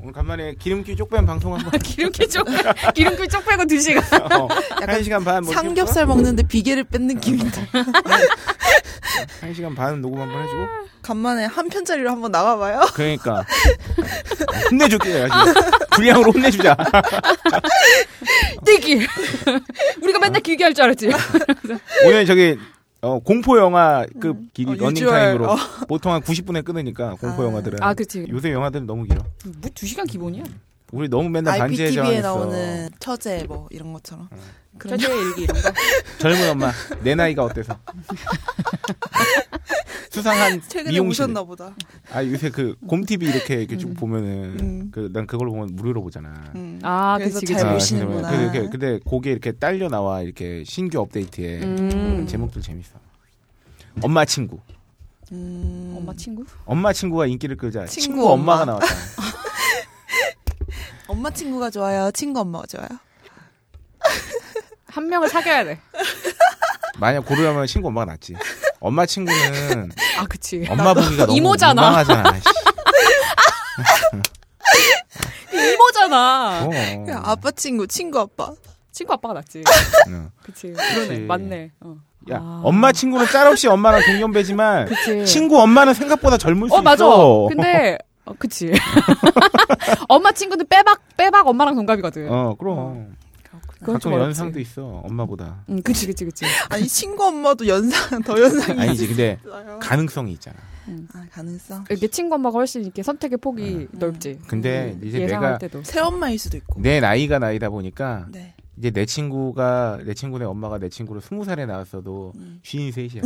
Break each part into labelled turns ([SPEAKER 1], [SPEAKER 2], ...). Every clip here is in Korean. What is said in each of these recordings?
[SPEAKER 1] 오늘 간만에 기름기 쪽 빼면 방송한 거.
[SPEAKER 2] 기름기 쪽 기름기 쪽 빼고 두 시간.
[SPEAKER 1] 어, 한 시간 반. 뭐
[SPEAKER 3] 삼겹살 먹는데 비계를 뺀 느낌이다.
[SPEAKER 1] 찍을까? 한 시간 반 녹음 한번 해주고.
[SPEAKER 3] 아. 간만에 한 편짜리로 한번 나와봐요.
[SPEAKER 1] 그러니까 어, 혼내줄게 해야지. 분량으로 혼내주자.
[SPEAKER 2] 뛰기. 우리가 맨날 길게 할 줄
[SPEAKER 1] 네.
[SPEAKER 2] 알았지.
[SPEAKER 1] 오늘 저기 어, 공포 영화 급 길이
[SPEAKER 3] 어,
[SPEAKER 1] 러닝
[SPEAKER 3] 유주얼,
[SPEAKER 1] 타임으로
[SPEAKER 3] 어.
[SPEAKER 1] 보통 한 90분에 끊으니까 공포
[SPEAKER 3] 아.
[SPEAKER 1] 영화들은
[SPEAKER 2] 아, 그치.
[SPEAKER 1] 요새 영화들은 너무 길어.
[SPEAKER 2] 뭐 두 시간 기본이야.
[SPEAKER 1] 우리 너무 맨날 반지의
[SPEAKER 3] IPTV에
[SPEAKER 1] 제왕했어.
[SPEAKER 3] 나오는 처제 뭐 이런 것처럼. 그런
[SPEAKER 2] 저의 일기 이런 거.
[SPEAKER 1] 젊은 엄마 내 나이가 어때서? 수상한
[SPEAKER 3] 최근에
[SPEAKER 1] 미용실.
[SPEAKER 3] 오셨나 보다.
[SPEAKER 1] 아 요새 그 곰TV 이렇게 이렇게 쭉 보면은
[SPEAKER 3] 음.
[SPEAKER 1] 그 난 그걸 보면 무료로 보잖아.
[SPEAKER 3] 음.
[SPEAKER 2] 아,
[SPEAKER 3] 그래서
[SPEAKER 2] 그치,
[SPEAKER 3] 잘
[SPEAKER 2] 그치.
[SPEAKER 1] 아,
[SPEAKER 3] 보시는구나.
[SPEAKER 1] 근데, 이렇게, 근데 그게 이렇게 딸려 나와 이렇게 신규 업데이트에
[SPEAKER 2] 음.
[SPEAKER 1] 제목들 재밌어. 엄마 친구.
[SPEAKER 3] 음.
[SPEAKER 2] 엄마 친구?
[SPEAKER 1] 엄마 친구가 인기를 끌자. 친구,
[SPEAKER 3] 친구
[SPEAKER 1] 엄마가
[SPEAKER 3] 엄마.
[SPEAKER 1] 나왔다.
[SPEAKER 3] 엄마 친구가 좋아요. 친구 엄마가 좋아요.
[SPEAKER 2] 한 명을 사귀어야 돼.
[SPEAKER 1] 만약 고르려면 친구 엄마가 낫지. 엄마 친구는
[SPEAKER 2] 아, 그치.
[SPEAKER 1] 엄마 보기가 너무
[SPEAKER 2] 이모잖아.
[SPEAKER 1] 민망하잖아. 씨.
[SPEAKER 2] 이모잖아.
[SPEAKER 1] 어.
[SPEAKER 3] 그냥 아빠 친구, 친구 아빠.
[SPEAKER 2] 친구 아빠가 낫지.
[SPEAKER 1] 응.
[SPEAKER 2] 그치. 그러네.
[SPEAKER 1] 그치.
[SPEAKER 2] 맞네. 어.
[SPEAKER 1] 야,
[SPEAKER 2] 아.
[SPEAKER 1] 엄마 친구는 짤없이 엄마랑 동년배지만
[SPEAKER 2] 그치. 네.
[SPEAKER 1] 친구 엄마는 생각보다 젊을 수
[SPEAKER 2] 어, 맞아.
[SPEAKER 1] 있어.
[SPEAKER 2] 근데, 어, 그치. 엄마 친구는 빼박, 빼박 엄마랑 동갑이거든.
[SPEAKER 1] 어, 그럼.
[SPEAKER 2] 네. 그건
[SPEAKER 1] 가끔
[SPEAKER 2] 좀 어렵지.
[SPEAKER 1] 연상도 있어. 엄마보다.
[SPEAKER 2] 응, 음, 그치, 그치, 그치.
[SPEAKER 3] 아니 친구 엄마도 연상 더 연상이
[SPEAKER 1] 아니지. 근데
[SPEAKER 3] 있어요.
[SPEAKER 1] 가능성이 있잖아.
[SPEAKER 3] 아 가능성.
[SPEAKER 2] 이렇게 친구 엄마가 훨씬 이렇게 선택의 폭이 넓지.
[SPEAKER 1] 근데 네. 이제
[SPEAKER 2] 음, 예상할
[SPEAKER 1] 내가
[SPEAKER 2] 때도.
[SPEAKER 3] 새 엄마일 수도 있고.
[SPEAKER 1] 내 나이가 나이다 보니까
[SPEAKER 3] 네.
[SPEAKER 1] 이제 내 친구가 내 친구네 엄마가 내 친구를 스무 살에 낳았어도
[SPEAKER 3] 음.
[SPEAKER 1] 쉰 셋이야.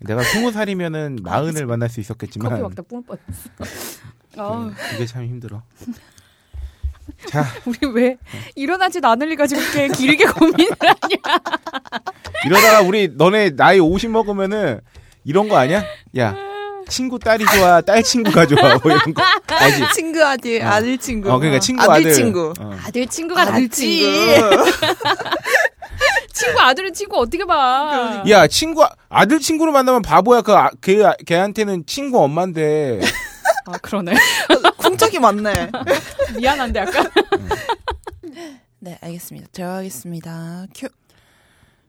[SPEAKER 1] 내가 스무 살이면은 마흔을 만날 수
[SPEAKER 2] 커피
[SPEAKER 1] 있었겠지만
[SPEAKER 2] 막다 뿜을 뻔했어.
[SPEAKER 1] 음,
[SPEAKER 2] 아,
[SPEAKER 1] 이게 참 힘들어. 자
[SPEAKER 2] 우리 왜 일어나지도 않을 리가 지금 이렇게 길게 고민을 하냐.
[SPEAKER 1] 이러다가 우리 너네 나이 50 먹으면은 이런 거 아니야? 야 친구 딸이 좋아, 딸 친구가 좋아 뭐 이런 거 알지?
[SPEAKER 3] 친구 아들, 아들 친구.
[SPEAKER 1] 어 그러니까 친구
[SPEAKER 3] 아들
[SPEAKER 1] 아들,
[SPEAKER 3] 친구.
[SPEAKER 1] 어.
[SPEAKER 2] 아들 친구가
[SPEAKER 3] 아들
[SPEAKER 2] 낫지.
[SPEAKER 3] 친구.
[SPEAKER 2] 친구 아들은 친구 어떻게 봐.
[SPEAKER 1] 야 친구 아- 아들 친구를 만나면 바보야 그 아- 걔, 걔한테는 친구 엄마인데
[SPEAKER 2] 아, 그러네.
[SPEAKER 3] 궁짝이 많네.
[SPEAKER 2] 미안한데 약간.
[SPEAKER 3] 네, 알겠습니다. 들어가겠습니다. 큐.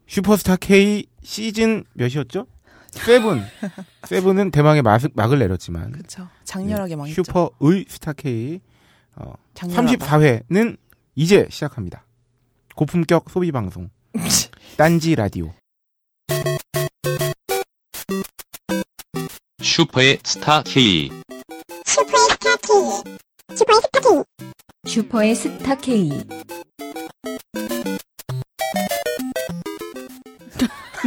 [SPEAKER 1] 슈퍼스타 K 시즌 몇이었죠? 세븐. 세븐은 대망의 마스, 막을 내렸지만
[SPEAKER 3] 그렇죠. 장렬하게 망했죠.
[SPEAKER 1] 네, 슈퍼의 스타 K 어,
[SPEAKER 3] 장렬하다.
[SPEAKER 1] 34회는 이제 시작합니다. 고품격 소비 방송 딴지 라디오.
[SPEAKER 4] 슈퍼의 스타 K.
[SPEAKER 5] 슈퍼의 스타 K.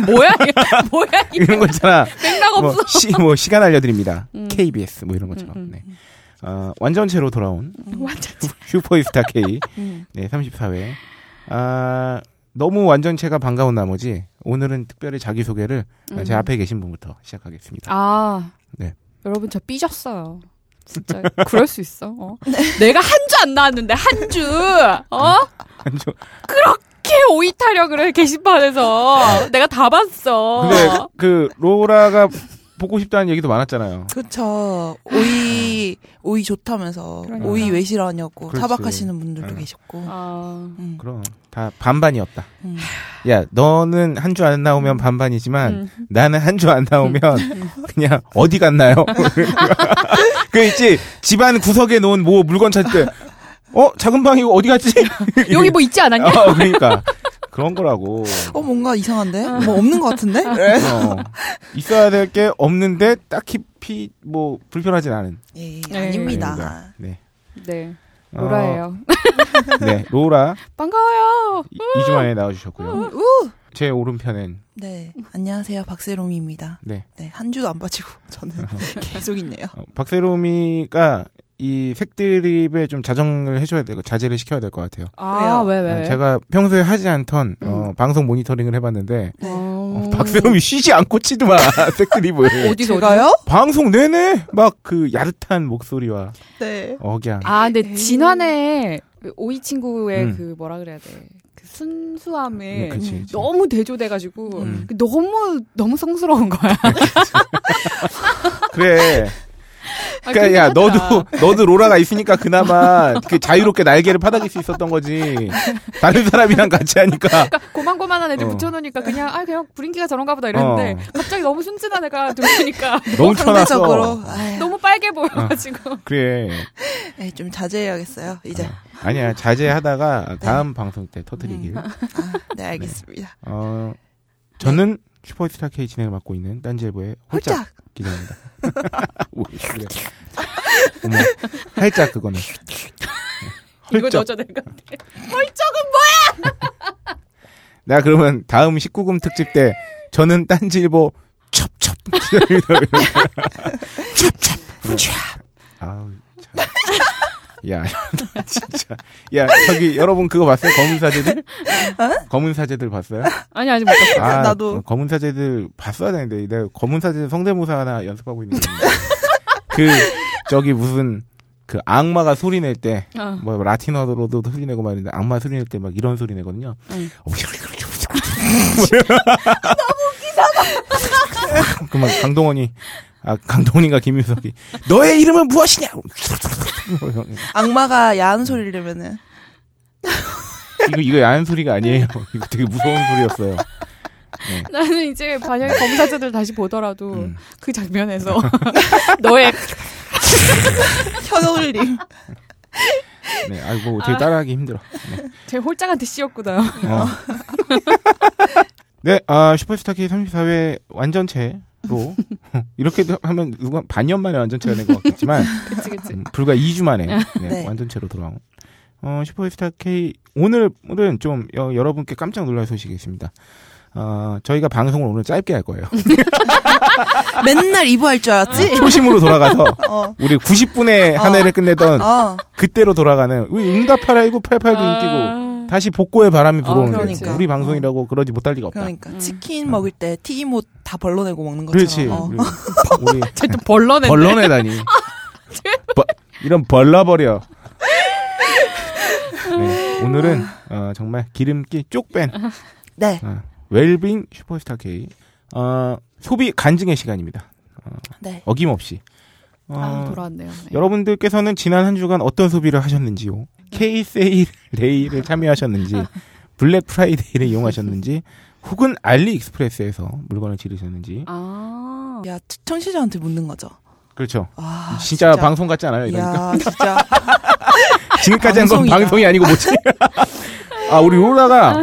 [SPEAKER 2] 뭐야, 이게. 뭐야, 이게.
[SPEAKER 1] 이런 거 있잖아.
[SPEAKER 2] 맥락
[SPEAKER 1] 뭐,
[SPEAKER 2] 없어.
[SPEAKER 1] 시, 뭐 시간 알려드립니다.
[SPEAKER 2] 음.
[SPEAKER 1] KBS 뭐 이런 것처럼.
[SPEAKER 2] 음, 음.
[SPEAKER 1] 네. 어, 완전체로 돌아온
[SPEAKER 2] 완전.
[SPEAKER 1] 슈퍼의 스타 K
[SPEAKER 3] 음.
[SPEAKER 1] 네 34회. 아 너무 완전체가 반가운 나머지 오늘은 특별히 자기 소개를
[SPEAKER 2] 음.
[SPEAKER 1] 제 앞에 계신 분부터 시작하겠습니다.
[SPEAKER 2] 아.
[SPEAKER 1] 네.
[SPEAKER 2] 여러분, 저 삐졌어요. 진짜, 그럴 수 있어. 어. 내가 한 주 안 나왔는데, 한 주! 어?
[SPEAKER 1] 아니, 저-
[SPEAKER 2] 이렇게 오이 타령을 해, 게시판에서. 내가 다 봤어.
[SPEAKER 1] 근데 그 로라가 보고 싶다는 얘기도 많았잖아요.
[SPEAKER 3] 그렇죠. 오이 오이 좋다면서
[SPEAKER 2] 그러니까.
[SPEAKER 3] 오이 왜 싫어하냐고
[SPEAKER 1] 그렇지. 네.
[SPEAKER 3] 타박하시는 분들도
[SPEAKER 1] 응.
[SPEAKER 3] 계셨고.
[SPEAKER 2] 아.
[SPEAKER 3] 음.
[SPEAKER 1] 그럼 다 반반이었다.
[SPEAKER 3] 음.
[SPEAKER 1] 야 너는 한 주 안 나오면 반반이지만
[SPEAKER 2] 음.
[SPEAKER 1] 나는 한 주 안 나오면 그냥 어디 갔나요? 그 있지 집안 구석에 놓은 뭐 물건 찾을 때어 작은 방이고 어디 갔지?
[SPEAKER 2] 여기 뭐 있지 않았냐?
[SPEAKER 1] 어, 그러니까 그런 거라고.
[SPEAKER 3] 어 뭔가 이상한데?
[SPEAKER 2] 아.
[SPEAKER 3] 뭐 없는 것 같은데?
[SPEAKER 1] 어, 있어야 될 게 없는데 딱히 피 뭐 불편하진 않은.
[SPEAKER 3] 예,
[SPEAKER 2] 네.
[SPEAKER 3] 아닙니다.
[SPEAKER 1] 네.
[SPEAKER 2] 네.
[SPEAKER 1] 어,
[SPEAKER 2] 로라예요.
[SPEAKER 1] 네, 로라
[SPEAKER 2] 반가워요.
[SPEAKER 1] 이- 2주 만에 나와주셨고요.
[SPEAKER 3] 우.
[SPEAKER 1] 제 오른편엔
[SPEAKER 3] 네. 안녕하세요. 박세롬입니다.
[SPEAKER 1] 네.
[SPEAKER 3] 네. 한 주도 안 빠지고 저는 계속 있네요.
[SPEAKER 1] 어, 박세롬이가 이 색드립에 좀 자정을 해줘야 되고 자제를 시켜야 될 것 같아요. 어,
[SPEAKER 2] 아, 왜, 왜, 왜?
[SPEAKER 1] 네, 제가 평소에 하지 않던 어, 방송 모니터링을 해봤는데
[SPEAKER 3] 네.
[SPEAKER 1] 어, 박세롬이 쉬지 않고 치더만 색드립을
[SPEAKER 2] 음. 어디서 어디서?
[SPEAKER 3] 제가요?
[SPEAKER 1] 방송 내내 막 그 야릇한 목소리와
[SPEAKER 3] 네.
[SPEAKER 1] 억양
[SPEAKER 2] 아, 근데 지난해 그 오이 친구의
[SPEAKER 1] 음.
[SPEAKER 2] 그 뭐라 그래야 돼? 그 순수함에
[SPEAKER 1] 음, 그치, 그치.
[SPEAKER 2] 네. 너무 대조돼가지고
[SPEAKER 1] 음.
[SPEAKER 2] 그 너무 너무 성스러운 거야.
[SPEAKER 1] 그래 그러니까 야 너도 너도 로라가 있으니까 그나마 그 자유롭게 날개를 파닥일 수 있었던 거지. 다른 사람이랑 같이 하니까
[SPEAKER 2] 그러니까 고만고만한 애들
[SPEAKER 1] 어.
[SPEAKER 2] 붙여놓으니까 그냥 아 그냥 브링키가 저런가 보다 이랬는데 갑자기 너무 순진한 애가 들어오니까
[SPEAKER 1] 너무
[SPEAKER 3] 상대적으로
[SPEAKER 1] 편해서
[SPEAKER 3] 아유,
[SPEAKER 2] 너무 빨개 보여가지고
[SPEAKER 1] 어. 그래.
[SPEAKER 3] 에이, 좀 자제해야겠어요. 이제
[SPEAKER 1] 아니야 자제하다가 다음 방송 때 터뜨리길.
[SPEAKER 3] 네 알겠습니다.
[SPEAKER 1] 어 저는 슈퍼스타 K 진행을 맡고 있는 딴지일보의 홀짝
[SPEAKER 3] 홀짝
[SPEAKER 1] 기자입니다. 오, 그래. 어머, 활짝 네. 그거는.
[SPEAKER 2] 이거
[SPEAKER 1] 헐쩍.
[SPEAKER 2] 넣어줘야 될것 같아.
[SPEAKER 1] 나 그러면 다음 19금 특집 때 저는 딴지일보 첩첩 첩첩 아우 참. 야 나 진짜 야 저기 여러분 그거 봤어요 검은 사제들 검은 사제들 봤어요
[SPEAKER 2] 아니 아직 못 봤어.
[SPEAKER 1] 아,
[SPEAKER 3] 나도.
[SPEAKER 1] 어, 검은 사제들 봤어야 되는데 내가 검은 사제 성대모사 하나 연습하고 있는데 그 저기 무슨 그 악마가 소리 낼때
[SPEAKER 2] 어.
[SPEAKER 1] 뭐 라틴어로도 소리 내고 말인데 악마 소리 낼 때 막 이런 소리 내거든요. 어,
[SPEAKER 2] 응.
[SPEAKER 1] 너무 웃기잖아. 그만 강동원이 아 강동원인가 김윤석이 너의 이름은 무엇이냐? 뭐
[SPEAKER 3] 악마가 야한 소리를 내면은
[SPEAKER 1] 이거 이거 야한 소리가 아니에요. 이거 되게 무서운 소리였어요.
[SPEAKER 2] 나는 이제 만약에 검사자들 다시 보더라도
[SPEAKER 1] 음.
[SPEAKER 2] 그 장면에서 너의
[SPEAKER 3] 혀놀림.
[SPEAKER 1] 네, 아이고 되게 따라하기 힘들어.
[SPEAKER 2] 제 홀짝한테 씌었구나.
[SPEAKER 1] 어.
[SPEAKER 2] 아.
[SPEAKER 1] 네, 아 슈퍼스타 K 34회 완전체로 이렇게 하면 누가 반년 만에 완전체가 된 것 같겠지만
[SPEAKER 2] 그치 그치.
[SPEAKER 1] 음, 불과 2주 만에 네,
[SPEAKER 3] 네.
[SPEAKER 1] 완전체로 돌아온 어, 슈퍼스타 K 오늘은 좀 여, 러분께 깜짝 놀랄 소식이 있습니다. 어, 저희가 방송을 오늘 짧게 할 거예요.
[SPEAKER 3] 맨날 이부할 줄
[SPEAKER 2] 네.
[SPEAKER 3] 알았지?
[SPEAKER 1] 초심으로 돌아가서
[SPEAKER 3] 어.
[SPEAKER 1] 우리 90분에 한
[SPEAKER 3] 어.
[SPEAKER 1] 해를 끝내던
[SPEAKER 3] 어.
[SPEAKER 1] 그때로 돌아가는 우리 응답하라 1988도 인기고 다시 복고의 바람이 불어오는
[SPEAKER 2] 어,
[SPEAKER 1] 데
[SPEAKER 2] 아. 그러니까.
[SPEAKER 1] 우리 방송이라고 그러지 못할 리가 없다.
[SPEAKER 3] 그러니까
[SPEAKER 2] 음.
[SPEAKER 3] 치킨 먹을 때 튀김옷 다 벌러내고 먹는
[SPEAKER 1] 그렇지
[SPEAKER 3] 것처럼. 어.
[SPEAKER 1] 우리
[SPEAKER 2] 쟤또 벌러냈네.
[SPEAKER 1] 벌러내다니. 버- 이런 벌러버려. 네, 오늘은 어, 정말 기름기 쭉 뺀
[SPEAKER 3] 네.
[SPEAKER 1] 어, 웰빙 슈퍼스타 K 어, 소비 간증의 시간입니다.
[SPEAKER 3] 네.
[SPEAKER 1] 어김없이. 어,
[SPEAKER 2] 아 돌아왔네요. 네.
[SPEAKER 1] 여러분들께서는 지난 한 주간 어떤 소비를 하셨는지요? K 세일 레이를 참여하셨는지, 블랙 프라이데이를 이용하셨는지, 혹은 알리익스프레스에서 물건을 지르셨는지.
[SPEAKER 2] 아.
[SPEAKER 3] 야, 청취자한테 묻는 거죠.
[SPEAKER 1] 그렇죠.
[SPEAKER 3] 와,
[SPEAKER 1] 진짜, 방송 같지 않아요? 이러니까.
[SPEAKER 3] 야, 진짜.
[SPEAKER 1] 지금까지 한 건
[SPEAKER 3] 방송이다.
[SPEAKER 1] 방송이 아니고 뭐지? 아, 우리 로라가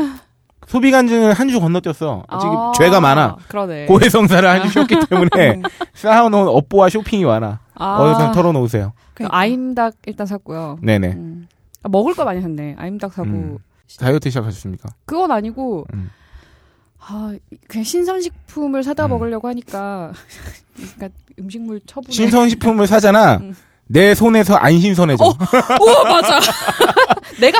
[SPEAKER 1] 소비 간증을 한 주 건너뛰었어. 지금
[SPEAKER 2] 아,
[SPEAKER 1] 죄가 많아.
[SPEAKER 2] 그러네. 네.
[SPEAKER 1] 고해성사를 한 주셨기 때문에
[SPEAKER 3] 음.
[SPEAKER 1] 쌓아놓은 업보와 쇼핑이 많아.
[SPEAKER 2] 아,
[SPEAKER 1] 어디서 털어놓으세요.
[SPEAKER 2] 그 아임닭 일단 샀고요.
[SPEAKER 1] 네네.
[SPEAKER 2] 음. 아, 먹을 거 많이 샀네. 아임닭 사고.
[SPEAKER 1] 음. 다이어트 시작하셨습니까?
[SPEAKER 2] 그건 아니고,
[SPEAKER 1] 음.
[SPEAKER 2] 아, 그냥 신선식품을 사다
[SPEAKER 1] 음.
[SPEAKER 2] 먹으려고 하니까, 그러니까 음식물 처분.
[SPEAKER 1] 신선식품을 사잖아.
[SPEAKER 2] 음.
[SPEAKER 1] 내 손에서 안 신선해져.
[SPEAKER 2] 어. 오, 맞아! 내가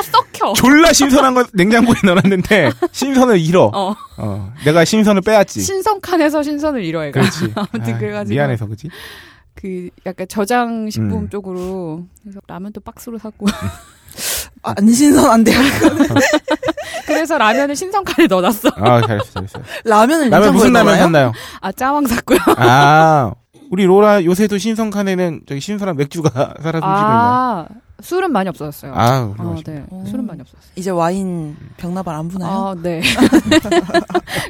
[SPEAKER 2] 썩혀!
[SPEAKER 1] 졸라 신선한 거 냉장고에 넣어놨는데 신선을 잃어. 어.
[SPEAKER 2] 어.
[SPEAKER 1] 내가 신선을 빼앗지.
[SPEAKER 2] 신선칸에서 신선을 잃어, 얘가.
[SPEAKER 1] 그렇지.
[SPEAKER 2] 아무튼 그래가지고.
[SPEAKER 1] 미안해서 그지.
[SPEAKER 2] 그, 약간 저장식품
[SPEAKER 1] 음.
[SPEAKER 2] 쪽으로. 그래서 라면도 박스로 샀고.
[SPEAKER 3] 아, 안 신선한데요.
[SPEAKER 2] 그래서 라면을 신선칸에 넣어놨어.
[SPEAKER 1] 아 잘했어 잘했어. 라면
[SPEAKER 3] 라면을 냉장고에
[SPEAKER 1] 무슨 라면
[SPEAKER 3] 넣어놔요?
[SPEAKER 1] 샀나요?
[SPEAKER 2] 아, 짜왕 샀고요.
[SPEAKER 1] 아 우리 로라 요새도 신선칸에는 저기 신선한 맥주가 살아 숨쉬고
[SPEAKER 2] 아, 술은 많이 없어졌어요.
[SPEAKER 1] 있나요? 아 우리
[SPEAKER 2] 아,
[SPEAKER 1] 맛있-
[SPEAKER 2] 네.
[SPEAKER 3] 오.
[SPEAKER 2] 술은 많이 없었어요.
[SPEAKER 3] 이제 와인 병나발 안 부나요?
[SPEAKER 2] 아, 네.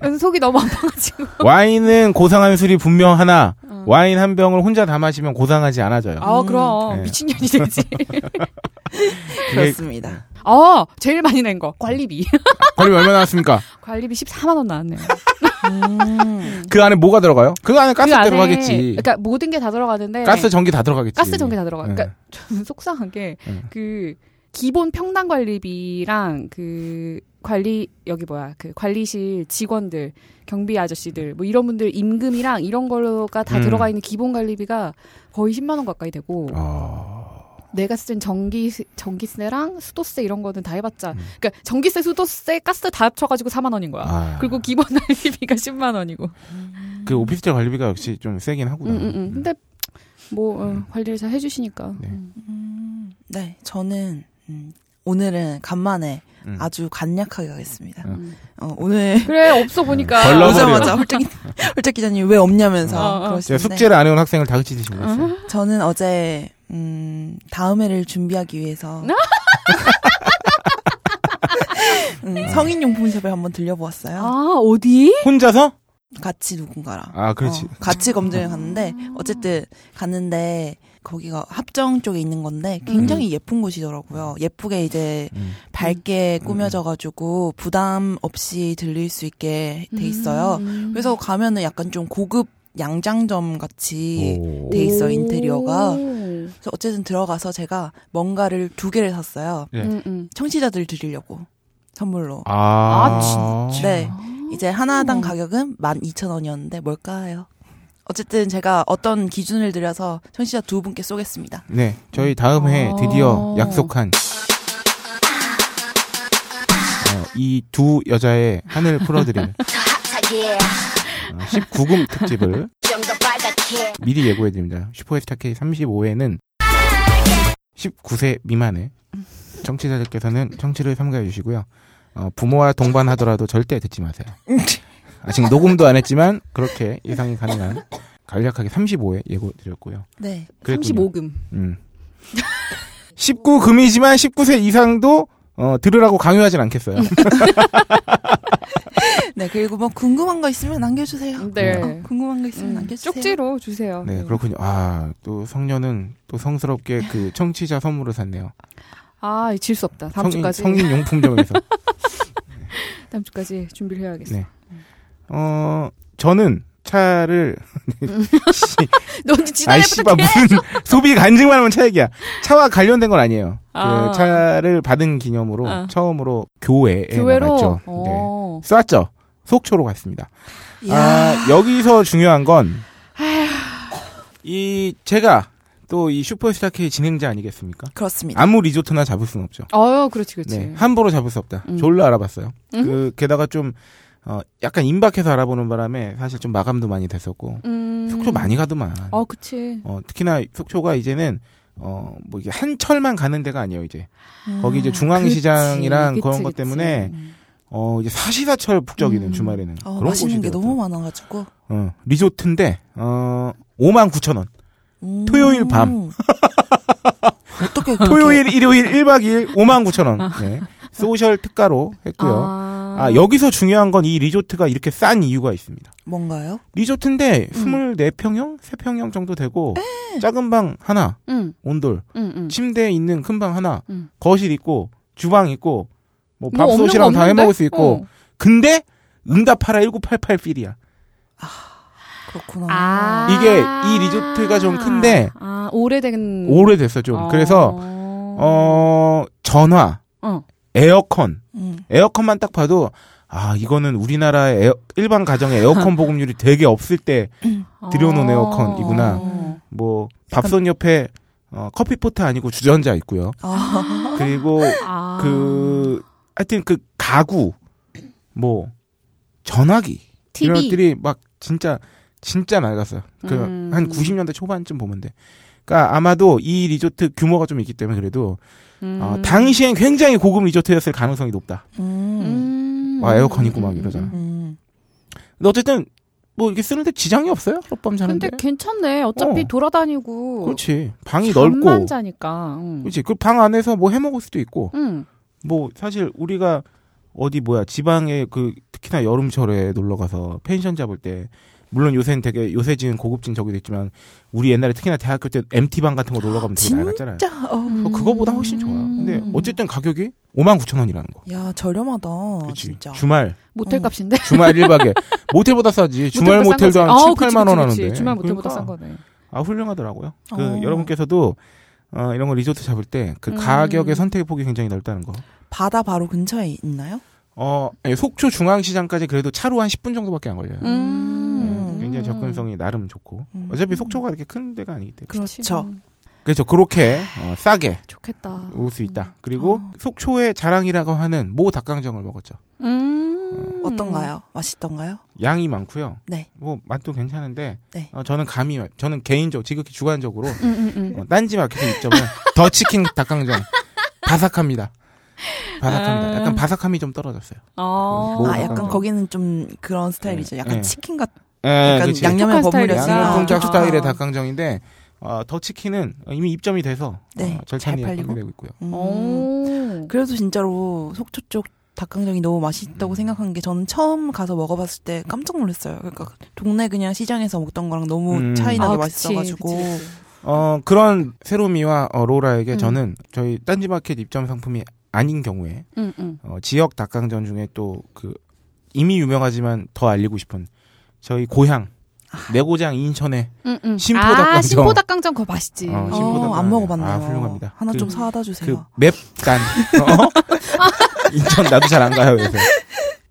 [SPEAKER 2] 그래서 속이 너무 아파가지고.
[SPEAKER 1] 음, 와인은 고상한 술이 분명 하나. 와인 한 병을 혼자 다 마시면 고상하지 않아져요.
[SPEAKER 2] 어. 아,
[SPEAKER 3] 음.
[SPEAKER 2] 그럼.
[SPEAKER 1] 네.
[SPEAKER 2] 미친년이 되지.
[SPEAKER 3] 그렇습니다.
[SPEAKER 2] 아, 제일 많이 낸 거. 관리비.
[SPEAKER 1] 걸리 얼마 나왔습니까?
[SPEAKER 2] 관리비 14만원 나왔네요.
[SPEAKER 3] 음.
[SPEAKER 1] 그 안에 뭐가 들어가요? 그 안에 가스
[SPEAKER 2] 그 안에
[SPEAKER 1] 들어가겠지.
[SPEAKER 2] 그러니까 모든 게 다 들어가는데.
[SPEAKER 1] 가스 전기 다 들어가겠지.
[SPEAKER 2] 가스 전기 다 들어가.
[SPEAKER 1] 네.
[SPEAKER 2] 그러니까 저는 속상한 게,
[SPEAKER 1] 네.
[SPEAKER 2] 그, 기본 평당 관리비랑 그, 관리, 여기 뭐야, 그 관리실 직원들, 경비 아저씨들, 뭐 이런 분들 임금이랑 이런 거가 다
[SPEAKER 1] 음.
[SPEAKER 2] 들어가 있는 기본 관리비가 거의 10만원 가까이 되고.
[SPEAKER 1] 아,
[SPEAKER 2] 내가 쓴 전기 전기세랑 수도세 이런 거는 다 해봤자
[SPEAKER 1] 음.
[SPEAKER 2] 그러니까 전기세 수도세 가스 다 합쳐가지고 4만 원인 거야
[SPEAKER 1] 아.
[SPEAKER 2] 그리고 기본 관리비가 10만 원이고
[SPEAKER 1] 그 오피스텔 관리비가 역시 좀 세긴 하구나. 음.
[SPEAKER 2] 음, 음, 음. 근데 뭐 어, 관리를 잘 해주시니까
[SPEAKER 1] 네.
[SPEAKER 2] 음.
[SPEAKER 3] 음, 네, 저는 음, 오늘은 간만에
[SPEAKER 1] 음.
[SPEAKER 3] 아주 간략하게 가겠습니다.
[SPEAKER 2] 음.
[SPEAKER 3] 어, 오늘
[SPEAKER 2] 그래 없어 보니까
[SPEAKER 1] 벌러-
[SPEAKER 2] 오자-
[SPEAKER 3] 오자마자 홀짝, 홀짝 기자님 왜 없냐면서
[SPEAKER 2] 어, 어.
[SPEAKER 1] 제가
[SPEAKER 3] 그러시는데
[SPEAKER 1] 네, 숙제를 안 해온 학생을 다그치듯이 몰랐어요.
[SPEAKER 2] 아.
[SPEAKER 3] 저는 어제 음, 다음 해를 준비하기 위해서 음, 성인용품샵에 한번 들려보았어요.
[SPEAKER 2] 아 어디?
[SPEAKER 1] 혼자서?
[SPEAKER 3] 같이 누군가랑
[SPEAKER 1] 아, 그렇지.
[SPEAKER 3] 어, 같이 검증을 갔는데 어쨌든 갔는데 거기가 합정 쪽에 있는 건데 굉장히 예쁜 곳이더라고요. 예쁘게 이제
[SPEAKER 1] 음.
[SPEAKER 3] 밝게 꾸며져가지고 부담 없이 들릴 수 있게 돼 있어요.
[SPEAKER 2] 음.
[SPEAKER 3] 그래서 가면은 약간 좀 고급 양장점
[SPEAKER 2] 예.
[SPEAKER 3] 같이
[SPEAKER 1] 오.
[SPEAKER 3] 돼 있어, 인테리어가.
[SPEAKER 2] 오.
[SPEAKER 1] 네.
[SPEAKER 3] 그래서 어쨌든 들어가서 제가 뭔가를 두 개를 샀어요.
[SPEAKER 1] 네.
[SPEAKER 2] 음, 음.
[SPEAKER 3] 청취자들 드리려고 선물로.
[SPEAKER 1] 아,
[SPEAKER 2] 아,
[SPEAKER 3] 네.
[SPEAKER 2] 아.
[SPEAKER 3] 이제 하나당 가격은 12,000원이었는데 뭘까요? 어쨌든 제가 어떤 기준을 들여서 청취자 두 분께 쏘겠습니다.
[SPEAKER 1] 네, 저희 다음 해
[SPEAKER 2] 아.
[SPEAKER 1] 드디어 약속한 어, 이 두 여자의 한을 풀어드릴 19금 특집을 미리 예고해드립니다. 슈퍼스타 K 35회는 19세 미만의 청취자들께서는 청취를 삼가해 주시고요. 어, 부모와 동반하더라도 절대 듣지 마세요. 아직 녹음도 안 했지만 그렇게 예상이 가능한 간략하게 35회 예고드렸고요.
[SPEAKER 3] 네.
[SPEAKER 1] 그랬군요.
[SPEAKER 2] 35금.
[SPEAKER 1] 음. 19금이지만 19세 이상도 어, 들으라고 강요하진 않겠어요.
[SPEAKER 3] 네, 그리고 뭐 궁금한 거 있으면 남겨주세요.
[SPEAKER 2] 네.
[SPEAKER 3] 어, 궁금한 거 있으면 남겨주세요.
[SPEAKER 2] 쪽지로 주세요.
[SPEAKER 1] 네, 그렇군요. 아, 또 성녀는 또 성스럽게 그 청취자 선물을 샀네요.
[SPEAKER 2] 아, 질 수 없다. 다음
[SPEAKER 1] 성인,
[SPEAKER 2] 주까지.
[SPEAKER 1] 성인 용품점에서.
[SPEAKER 2] 다음 주까지 준비를 해야겠어.
[SPEAKER 1] 네. 어, 저는 차를 씨,
[SPEAKER 2] 너 근데
[SPEAKER 1] 아이
[SPEAKER 2] 지난해부터
[SPEAKER 1] 씨발 뭐
[SPEAKER 2] 계속
[SPEAKER 1] 무슨 소비 간증만 하면 차 얘기야. 차와 관련된 건 아니에요.
[SPEAKER 2] 아.
[SPEAKER 1] 그 차를 받은 기념으로
[SPEAKER 2] 아.
[SPEAKER 1] 처음으로 교회에
[SPEAKER 2] 교회로. 어.
[SPEAKER 1] 나갔죠. 예, 네. 쐈죠. 속초로 갔습니다.
[SPEAKER 3] 이야.
[SPEAKER 1] 아, 여기서 중요한 건, 이, 제가 또 이 슈퍼스타 K 진행자 아니겠습니까?
[SPEAKER 3] 그렇습니다.
[SPEAKER 1] 아무 리조트나 잡을 수는 없죠.
[SPEAKER 2] 어, 그렇지, 그렇지.
[SPEAKER 1] 네. 함부로 잡을 수 없다.
[SPEAKER 2] 음.
[SPEAKER 1] 졸라 알아봤어요. 그, 게다가 좀, 어, 약간 임박해서 알아보는 바람에 사실 좀 마감도 많이 됐었고,
[SPEAKER 2] 음.
[SPEAKER 1] 속초 많이 가더만. 어.
[SPEAKER 2] 어, 그치.
[SPEAKER 1] 특히나 속초가 이이제는 어, 뭐 이게 한철만 가는 데가 아니에요, 이제. 거기 이제
[SPEAKER 3] 음.
[SPEAKER 1] 중앙시장이랑
[SPEAKER 2] 그치,
[SPEAKER 1] 그런
[SPEAKER 2] 그치,
[SPEAKER 1] 것
[SPEAKER 2] 그치.
[SPEAKER 1] 때문에, 어, 이제 사시사철 북적이는
[SPEAKER 2] 음.
[SPEAKER 1] 주말에는. 아,
[SPEAKER 3] 어,
[SPEAKER 1] 그런
[SPEAKER 3] 맛있는 게
[SPEAKER 1] 곳이더라고요.
[SPEAKER 3] 너무 많아가지고.
[SPEAKER 1] 어, 리조트인데, 어, 5만 9천 원.
[SPEAKER 3] 음.
[SPEAKER 1] 토요일 밤.
[SPEAKER 3] 어떻게 그렇게-
[SPEAKER 1] 토요일, 일요일, 1박 2일 5만 9천 원. 네. 소셜 특가로 했고요.
[SPEAKER 2] 아,
[SPEAKER 1] 아, 여기서 중요한 건 이 리조트가 이렇게 싼 이유가 있습니다.
[SPEAKER 3] 뭔가요?
[SPEAKER 1] 리조트인데
[SPEAKER 2] 음.
[SPEAKER 1] 24평형? 3평형 정도 되고 작은 방 하나,
[SPEAKER 2] 응,
[SPEAKER 1] 온돌,
[SPEAKER 2] 응, 응.
[SPEAKER 1] 침대 있는 큰 방 하나,
[SPEAKER 2] 음.
[SPEAKER 1] 거실 있고 주방 있고 뭐
[SPEAKER 2] 뭐 없는
[SPEAKER 1] 밥솥이랑
[SPEAKER 2] 거
[SPEAKER 1] 다 해먹을
[SPEAKER 2] 없는데?
[SPEAKER 1] 수 있고
[SPEAKER 2] 어.
[SPEAKER 1] 근데 응답하라 1988 필이야.
[SPEAKER 3] 그렇구나.
[SPEAKER 2] 아.
[SPEAKER 1] 이게 이 리조트가 좀 큰데
[SPEAKER 2] 아, 오래된.
[SPEAKER 1] 오래됐어 좀.
[SPEAKER 2] 어.
[SPEAKER 1] 그래서 어 전화,
[SPEAKER 2] 어.
[SPEAKER 1] 에어컨
[SPEAKER 3] 음.
[SPEAKER 1] 에어컨만 딱 봐도 아 이거는 우리나라의 에어- 일반 가정의 에어컨 보급률이 되게 없을 들여놓은
[SPEAKER 2] 어.
[SPEAKER 1] 에어컨이구나.
[SPEAKER 2] 어.
[SPEAKER 1] 때 뭐 밥솥 옆에 어, 커피포트 아니고 주전자 있고요.
[SPEAKER 3] 아.
[SPEAKER 1] 그리고
[SPEAKER 2] 아.
[SPEAKER 1] 그 하여튼 그 가구 뭐 전화기 이런
[SPEAKER 2] TV.
[SPEAKER 1] 것들이 막 진짜 진짜 낡았어요. 그
[SPEAKER 2] 음.
[SPEAKER 1] 한 90년대 초반쯤 보면 돼. 그러니까 아마도 이 리조트 규모가 좀 있기 때문에 그래도
[SPEAKER 2] 음.
[SPEAKER 1] 어, 당시엔 굉장히 고급 리조트였을 가능성이 높다.
[SPEAKER 3] 음.
[SPEAKER 2] 음.
[SPEAKER 1] 와, 에어컨 있고 막 이러잖아.
[SPEAKER 3] 음.
[SPEAKER 1] 근데 어쨌든 뭐 이게 쓰는데 지장이 없어요. 하룻밤
[SPEAKER 2] 근데
[SPEAKER 1] 자는데.
[SPEAKER 2] 괜찮네. 어차피
[SPEAKER 1] 어.
[SPEAKER 2] 돌아다니고.
[SPEAKER 1] 그렇지. 방이
[SPEAKER 2] 잠만
[SPEAKER 1] 넓고.
[SPEAKER 2] 자니까. 응.
[SPEAKER 1] 그렇지. 그 방 안에서 뭐 해먹을 수도 있고.
[SPEAKER 2] 응.
[SPEAKER 1] 뭐 사실 우리가 어디 뭐야 지방에 그 특히나 여름철에 놀러 가서 펜션 잡을 때 물론 요새는 되게 요새 지은 고급진 저기도 있지만 우리 옛날에 특히나 대학교 때 MT 방 같은 거 놀러 가면 되게 낡았잖아요.
[SPEAKER 3] 진짜. 어.
[SPEAKER 1] 뭐 그거보다 훨씬 좋아.
[SPEAKER 2] 음.
[SPEAKER 1] 근데 어쨌든 가격이 5만 9천 원이라는 거.
[SPEAKER 3] 야 저렴하다.
[SPEAKER 2] 어,
[SPEAKER 1] 그치.
[SPEAKER 3] 진짜.
[SPEAKER 1] 주말
[SPEAKER 2] 모텔 값인데.
[SPEAKER 1] 주말 1박에 모텔보다 싸지. 어. 주말
[SPEAKER 2] 모텔보다 싼
[SPEAKER 1] 모텔도 한
[SPEAKER 2] 거지.
[SPEAKER 1] 7,
[SPEAKER 2] 아우, 그치,
[SPEAKER 1] 8만 원
[SPEAKER 2] 그치, 그치.
[SPEAKER 1] 하는데.
[SPEAKER 2] 주말 모텔보다
[SPEAKER 1] 그러니까.
[SPEAKER 2] 싼 거네.
[SPEAKER 1] 아 훌륭하더라고요. 그
[SPEAKER 3] 어.
[SPEAKER 1] 여러분께서도 어, 이런 거 리조트 잡을 때 그
[SPEAKER 2] 음.
[SPEAKER 1] 가격의 선택의 폭이 굉장히 넓다는 거.
[SPEAKER 3] 바다 바로 근처에 있나요?
[SPEAKER 1] 어 예, 속초 중앙시장까지 그래도 차로 한 10분 정도밖에 안 걸려요.
[SPEAKER 3] 음.
[SPEAKER 1] 예, 네, 굉장히 접근성이 나름 좋고
[SPEAKER 3] 음.
[SPEAKER 1] 어차피 속초가 이렇게 큰 데가 아니기 때문에
[SPEAKER 2] 그치.
[SPEAKER 3] 그렇죠.
[SPEAKER 2] 음,
[SPEAKER 1] 그래서 그렇게 어, 싸게
[SPEAKER 2] 좋겠다.
[SPEAKER 1] 올 수 있다. 그리고
[SPEAKER 3] 어.
[SPEAKER 1] 속초의 자랑이라고 하는 모 닭강정을 먹었죠.
[SPEAKER 2] 음.
[SPEAKER 3] 어떤가요? 맛있던가요?
[SPEAKER 1] 양이 많고요.
[SPEAKER 3] 네.
[SPEAKER 1] 뭐 맛도 괜찮은데
[SPEAKER 3] 네.
[SPEAKER 1] 어, 저는 감히 저는 개인적 으로 지극히 주관적으로
[SPEAKER 2] 음, 음, 음.
[SPEAKER 1] 어, 딴지 마켓에 입점한 더 치킨 닭강정 바삭합니다. 바삭합니다.
[SPEAKER 2] 아.
[SPEAKER 1] 약간 바삭함이 좀 떨어졌어요.
[SPEAKER 2] 어.
[SPEAKER 1] 뭐
[SPEAKER 3] 아, 약간
[SPEAKER 1] 약간
[SPEAKER 3] 거기는 좀 그런 스타일이죠. 약간
[SPEAKER 1] 예.
[SPEAKER 3] 치킨 같은
[SPEAKER 1] 예,
[SPEAKER 3] 약간
[SPEAKER 1] 그치.
[SPEAKER 3] 양념에
[SPEAKER 2] 촉촉한
[SPEAKER 3] 버무려서
[SPEAKER 2] 스타일이구나.
[SPEAKER 1] 양념 짝
[SPEAKER 2] 아.
[SPEAKER 1] 스타일의 닭강정인데 어, 더 치킨은 이미 입점이 돼서
[SPEAKER 3] 네,
[SPEAKER 1] 어, 절찬이
[SPEAKER 3] 잘 팔리고.
[SPEAKER 1] 판매되고 있고요.
[SPEAKER 3] 음.
[SPEAKER 2] 오.
[SPEAKER 3] 그래서 진짜로 속초 쪽 닭강정이 너무
[SPEAKER 1] 음.
[SPEAKER 3] 맛있다고 생각한 게 저는 처음 가서 먹어봤을 때 깜짝 놀랐어요. 그러니까 동네 그냥 시장에서 먹던 거랑 너무
[SPEAKER 1] 음.
[SPEAKER 3] 차이나게
[SPEAKER 2] 아, 그치,
[SPEAKER 3] 맛있어가지고
[SPEAKER 2] 그치, 그치.
[SPEAKER 1] 어, 그런 세로미와 어, 로라에게
[SPEAKER 2] 음.
[SPEAKER 1] 저는 저희 딴지마켓 입점 상품이 아닌 경우에
[SPEAKER 2] 응, 응.
[SPEAKER 1] 어, 지역 닭강정 중에 또 그 이미 유명하지만 더 알리고 싶은 저희 고향
[SPEAKER 3] 아.
[SPEAKER 1] 내 고장 인천의
[SPEAKER 2] 응, 응.
[SPEAKER 1] 심포
[SPEAKER 2] 아,
[SPEAKER 1] 닭강정.
[SPEAKER 2] 심포 닭강정 그거 맛있지.
[SPEAKER 1] 어,
[SPEAKER 3] 어,
[SPEAKER 1] 신보다
[SPEAKER 3] 안
[SPEAKER 1] 편하네요.
[SPEAKER 3] 먹어봤네요.
[SPEAKER 1] 아, 훌륭합니다.
[SPEAKER 3] 하나
[SPEAKER 1] 그-
[SPEAKER 3] 좀 사다
[SPEAKER 1] 그
[SPEAKER 3] 주세요.
[SPEAKER 1] 맵단 어? 인천 나도 잘 안 가요 요새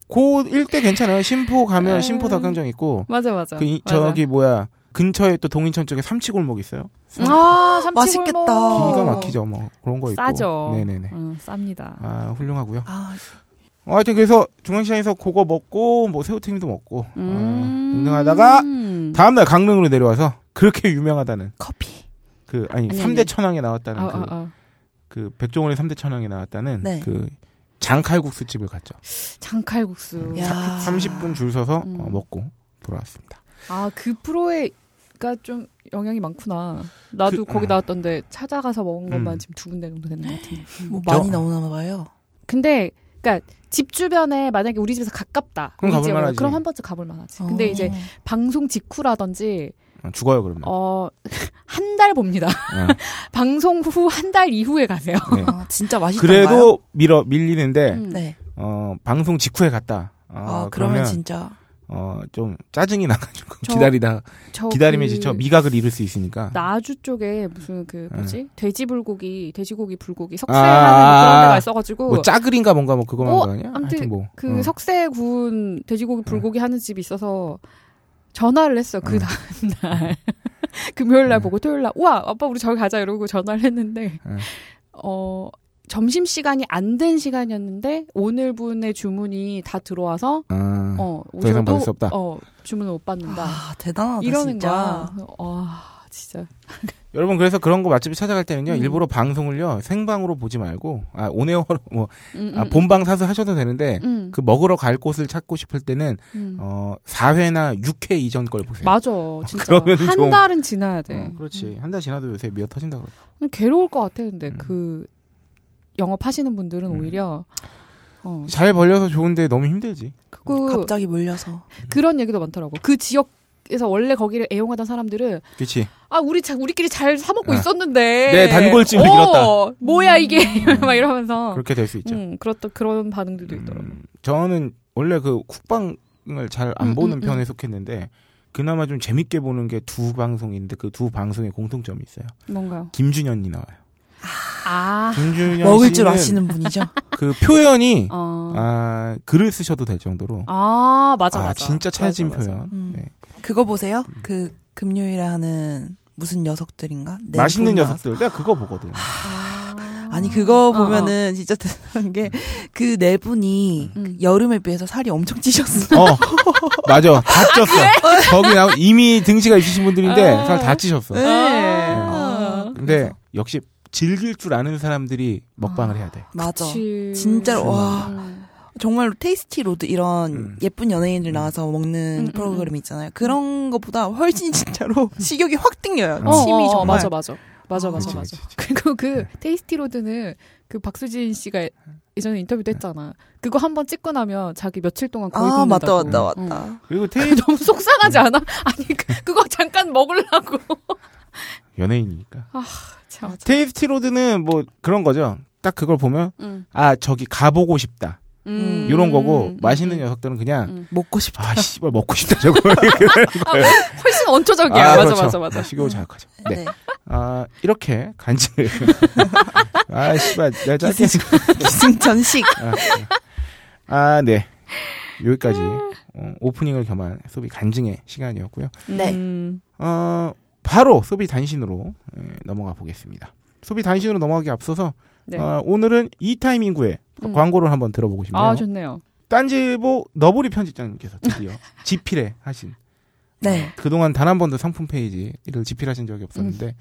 [SPEAKER 1] 고 일대 괜찮아요 심포 가면
[SPEAKER 2] 아.
[SPEAKER 1] 심포 닭강정 있고
[SPEAKER 2] 맞아, 맞아.
[SPEAKER 1] 그 이-
[SPEAKER 2] 맞아.
[SPEAKER 1] 저기 뭐야 근처에 또 동인천 쪽에 삼치골목 있어요
[SPEAKER 2] 아, 삼치골목.
[SPEAKER 3] 맛있겠다.
[SPEAKER 1] 기가 음. 막히죠 뭐 그런 거 있고
[SPEAKER 2] 어. 싸죠. 음.
[SPEAKER 1] 네네네
[SPEAKER 2] 응, 쌉니다.
[SPEAKER 1] 아 훌륭하고요
[SPEAKER 3] 아,
[SPEAKER 1] 어, 하여튼 그래서 중앙시장에서 그거 먹고 뭐 새우튀김도 먹고 아,
[SPEAKER 2] 음.
[SPEAKER 1] 등등하다가 다음날 강릉으로 내려와서 그렇게 유명하다는
[SPEAKER 3] 커피.
[SPEAKER 1] 그 아니
[SPEAKER 2] 아니,
[SPEAKER 1] 삼대
[SPEAKER 2] 아니.
[SPEAKER 1] 천왕에 나왔다는
[SPEAKER 2] 아,
[SPEAKER 1] 그
[SPEAKER 2] 아, 아.
[SPEAKER 1] 그 백종원의 삼대 천왕에 나왔다는
[SPEAKER 3] 네.
[SPEAKER 1] 그 장칼국수 집을 갔죠.
[SPEAKER 2] 장칼국수.
[SPEAKER 3] 야.
[SPEAKER 1] 30분 줄 서서
[SPEAKER 2] 아, 음.
[SPEAKER 1] 어, 먹고 돌아왔습니다.
[SPEAKER 2] 아, 그 프로에가 좀 영향이 많구나. 나도
[SPEAKER 1] 그-
[SPEAKER 2] 거기
[SPEAKER 1] 음.
[SPEAKER 2] 나왔던데 찾아가서 먹은 것만
[SPEAKER 1] 음.
[SPEAKER 2] 지금 두 군데 정도 되는 것 같은데.
[SPEAKER 3] 뭐
[SPEAKER 1] 저-
[SPEAKER 3] 많이 나오나 봐요.
[SPEAKER 2] 근데 그러니까 집 주변에 만약에 우리 집에서 가깝다.
[SPEAKER 1] 그럼
[SPEAKER 2] 우리
[SPEAKER 1] 가볼
[SPEAKER 2] 집으로.
[SPEAKER 1] 만하지.
[SPEAKER 2] 그럼 한 번쯤 가볼 만하지. 음. 근데
[SPEAKER 3] 어.
[SPEAKER 2] 이제 방송 직후라든지
[SPEAKER 1] 어, 죽어요 그러면.
[SPEAKER 2] 어한 달 봅니다.
[SPEAKER 1] 어,
[SPEAKER 2] 방송 후 한 달 이후에 가세요.
[SPEAKER 1] 네.
[SPEAKER 3] 아, 진짜 맛있던가요?
[SPEAKER 1] 그래도 밀어 밀리는데
[SPEAKER 2] 어, 음.
[SPEAKER 3] 네.
[SPEAKER 1] 어, 방송 직후에 갔다. 어,
[SPEAKER 3] 아, 그러면,
[SPEAKER 1] 그러면
[SPEAKER 3] 진짜
[SPEAKER 1] 어, 좀 짜증이 나가지고
[SPEAKER 2] 저-
[SPEAKER 1] 기다리다
[SPEAKER 2] 저
[SPEAKER 1] 기다림에
[SPEAKER 2] 그
[SPEAKER 1] 지쳐 미각을 잃을 수 있으니까.
[SPEAKER 2] 나주 쪽에 무슨 그 뭐지 돼지 불고기 돼지고기 불고기
[SPEAKER 1] 아,
[SPEAKER 2] 석쇠하는
[SPEAKER 1] 아,
[SPEAKER 2] 그런 데가
[SPEAKER 1] 아.
[SPEAKER 2] 있어가지고
[SPEAKER 1] 뭐 짜글인가 뭔가 뭐 그거
[SPEAKER 2] 어,
[SPEAKER 1] 말하는 거 아니야?
[SPEAKER 2] 아무튼
[SPEAKER 1] 하여튼 뭐.
[SPEAKER 2] 그
[SPEAKER 1] 어.
[SPEAKER 2] 석쇠 구운
[SPEAKER 1] 음.
[SPEAKER 2] 돼지고기 불고기 하는 집이 있어서 전화를 했어 그
[SPEAKER 1] 응.
[SPEAKER 2] 다음 날 금요일 날
[SPEAKER 1] 응.
[SPEAKER 2] 보고 토요일 날 우와 아빠 우리 저기 가자 이러고 전화를 했는데
[SPEAKER 1] 응.
[SPEAKER 2] 어 점심 시간이 안 된 시간이었는데 오늘 분의 주문이 다 들어와서
[SPEAKER 1] 아,
[SPEAKER 2] 어
[SPEAKER 1] 더 이상 받을
[SPEAKER 2] 오셔도
[SPEAKER 1] 수 없다.
[SPEAKER 2] 어 주문을 못 받는다
[SPEAKER 3] 아, 대단하다
[SPEAKER 2] 이러는
[SPEAKER 3] 진짜.
[SPEAKER 2] 거야 그래서 와 진짜
[SPEAKER 1] 여러분 그래서 그런 거 맛집을 찾아갈 때는요
[SPEAKER 2] 음.
[SPEAKER 1] 일부러 방송을요 생방으로 보지 말고 아 온에어로 뭐
[SPEAKER 2] 음, 음,
[SPEAKER 1] 아, 본방 사수 하셔도 되는데
[SPEAKER 2] 음,
[SPEAKER 1] 그 먹으러 갈 곳을 찾고 싶을 때는
[SPEAKER 2] 음.
[SPEAKER 1] 어 4회나 6회 이전 걸 보세요.
[SPEAKER 2] 맞아 진짜
[SPEAKER 1] 그러면
[SPEAKER 2] 한
[SPEAKER 1] 좀-
[SPEAKER 2] 달은 지나야 돼
[SPEAKER 1] 어, 그렇지. 한 달 지나도 요새 미어 터진다 그러죠.
[SPEAKER 2] 음, 괴로울 것 같아 근데
[SPEAKER 1] 음.
[SPEAKER 2] 그 영업 하시는 분들은
[SPEAKER 1] 음.
[SPEAKER 2] 오히려 어,
[SPEAKER 1] 잘 벌려서 좋은데 너무 힘들지.
[SPEAKER 2] 그
[SPEAKER 3] 갑자기 몰려서.
[SPEAKER 2] 그런 얘기도 많더라고 그 지역에서 원래 거기를 애용하던 사람들은
[SPEAKER 1] 그렇지.
[SPEAKER 2] 아 우리 자, 우리끼리 잘 사 먹고
[SPEAKER 1] 아.
[SPEAKER 2] 있었는데
[SPEAKER 1] 내 단골집을 음.
[SPEAKER 2] 어, 뭐야 이게 막 이러면서
[SPEAKER 1] 그렇게 될 수 있죠.
[SPEAKER 2] 음, 그렇다 그런 반응들도 있더라고
[SPEAKER 1] 음, 저는 원래 그 국방을 잘 안
[SPEAKER 2] 음,
[SPEAKER 1] 보는
[SPEAKER 2] 음,
[SPEAKER 1] 편에 속했는데 그나마 좀 재밌게 보는 게 두 방송인데 그 두 방송의 공통점이 있어요.
[SPEAKER 2] 뭔가요
[SPEAKER 1] 김준현이 나와요.
[SPEAKER 2] 아
[SPEAKER 1] 김준현
[SPEAKER 3] 먹을 줄
[SPEAKER 1] 씨는
[SPEAKER 3] 아시는 분이죠.
[SPEAKER 1] 그 표현이
[SPEAKER 2] 어. 아,
[SPEAKER 1] 아 글을 쓰셔도 될 정도로
[SPEAKER 2] 맞아
[SPEAKER 1] 아,
[SPEAKER 2] 맞아
[SPEAKER 1] 진짜 찰진
[SPEAKER 2] 맞아, 맞아.
[SPEAKER 1] 표현.
[SPEAKER 3] 음.
[SPEAKER 1] 네.
[SPEAKER 3] 그거 보세요. 그 금요일에 하는 무슨 녀석들인가? 네,
[SPEAKER 1] 맛있는
[SPEAKER 3] 분 나와서.
[SPEAKER 1] 녀석들 내가 그거 보거든. 어.
[SPEAKER 2] 아.
[SPEAKER 3] 아니 그거
[SPEAKER 2] 어, 어.
[SPEAKER 3] 보면은 진짜 대단한 게 그 네 분이
[SPEAKER 2] 음.
[SPEAKER 3] 여름에 비해서 살이 엄청 찌셨어.
[SPEAKER 1] 어 맞아 다 쪘어. 거기 나오 이미 등치가 있으신 분들인데
[SPEAKER 2] 아.
[SPEAKER 1] 살 다 찌셨어.
[SPEAKER 3] 네.
[SPEAKER 2] 아.
[SPEAKER 3] 어.
[SPEAKER 1] 근데
[SPEAKER 3] 그래서
[SPEAKER 1] 역시 즐길 줄 아는 사람들이 먹방을 해야 돼.
[SPEAKER 3] 맞아.
[SPEAKER 2] 그치.
[SPEAKER 3] 진짜로 와
[SPEAKER 2] 음.
[SPEAKER 3] 정말로 테이스티 로드 이런
[SPEAKER 1] 음.
[SPEAKER 3] 예쁜 연예인들 나와서 먹는
[SPEAKER 2] 음,
[SPEAKER 3] 프로그램 있잖아요. 그런 것보다 훨씬 진짜로 식욕이 확 땡겨요.
[SPEAKER 1] 음. 어,
[SPEAKER 3] 침이 정말.
[SPEAKER 2] 맞아 맞아 맞아
[SPEAKER 3] 어.
[SPEAKER 2] 맞아
[SPEAKER 1] 그치,
[SPEAKER 2] 맞아
[SPEAKER 1] 그치, 그치.
[SPEAKER 2] 그리고 그 테이스티 로드는 그 박수진 씨가 예전에 인터뷰도
[SPEAKER 1] 네.
[SPEAKER 2] 했잖아 그거 한 번 찍고 나면 자기 며칠 동안 거의
[SPEAKER 3] 아 맞다
[SPEAKER 2] 굶는다고
[SPEAKER 3] 맞다
[SPEAKER 2] 응.
[SPEAKER 3] 맞다.
[SPEAKER 1] 그리고
[SPEAKER 2] 그
[SPEAKER 1] 테이
[SPEAKER 2] 너무 속상하지 않아 아니 그- 그거 잠깐 먹으려고
[SPEAKER 1] 연예인이니까.
[SPEAKER 2] 참
[SPEAKER 1] 테이스티 로드는 뭐 그런 거죠. 딱 그걸 보면
[SPEAKER 2] 음.
[SPEAKER 1] 아 저기 가보고 싶다
[SPEAKER 2] 음.
[SPEAKER 1] 이런 거고
[SPEAKER 2] 음.
[SPEAKER 1] 맛있는
[SPEAKER 2] 음.
[SPEAKER 1] 녀석들은 그냥
[SPEAKER 2] 음.
[SPEAKER 3] 먹고 싶다.
[SPEAKER 1] 아 씨발 먹고 싶다 저걸
[SPEAKER 2] 훨씬 원초적이야 맞아
[SPEAKER 1] 그렇죠.
[SPEAKER 2] 맞아 음. 맞아
[SPEAKER 1] 식욕을 자극하죠 네.
[SPEAKER 3] 네.
[SPEAKER 1] 아 이렇게 간질 아 씨발 내가 짧게 아,
[SPEAKER 3] 기승전식.
[SPEAKER 1] 네. 아네 여기까지
[SPEAKER 2] 음.
[SPEAKER 1] 어, 오프닝을 겸한 소비 간증의 시간이었고요
[SPEAKER 3] 네.
[SPEAKER 2] 음.
[SPEAKER 1] 어, 바로 소비 단신으로 에, 넘어가 보겠습니다. 소비 단신으로 넘어가기 앞서서
[SPEAKER 2] 네.
[SPEAKER 1] 어, 오늘은 이 타이밍구에
[SPEAKER 2] 음.
[SPEAKER 1] 광고를 한번 들어보고 싶네요.
[SPEAKER 2] 아 좋네요
[SPEAKER 1] 딴지일보 너부리 편집장님께서 드디어 지필에 하신 어,
[SPEAKER 3] 네.
[SPEAKER 1] 그동안 단 한 번도 상품 페이지를 지필하신 적이 없었는데
[SPEAKER 2] 음.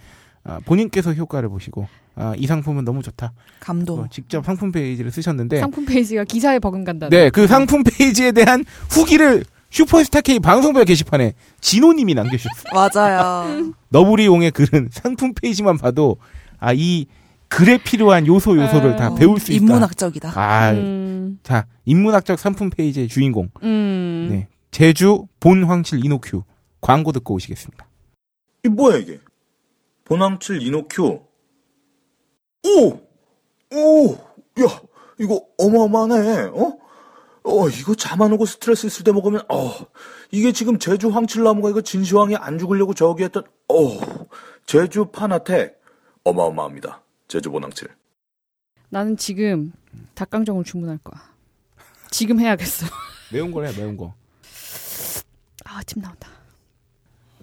[SPEAKER 1] 아, 본인께서 효과를 보시고 아, 이 상품은 너무 좋다.
[SPEAKER 3] 감동.
[SPEAKER 1] 어, 직접 상품 페이지를 쓰셨는데
[SPEAKER 2] 상품 페이지가 기사에 버금간다.
[SPEAKER 1] 네, 그 상품 페이지에 대한 후기를 슈퍼스타 K 방송별 게시판에 진호님이 남겨주셨어요.
[SPEAKER 2] 음.
[SPEAKER 3] 맞아요.
[SPEAKER 1] 너브리용의 글은 상품 페이지만 봐도 아, 이 글에 필요한 요소 요소를 다 아,
[SPEAKER 3] 어,
[SPEAKER 1] 배울 수 있다.
[SPEAKER 3] 인문학적이다.
[SPEAKER 1] 아,
[SPEAKER 2] 음,
[SPEAKER 1] 자, 인문학적 상품 페이지의 주인공.
[SPEAKER 2] 음.
[SPEAKER 1] 네. 제주 본황칠 이노큐 광고 듣고 오시겠습니다.
[SPEAKER 5] 이 뭐야 이게? 보낭칠 이노큐. 오! 오! 야, 이거 어마어마하네. 어? 어, 이거 잠 안 오고 스트레스 있을 때 먹으면 어. 이게 지금 제주 황칠나무가 이거 진시황이 안 죽으려고 저기 했던 어. 제주 파나텍 어마어마합니다. 제주 보낭칠.
[SPEAKER 2] 나는 지금 닭강정을 주문할 거야. 지금 해야겠어.
[SPEAKER 1] 매운 거래, 매운 거.
[SPEAKER 2] 아, 침 나온다.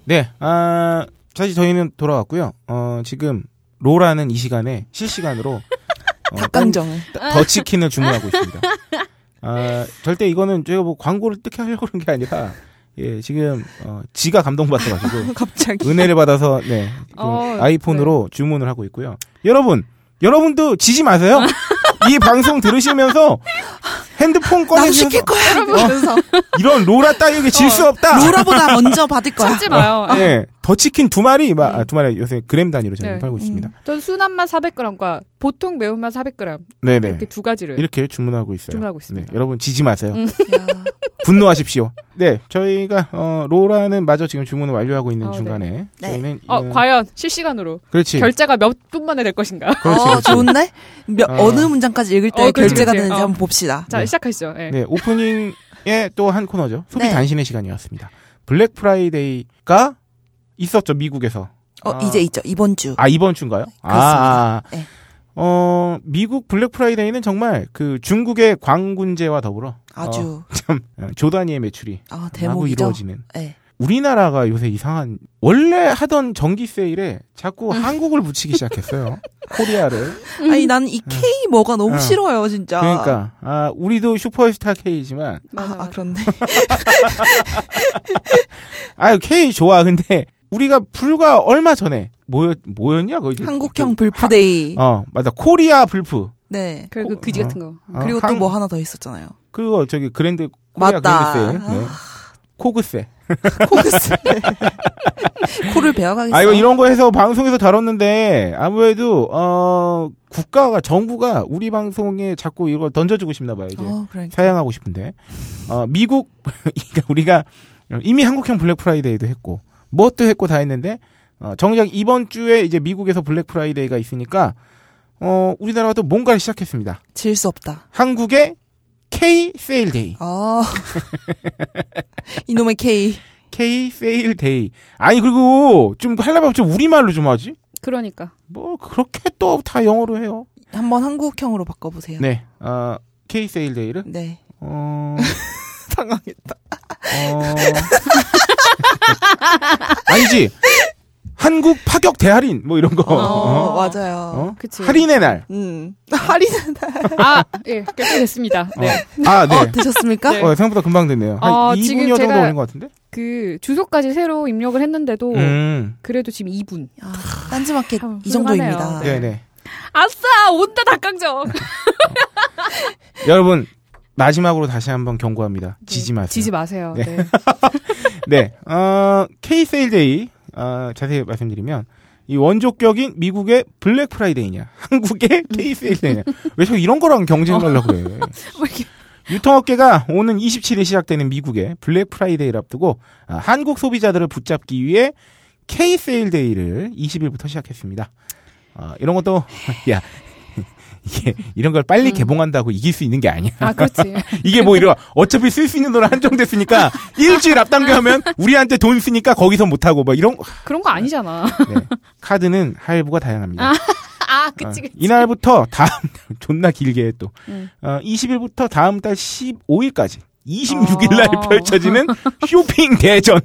[SPEAKER 1] 네, 아, 다시 저희는 돌아왔고요. 어, 지금 로라는 이 시간에 실시간으로 어,
[SPEAKER 3] 닭강정을.
[SPEAKER 1] 더- 더 치킨을 주문하고 있습니다. 아, 절대 이거는 제가 뭐 광고를 어떻게 하려고 그런 게 아니라, 예, 지금, 어, 지가 감동받아가지고,
[SPEAKER 3] 갑자기.
[SPEAKER 1] 은혜를 받아서, 네, 지금
[SPEAKER 2] 어,
[SPEAKER 1] 아이폰으로 주문을 하고 있고요. 여러분, 여러분도 지지 마세요! 이 방송 들으시면서, 핸드폰
[SPEAKER 3] 나도
[SPEAKER 1] 꺼내시면서,
[SPEAKER 3] 시킬 거야.
[SPEAKER 2] 어.
[SPEAKER 3] 이러면서
[SPEAKER 1] 이런 로라 따위에게 질 수 없다!
[SPEAKER 3] 로라보다 먼저 받을 거야.
[SPEAKER 2] 참지 마요.
[SPEAKER 1] 예, 더 치킨 두 마리, 막, 아, 두 마리, 요새 그램 단위로 저는
[SPEAKER 2] 네.
[SPEAKER 1] 팔고 있습니다.
[SPEAKER 2] 전 순한 맛 400g과 보통 매운 맛 400g
[SPEAKER 1] 네네.
[SPEAKER 2] 이렇게 두 가지를
[SPEAKER 1] 이렇게 주문하고 있어요.
[SPEAKER 2] 주문하고
[SPEAKER 1] 네,
[SPEAKER 2] 있습니다.
[SPEAKER 1] 여러분 지지 마세요.
[SPEAKER 3] 야,
[SPEAKER 1] 분노하십시오. 네, 저희가 어, 로라는 마저 지금 주문을 완료하고 있는
[SPEAKER 2] 어, 네.
[SPEAKER 1] 중간에
[SPEAKER 3] 네.
[SPEAKER 1] 저희는 네.
[SPEAKER 2] 어,
[SPEAKER 1] 이런-
[SPEAKER 2] 과연 실시간으로
[SPEAKER 1] 그렇지,
[SPEAKER 2] 결제가 몇 분 만에 될 것인가?
[SPEAKER 1] 그렇지,
[SPEAKER 3] 어,
[SPEAKER 1] 그렇지.
[SPEAKER 3] 좋은데? 몇,
[SPEAKER 1] 어.
[SPEAKER 3] 어. 느 문장까지 읽을 때
[SPEAKER 2] 어, 그렇지,
[SPEAKER 3] 결제가
[SPEAKER 2] 그렇지.
[SPEAKER 3] 되는지
[SPEAKER 2] 어.
[SPEAKER 3] 한번 봅시다.
[SPEAKER 2] 자,
[SPEAKER 1] 네.
[SPEAKER 2] 시작하시죠. 예.
[SPEAKER 1] 네, 오프닝의 또 한 코너죠. 소비
[SPEAKER 3] 네.
[SPEAKER 1] 단신의 시간이었습니다. 블랙 프라이데이가 있었죠 미국에서.
[SPEAKER 3] 어,
[SPEAKER 1] 아.
[SPEAKER 3] 이제 있죠. 이번 주.
[SPEAKER 1] 아 이번 주인가요? 아,
[SPEAKER 3] 그렇습니다. 네.
[SPEAKER 1] 어 미국 블랙 프라이데이는 정말 그 중국의 광군제와 더불어 어,
[SPEAKER 3] 아주,
[SPEAKER 1] 어, 조단위의 매출이
[SPEAKER 3] 아,
[SPEAKER 1] 마구
[SPEAKER 3] 대목이죠.
[SPEAKER 1] 이루어지는.
[SPEAKER 3] 네.
[SPEAKER 1] 우리나라가 요새 이상한 원래 하던 전기 세일에 자꾸
[SPEAKER 3] 음.
[SPEAKER 1] 한국을 붙이기 시작했어요. 코리아를.
[SPEAKER 3] 아니, 나는 이 K 뭐가 너무
[SPEAKER 1] 어.
[SPEAKER 3] 싫어요, 진짜.
[SPEAKER 1] 그러니까 아 우리도 슈퍼스타 K이지만
[SPEAKER 3] 아, 아, 그런데.
[SPEAKER 1] 아 K 좋아 근데 우리가 불과 얼마 전에 뭐였 뭐였냐 거기 그
[SPEAKER 3] 한국형 불프데이.
[SPEAKER 1] 어 맞아 코리아 불프
[SPEAKER 3] 네.
[SPEAKER 2] 그리고
[SPEAKER 1] 어,
[SPEAKER 2] 그 그지
[SPEAKER 1] 어.
[SPEAKER 2] 같은 거.
[SPEAKER 1] 아,
[SPEAKER 3] 그리고
[SPEAKER 1] 한-
[SPEAKER 3] 또 뭐 하나 더 있었잖아요.
[SPEAKER 1] 그거 저기 그랜드 코리아
[SPEAKER 3] 맞다.
[SPEAKER 1] 그랜드 세일 네. 코그세
[SPEAKER 3] 코그스. 코를 배워가겠어.
[SPEAKER 1] 아 이거 이런 거 해서 방송에서 다뤘는데 아무래도 어 국가가 정부가 우리 방송에 자꾸 이걸 던져주고 싶나 봐요 이제
[SPEAKER 3] 어, 그러니까.
[SPEAKER 1] 사양하고 싶은데 어, 미국 그러니까 우리가 이미 한국형 블랙 프라이데이도 했고 뭣도 했고 다 했는데 어, 정작 이번 주에 이제 미국에서 블랙 프라이데이가 있으니까 어, 우리나라가 또 뭔가를 시작했습니다.
[SPEAKER 3] 질 수 없다.
[SPEAKER 1] 한국의 K 세일데이,
[SPEAKER 3] 아. 이놈의 K.
[SPEAKER 1] K 세일데이. 아니 그리고 좀 하려면 좀 우리말로 좀 하지.
[SPEAKER 2] 그러니까.
[SPEAKER 1] 뭐 그렇게 또 다 영어로 해요.
[SPEAKER 3] 한번 한국형으로 바꿔보세요.
[SPEAKER 1] 네, 어, K 세일데이를
[SPEAKER 3] 네.
[SPEAKER 1] 어,
[SPEAKER 3] 당황했다.
[SPEAKER 1] 어... 아니지. 한국 파격 대할인 뭐 이런 거.
[SPEAKER 3] 어,
[SPEAKER 1] 어?
[SPEAKER 3] 맞아요.
[SPEAKER 1] 어?
[SPEAKER 2] 그치.
[SPEAKER 1] 할인의 날.
[SPEAKER 3] 음. 할인은 다.
[SPEAKER 2] 아, 예. 결제됐습니다. 네.
[SPEAKER 1] 아, 네.
[SPEAKER 3] 어, 되셨습니까?
[SPEAKER 1] 어, 생각보다 금방 됐네요. 한
[SPEAKER 2] 어,
[SPEAKER 1] 2분여
[SPEAKER 2] 지금
[SPEAKER 1] 정도
[SPEAKER 2] 제가-
[SPEAKER 1] 걸린 것 같은데?
[SPEAKER 2] 그 주소까지 새로 입력을 했는데도
[SPEAKER 1] 음.
[SPEAKER 2] 그래도 지금 2분.
[SPEAKER 3] 아, 딴지마켓
[SPEAKER 2] 참,
[SPEAKER 3] 이 정도입니다.
[SPEAKER 2] 훌륭하네요.
[SPEAKER 1] 네,
[SPEAKER 2] 네.
[SPEAKER 1] 네.
[SPEAKER 2] 아싸! 온다 닭강정.
[SPEAKER 1] 여러분, 마지막으로 다시 한번 경고합니다. 지지 마세요.
[SPEAKER 2] 네. 지지 마세요.
[SPEAKER 1] 네.
[SPEAKER 2] 네.
[SPEAKER 1] 네. 어, K-세일데이, 어, 자세히 말씀드리면, 이 원조격인 미국의 블랙 프라이데이냐, 한국의
[SPEAKER 2] 음.
[SPEAKER 1] K-세일데이냐. 왜 자꾸 이런 거랑 경쟁을
[SPEAKER 2] 어.
[SPEAKER 1] 하려고 그래.
[SPEAKER 2] 왜뭐 이렇게
[SPEAKER 1] 유통업계가 오는 27일 시작되는 미국의 블랙 프라이데이를 앞두고 아, 한국 소비자들을 붙잡기 위해 K 세일데이를 20일부터 시작했습니다. 아, 이런 것도 야 이게 이런 걸 빨리 개봉한다고 이길 수 있는 게 아니야.
[SPEAKER 2] 아, 그렇지.
[SPEAKER 1] 이게 뭐 이런 어차피 쓸 수 있는 돈은 한정됐으니까 일주일 앞당겨하면 우리한테 돈 쓰니까 거기서 못 하고 뭐 이런
[SPEAKER 2] 그런 거 아니잖아.
[SPEAKER 1] 네. 카드는 할부가 다양합니다.
[SPEAKER 2] 아,
[SPEAKER 1] 어,
[SPEAKER 2] 그치, 그치.
[SPEAKER 1] 이날부터 다음 존나 길게 또
[SPEAKER 2] 음.
[SPEAKER 1] 어, 20일부터 다음 달 15일까지
[SPEAKER 2] 어.
[SPEAKER 1] 26일 날 펼쳐지는 쇼핑 대전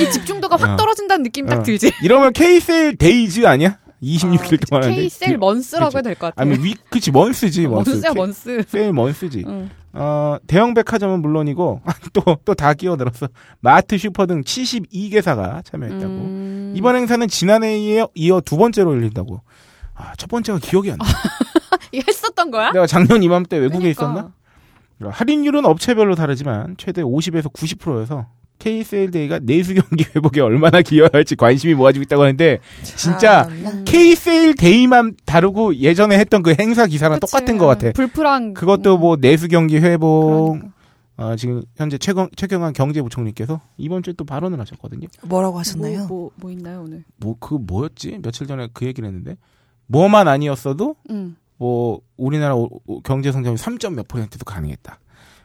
[SPEAKER 2] 이 집중도가
[SPEAKER 1] 어.
[SPEAKER 2] 확 떨어진다는 느낌 딱
[SPEAKER 1] 어.
[SPEAKER 2] 들지.
[SPEAKER 1] 이러면 K-세일 데이즈 아니야? 26일
[SPEAKER 2] 아,
[SPEAKER 1] 동안 하는데 그,
[SPEAKER 2] K 셀 먼스라고 해야 될 것 같아.
[SPEAKER 1] 아니 위 그치 먼스지 먼스
[SPEAKER 2] 먼스야
[SPEAKER 1] K-
[SPEAKER 2] 먼스.
[SPEAKER 1] 세일 먼스지
[SPEAKER 2] 응.
[SPEAKER 1] 어, 대형 백화점은 물론이고 또 또 다 끼어들어서 마트, 슈퍼 등 72개사가 참여했다고.
[SPEAKER 2] 음.
[SPEAKER 1] 이번 행사는 지난해에 이어- 이어 두 번째로 열린다고. 아, 첫 번째가 기억이 안 나.
[SPEAKER 2] 이거 했었던 거야?
[SPEAKER 1] 내가 작년 이맘때 외국에
[SPEAKER 2] 아? 그러니까.
[SPEAKER 1] 있었나? 할인율은 업체별로 다르지만 최대 50에서 90%여서 K세일데이가 내수 경기 회복에 얼마나 기여할지 관심이 모아지고 있다고 하는데
[SPEAKER 2] 아, 네.
[SPEAKER 1] 진짜
[SPEAKER 2] 음.
[SPEAKER 3] 참.
[SPEAKER 1] K세일데이만 다루고 예전에 했던 그 행사 기사랑
[SPEAKER 2] 그치.
[SPEAKER 1] 똑같은 것 같아.
[SPEAKER 2] 불풀한 음,
[SPEAKER 1] 그것도 뭐 내수 경기 회복
[SPEAKER 2] 그러니까.
[SPEAKER 1] 어, 지금 현재 최경, 최경환 경제부총리께서 이번 주에 또 발언을 하셨거든요.
[SPEAKER 3] 뭐라고
[SPEAKER 2] 뭐,
[SPEAKER 3] 하셨나요?
[SPEAKER 2] 뭐, 뭐 있나요 오늘?
[SPEAKER 1] 뭐 그 뭐였지? 며칠 전에 그 얘기를 했는데 뭐만 아니었어도
[SPEAKER 2] 음.
[SPEAKER 1] 뭐 우리나라 오- 오- 경제 성장이 3점 몇 퍼센트도 가능했다.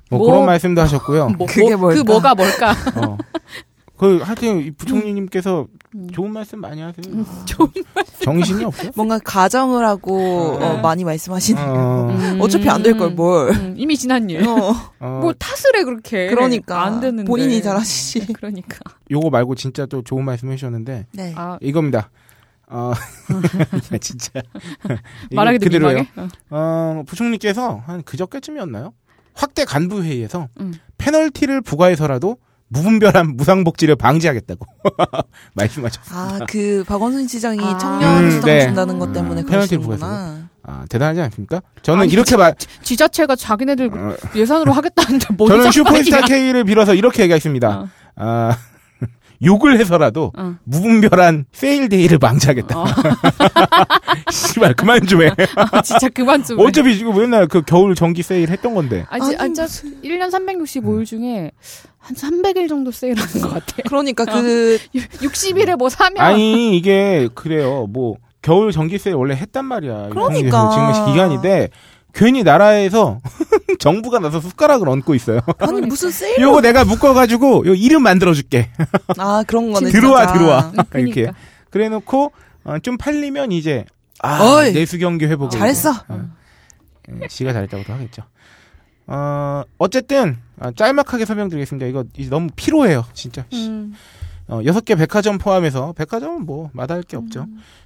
[SPEAKER 1] 뭐,
[SPEAKER 2] 뭐-
[SPEAKER 1] 그런 말씀도 하셨고요.
[SPEAKER 2] 뭐,
[SPEAKER 3] 그게
[SPEAKER 2] 뭐, 그
[SPEAKER 3] 뭘까?
[SPEAKER 2] 뭐가 뭘까?
[SPEAKER 1] 어. 그 하여튼 이 부총리님께서
[SPEAKER 2] 음.
[SPEAKER 1] 좋은 말씀 많이 하세요. 어.
[SPEAKER 2] 좋은
[SPEAKER 1] 정신이 없어요.
[SPEAKER 3] 뭔가 가정을 하고
[SPEAKER 1] 네.
[SPEAKER 3] 어, 많이 말씀하시는
[SPEAKER 1] 어,
[SPEAKER 2] 음.
[SPEAKER 3] 어차피 안 될 걸 뭘.
[SPEAKER 2] 음, 이미 지난 일.
[SPEAKER 3] 어,
[SPEAKER 1] 어,
[SPEAKER 2] 뭘 탓을 해 그렇게.
[SPEAKER 3] 그러니까
[SPEAKER 2] 안 됐는데.
[SPEAKER 3] 본인이 잘하시지.
[SPEAKER 2] 그러니까.
[SPEAKER 1] 요거 말고 진짜 또 좋은 말씀 해주셨는데
[SPEAKER 3] 네.
[SPEAKER 2] 아,
[SPEAKER 1] 이겁니다. 어, 야, 진짜 이거
[SPEAKER 2] 말하기도
[SPEAKER 1] 그대로예요.
[SPEAKER 2] 민망해. 어.
[SPEAKER 1] 어, 부총리께서 한 그저께쯤이었나요? 확대 간부 회의에서
[SPEAKER 2] 음.
[SPEAKER 1] 페널티를 부과해서라도 무분별한 무상복지를 방지하겠다고 말씀하셨습니다.
[SPEAKER 3] 아, 그 박원순 시장이
[SPEAKER 2] 아.
[SPEAKER 3] 청년
[SPEAKER 1] 음,
[SPEAKER 3] 수당
[SPEAKER 1] 네.
[SPEAKER 3] 준다는 것 때문에
[SPEAKER 1] 음, 페널티를
[SPEAKER 3] 그러시구나.
[SPEAKER 1] 아, 대단하지 않습니까? 저는
[SPEAKER 2] 아니,
[SPEAKER 1] 이렇게 말,
[SPEAKER 2] 지자체가 자기네들
[SPEAKER 1] 어,
[SPEAKER 2] 예산으로 하겠다는데
[SPEAKER 3] 뭐
[SPEAKER 2] 뭔
[SPEAKER 1] 저는
[SPEAKER 2] 상관이야.
[SPEAKER 1] 슈퍼스타 K를 빌어서 이렇게 얘기하겠습니다.
[SPEAKER 2] 어,
[SPEAKER 1] 아, 욕을 해서라도
[SPEAKER 2] 어.
[SPEAKER 1] 무분별한 세일데이를 망치하겠다.
[SPEAKER 2] 어,
[SPEAKER 1] 씨발, 그만 좀
[SPEAKER 3] 아,
[SPEAKER 1] 해.
[SPEAKER 2] 진짜 그만 좀. 해.
[SPEAKER 1] 어차피 지금 맨날 그 겨울 전기 세일 했던 건데.
[SPEAKER 2] 아니,
[SPEAKER 3] 아니,
[SPEAKER 2] 진짜 1년
[SPEAKER 1] 음.
[SPEAKER 2] 365일 중에 한 300일 정도 세일하는 것 같아.
[SPEAKER 3] 그러니까 그
[SPEAKER 2] 60일에 뭐 사면
[SPEAKER 1] 아니, 이게, 그래요. 뭐, 겨울 전기 세일 원래 했단 말이야.
[SPEAKER 3] 그러니까.
[SPEAKER 1] 지금 기간인데, 괜히 나라에서 정부가 나서 숟가락을 얹고 있어요.
[SPEAKER 3] 아니 무슨 세일?
[SPEAKER 1] 요거 내가 묶어가지고, 요 이름 만들어줄게.
[SPEAKER 3] 아 그런 거네.
[SPEAKER 1] 들어와,
[SPEAKER 3] 진짜.
[SPEAKER 1] 들어와.
[SPEAKER 2] 그러니까.
[SPEAKER 1] 이렇게. 그래 놓고, 어, 좀 팔리면 이제, 아,
[SPEAKER 3] 어이.
[SPEAKER 1] 내수 경기 회복.
[SPEAKER 3] 잘했어.
[SPEAKER 1] 예, 지가 잘했다고도 하겠죠. 어, 어쨌든, 아, 짤막하게 설명드리겠습니다. 이거 이제 너무 피로해요, 진짜. 씨.
[SPEAKER 2] 음,
[SPEAKER 1] 어, 여섯 개 백화점 포함해서, 백화점은 뭐, 마다할 게 없죠.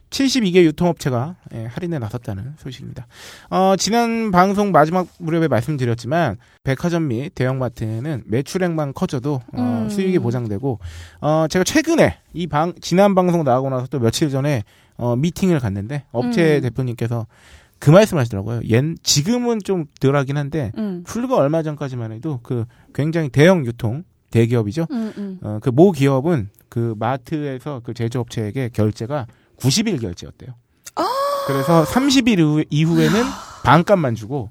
[SPEAKER 1] 72개 유통업체가 예, 할인에 나섰다는 소식입니다. 어, 지난 방송 마지막 무렵에 말씀드렸지만, 백화점 및 대형마트는 매출액만 커져도 어,
[SPEAKER 2] 음.
[SPEAKER 1] 수익이 보장되고, 어, 제가 최근에 이 방, 지난 방송 나가고 나서 또 며칠 전에 어, 미팅을 갔는데, 업체
[SPEAKER 2] 음.
[SPEAKER 1] 대표님께서 그 말씀 하시더라고요. 얜 지금은 좀 덜하긴 한데,
[SPEAKER 2] 음,
[SPEAKER 1] 불과 얼마 전까지만 해도 그 굉장히 대형 유통 대기업이죠.
[SPEAKER 2] 음, 음.
[SPEAKER 1] 어, 그 모 기업은 그 마트에서 그 제조업체에게 결제가 90일 결제였대요. 그래서 30일 이후- 이후에는 반값만 주고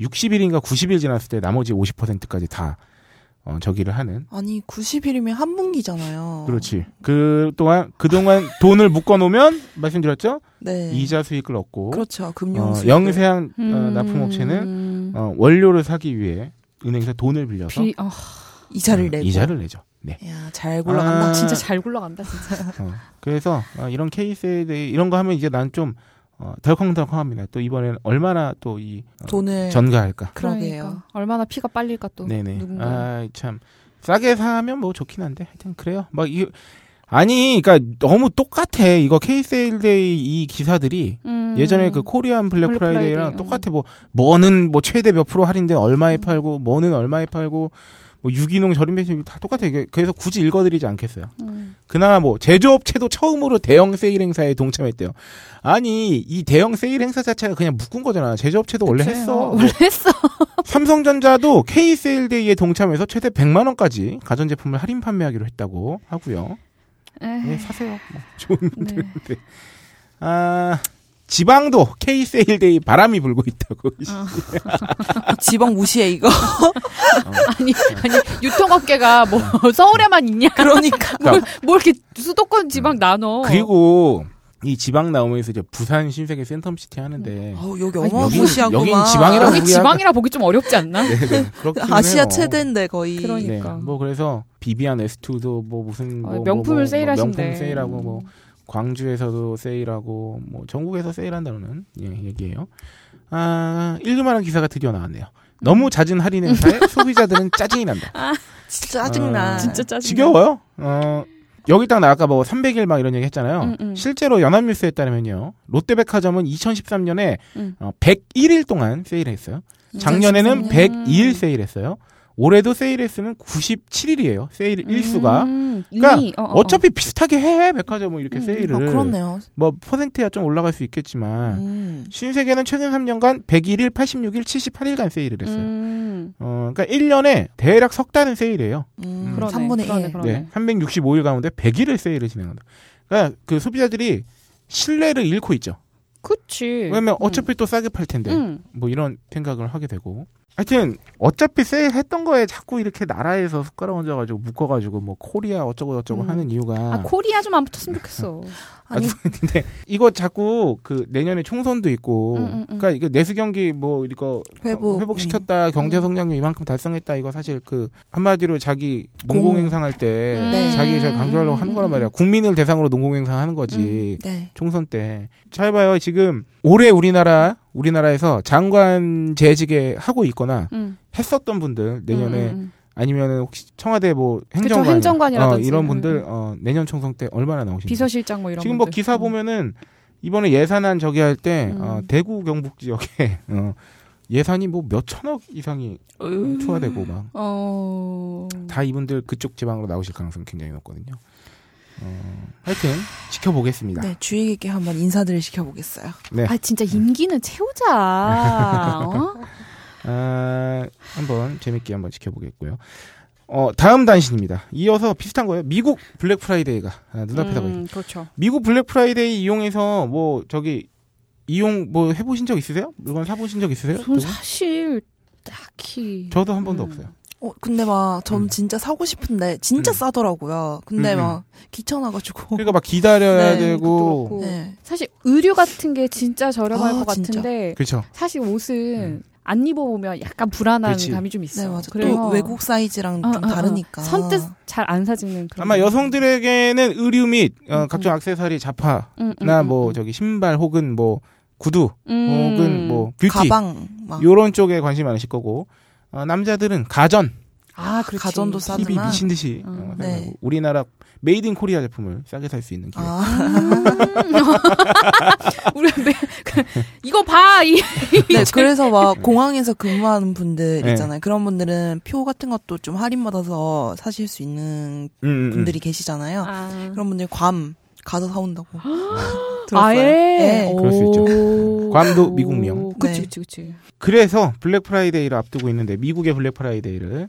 [SPEAKER 1] 60일인가 90일 지났을 때 나머지 50%까지 다 어, 저기를 하는.
[SPEAKER 3] 아니 90일이면 한 분기잖아요.
[SPEAKER 1] 그렇지. 그 동안 그 동안 돈을 묶어 놓으면 말씀드렸죠?
[SPEAKER 3] 네.
[SPEAKER 1] 이자 수익을 얻고
[SPEAKER 3] 그렇죠.
[SPEAKER 1] 어,
[SPEAKER 3] 금융 수익.
[SPEAKER 1] 영세한 어,
[SPEAKER 2] 음.
[SPEAKER 1] 납품업체는 어, 원료를 사기 위해 은행에서 돈을 빌려서
[SPEAKER 2] 비, 어,
[SPEAKER 3] 이자를
[SPEAKER 1] 어,
[SPEAKER 3] 내고.
[SPEAKER 1] 이자를 내죠. 네.
[SPEAKER 3] 야, 잘 골라간다.
[SPEAKER 1] 아.
[SPEAKER 2] 진짜 잘 굴러간다 진짜.
[SPEAKER 1] 어, 그래서 어, 이런 케이스에 대해 이런 거 하면 이제 난 좀 어, 덜컹덜컹합니다. 또 이번에는 얼마나 또 이 네.
[SPEAKER 3] 돈을
[SPEAKER 1] 전가할까?
[SPEAKER 3] 그러게요.
[SPEAKER 2] 그러니까. 얼마나 피가 빨릴까 또.
[SPEAKER 1] 네네.
[SPEAKER 2] 누군가.
[SPEAKER 1] 아 참 싸게 사면 뭐 좋긴 한데 하여튼 그래요. 막 이 아니, 그러니까 너무 똑같아. 이거 케이세일데이 이 기사들이
[SPEAKER 2] 음.
[SPEAKER 1] 예전에 그 코리안 블랙,
[SPEAKER 2] 블랙
[SPEAKER 1] 프라이데이랑 음.
[SPEAKER 2] 프라이데이,
[SPEAKER 1] 똑같아. 뭐 뭐는 뭐 최대 몇 프로 할인데 얼마에 팔고 뭐는 얼마에 팔고 뭐 유기농 절임 배송 다 똑같아. 이게 그래서 굳이 읽어드리지 않겠어요.
[SPEAKER 2] 음.
[SPEAKER 1] 그나마 뭐 제조업체도 처음으로 대형 세일 행사에 동참했대요. 아니 이 대형 세일 행사 자체가 그냥 묶은 거잖아. 제조업체도 원래
[SPEAKER 2] 그치.
[SPEAKER 1] 했어.
[SPEAKER 2] 어,
[SPEAKER 1] 뭐
[SPEAKER 2] 원래 했어.
[SPEAKER 1] 삼성전자도 K 세일 데이에 동참해서 최대 100만 원까지 가전 제품을 할인 판매하기로 했다고 하고요. 네,
[SPEAKER 2] 에이,
[SPEAKER 1] 사세요. 뭐 좋은
[SPEAKER 2] 네.
[SPEAKER 1] 분들인데. 아 지방도 K 세일 데이 바람이 불고 있다고.
[SPEAKER 3] 어.
[SPEAKER 2] 그러니까.
[SPEAKER 3] 지방 무시해 이거.
[SPEAKER 2] 아니 아니 유통업계가 뭐 서울에만 있냐?
[SPEAKER 3] 그러니까.
[SPEAKER 1] 음. 그러니까 음.
[SPEAKER 2] 뭐 이렇게 수도권 지방 나눠.
[SPEAKER 1] 그리고 이 지방 나오면서 이제 부산 신세계 센텀시티 하는데
[SPEAKER 3] 어우, 여기
[SPEAKER 2] 아니,
[SPEAKER 3] 어마무시하구만.
[SPEAKER 1] 네. 여긴- 여긴 지방이라고.
[SPEAKER 2] 여기 지방이라 보기 좀 어렵지 않나?
[SPEAKER 1] 네, 네, 그렇긴
[SPEAKER 3] 아시아
[SPEAKER 1] 해요.
[SPEAKER 3] 최대인데 거의.
[SPEAKER 2] 그러니- 그러니까.
[SPEAKER 1] 네, 뭐 그래서 비비안 에스투도 뭐 무슨
[SPEAKER 2] 어,
[SPEAKER 1] 뭐,
[SPEAKER 2] 명품을
[SPEAKER 1] 뭐, 뭐,
[SPEAKER 2] 세일하신대. 음.
[SPEAKER 1] 명품 세일하고 뭐 광주에서도 세일하고 뭐 전국에서 세일한다는 예, 얘기예요. 아, 읽을만한 기사가 드디어 나왔네요.
[SPEAKER 2] 음.
[SPEAKER 1] 너무 잦은 할인 행사에 소비자들은 짜증이 난다.
[SPEAKER 3] 진짜 짜증나.
[SPEAKER 1] 아,
[SPEAKER 2] 진짜 짜증.
[SPEAKER 1] 지겨워요. 어, 여기 딱 나 아까 뭐 300일 막 이런 얘기 했잖아요.
[SPEAKER 2] 음, 음.
[SPEAKER 1] 실제로 연합뉴스에 따르면요. 롯데백화점은 2013년에
[SPEAKER 2] 음.
[SPEAKER 1] 어, 101일 동안 세일했어요. 작년에는
[SPEAKER 3] 음.
[SPEAKER 1] 102일 세일했어요. 올해도 세일횟수는 97일이에요. 세일 일수가.
[SPEAKER 2] 음,
[SPEAKER 1] 그러니까
[SPEAKER 2] 이미, 어, 음, 어, 어.
[SPEAKER 1] 어차피 비슷하게 해 백화점 뭐 이렇게 세일을 네.
[SPEAKER 3] 아, 그렇네요.
[SPEAKER 1] 뭐 퍼센트야 좀 올라갈 수 있겠지만
[SPEAKER 3] 음.
[SPEAKER 1] 신세계는 최근 3년간 101일, 86일, 78일간 세일을 했어요.
[SPEAKER 2] 음,
[SPEAKER 1] 어, 그러니까 1년에 대략 석 달은 세일해요.
[SPEAKER 3] 음.
[SPEAKER 2] 그러네,
[SPEAKER 3] 3분의
[SPEAKER 2] 그러네,
[SPEAKER 3] 1.
[SPEAKER 2] 그러네.
[SPEAKER 1] 네, 365일 가운데 100일을 세일을 진행한다. 그러니까 그 소비자들이 신뢰를 잃고 있죠.
[SPEAKER 2] 그치.
[SPEAKER 1] 왜냐면 어차피 또 싸게 팔 텐데.
[SPEAKER 2] 네. 음,
[SPEAKER 1] 뭐 이런 생각을 하게 되고 하여튼 어차피 세일했던 거에 자꾸 이렇게 나라에서 숟가락 얹어가지고 묶어가지고 뭐 코리아 어쩌고 저쩌고
[SPEAKER 3] 음.
[SPEAKER 1] 하는 이유가
[SPEAKER 2] 아, 코리아 좀 안 붙었으면 좋겠어.
[SPEAKER 3] 아니,
[SPEAKER 1] 근데 이거 자꾸 그 내년에 총선도 있고
[SPEAKER 2] 음, 음, 음.
[SPEAKER 1] 그러니까 이게 내수 경기 뭐 이거
[SPEAKER 3] 회복. 음.
[SPEAKER 1] 회복시켰다
[SPEAKER 2] 음.
[SPEAKER 1] 경제 성장률 이만큼 달성했다 이거 사실 그 한마디로 자기
[SPEAKER 3] 공.
[SPEAKER 1] 농공행상할 때
[SPEAKER 2] 음.
[SPEAKER 3] 네.
[SPEAKER 1] 자기 제일 강조하려고 하는 거란 말이야 국민을 대상으로 농공행상하는 거지
[SPEAKER 3] 네.
[SPEAKER 2] 음.
[SPEAKER 1] 총선 때. 잘 봐요. 지금 올해 우리나라 우리나라에서 장관 재직에 하고 있거나
[SPEAKER 2] 음,
[SPEAKER 1] 했었던 분들 내년에
[SPEAKER 2] 음,
[SPEAKER 1] 아니면 혹시 청와대 뭐 행정관 어,
[SPEAKER 2] 행정관이라든지.
[SPEAKER 1] 이런
[SPEAKER 2] 음,
[SPEAKER 1] 분들
[SPEAKER 2] 음.
[SPEAKER 1] 어, 내년 총선 때 얼마나 나오신지.
[SPEAKER 2] 비서실장 뭐 이런.
[SPEAKER 1] 지금 뭐
[SPEAKER 2] 분들.
[SPEAKER 1] 기사 보면은 이번에 예산안 저기 할 때
[SPEAKER 2] 음.
[SPEAKER 1] 어, 대구 경북 지역에 어, 예산이 뭐 몇 천억 이상이 투하되고 막 다
[SPEAKER 2] 어.
[SPEAKER 1] 이분들 그쪽 지방으로 나오실 가능성 이 굉장히 높거든요. 어, 하여튼 지켜보겠습니다.
[SPEAKER 3] 네, 주의 깊게 한번 인사들을 시켜보겠어요.
[SPEAKER 1] 네.
[SPEAKER 2] 아 진짜 임기는 채우자. 어?
[SPEAKER 1] 아, 한번 재밌게 한번 지켜보겠고요. 어, 다음 단신입니다. 이어서 비슷한 거예요. 미국 블랙 프라이데이가 아, 눈앞에 다가있습니
[SPEAKER 2] 음, 그렇죠.
[SPEAKER 1] 미국 블랙 프라이데이 이용해서 뭐 저기 이용 뭐 해보신 적 있으세요? 물건 사보신 적 있으세요?
[SPEAKER 2] 전
[SPEAKER 1] 누구?
[SPEAKER 2] 사실 딱히.
[SPEAKER 1] 네, 저도 한 번도
[SPEAKER 2] 음.
[SPEAKER 1] 없어요.
[SPEAKER 3] 어, 근데 막, 전
[SPEAKER 1] 음.
[SPEAKER 3] 진짜 사고 싶은데, 진짜
[SPEAKER 1] 음.
[SPEAKER 3] 싸더라고요. 근데
[SPEAKER 1] 음,
[SPEAKER 3] 막, 귀찮아가지고.
[SPEAKER 1] 그러니까 막 기다려야
[SPEAKER 3] 네,
[SPEAKER 2] 그것도
[SPEAKER 1] 되고
[SPEAKER 2] 그렇고.
[SPEAKER 3] 네.
[SPEAKER 2] 사실 의류 같은 게 진짜 저렴할
[SPEAKER 3] 아,
[SPEAKER 2] 것
[SPEAKER 3] 진짜.
[SPEAKER 2] 같은데
[SPEAKER 1] 그렇죠.
[SPEAKER 2] 사실 옷은
[SPEAKER 1] 음.
[SPEAKER 2] 안 입어보면 약간 불안한
[SPEAKER 1] 그렇지.
[SPEAKER 2] 감이 좀 있어.
[SPEAKER 3] 네, 맞아.
[SPEAKER 2] 그래서
[SPEAKER 3] 또 외국 사이즈랑
[SPEAKER 2] 아,
[SPEAKER 3] 좀
[SPEAKER 2] 아, 아.
[SPEAKER 3] 음, 다르니까.
[SPEAKER 2] 선뜻 잘 안 사지는 그런.
[SPEAKER 1] 아마 여성들에게는 의류 및 어,
[SPEAKER 2] 음,
[SPEAKER 1] 각종 액세서리, 자파나
[SPEAKER 2] 음, 음, 음,
[SPEAKER 1] 뭐
[SPEAKER 2] 음.
[SPEAKER 1] 저기 신발 혹은 뭐 구두
[SPEAKER 2] 음.
[SPEAKER 1] 혹은 뭐 뷰티
[SPEAKER 3] 가방, 막,
[SPEAKER 1] 요런 쪽에 관심 많으실 거고 어, 남자들은 가전
[SPEAKER 2] 아, 그렇지.
[SPEAKER 3] 가전도
[SPEAKER 1] TV
[SPEAKER 3] 싸지만.
[SPEAKER 1] 미친 듯이
[SPEAKER 2] 음.
[SPEAKER 1] 어,
[SPEAKER 3] 네.
[SPEAKER 1] 사용하고 우리나라 메이드 인 코리아 제품을 싸게 살 수 있는 기회.
[SPEAKER 3] 아,
[SPEAKER 2] 우리 매, 그, 이거 봐. 이
[SPEAKER 3] 네, 그래서 막 공항에서 근무하는 분들
[SPEAKER 1] 네.
[SPEAKER 3] 있잖아요. 그런 분들은 표 같은 것도 좀 할인받아서 사실 수 있는
[SPEAKER 1] 음, 음, 음.
[SPEAKER 3] 분들이 계시잖아요.
[SPEAKER 2] 아.
[SPEAKER 3] 그런 분들 괌 가서 사온다고 들었어요.
[SPEAKER 2] 아예.
[SPEAKER 3] 네.
[SPEAKER 1] 그럴 수
[SPEAKER 2] 있죠.
[SPEAKER 1] 괌도 미국령.
[SPEAKER 2] 그치,
[SPEAKER 3] 네.
[SPEAKER 2] 그치, 그치.
[SPEAKER 1] 그래서 블랙 프라이데이를 앞두고 있는데 미국의 블랙 프라이데이를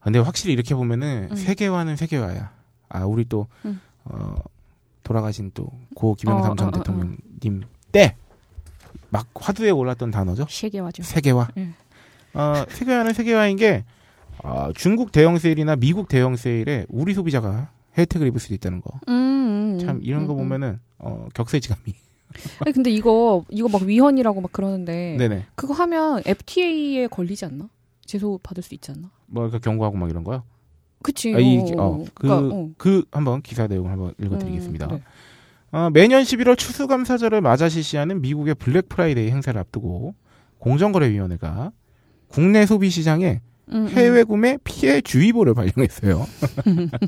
[SPEAKER 1] 아, 근데 확실히 이렇게 보면은
[SPEAKER 2] 음.
[SPEAKER 1] 세계화는 세계화야. 아 우리 또
[SPEAKER 2] 음.
[SPEAKER 1] 어, 돌아가신 또 고
[SPEAKER 2] 어,
[SPEAKER 1] 김영삼
[SPEAKER 2] 어,
[SPEAKER 1] 전
[SPEAKER 2] 어, 어.
[SPEAKER 1] 대통령님 때 막 화두에 올랐던 단어죠.
[SPEAKER 2] 세계화죠.
[SPEAKER 1] 세계화.
[SPEAKER 2] 예.
[SPEAKER 1] 어, 세계화는 세계화인 게 아, 중국 대형 세일이나 미국 대형 세일에 우리 소비자가 혜택을 입을 수도 있다는 거.
[SPEAKER 2] 음, 음.
[SPEAKER 1] 참 이런 거
[SPEAKER 2] 음, 음.
[SPEAKER 1] 보면은 어, 격세지감이.
[SPEAKER 2] 아니, 근데 이거, 이거 막 위헌이라고 막 그러는데.
[SPEAKER 1] 네네.
[SPEAKER 2] 그거 하면 FTA에 걸리지 않나? 제소 받을 수 있지 않나?
[SPEAKER 1] 뭐 이렇게 경고하고 막 이런 거요.
[SPEAKER 2] 그치.
[SPEAKER 1] 아, 이, 어,
[SPEAKER 2] 어,
[SPEAKER 1] 그,
[SPEAKER 2] 그러니까, 어.
[SPEAKER 1] 그 한번 기사 내용을 한번 읽어드리겠습니다.
[SPEAKER 2] 음, 그래.
[SPEAKER 1] 어, 매년 11월 추수감사절을 맞아 실시하는 미국의 블랙 프라이데이 행사를 앞두고 공정거래위원회가 국내 소비 시장에
[SPEAKER 2] 음, 음.
[SPEAKER 1] 해외 구매 피해 주의보를 발령했어요.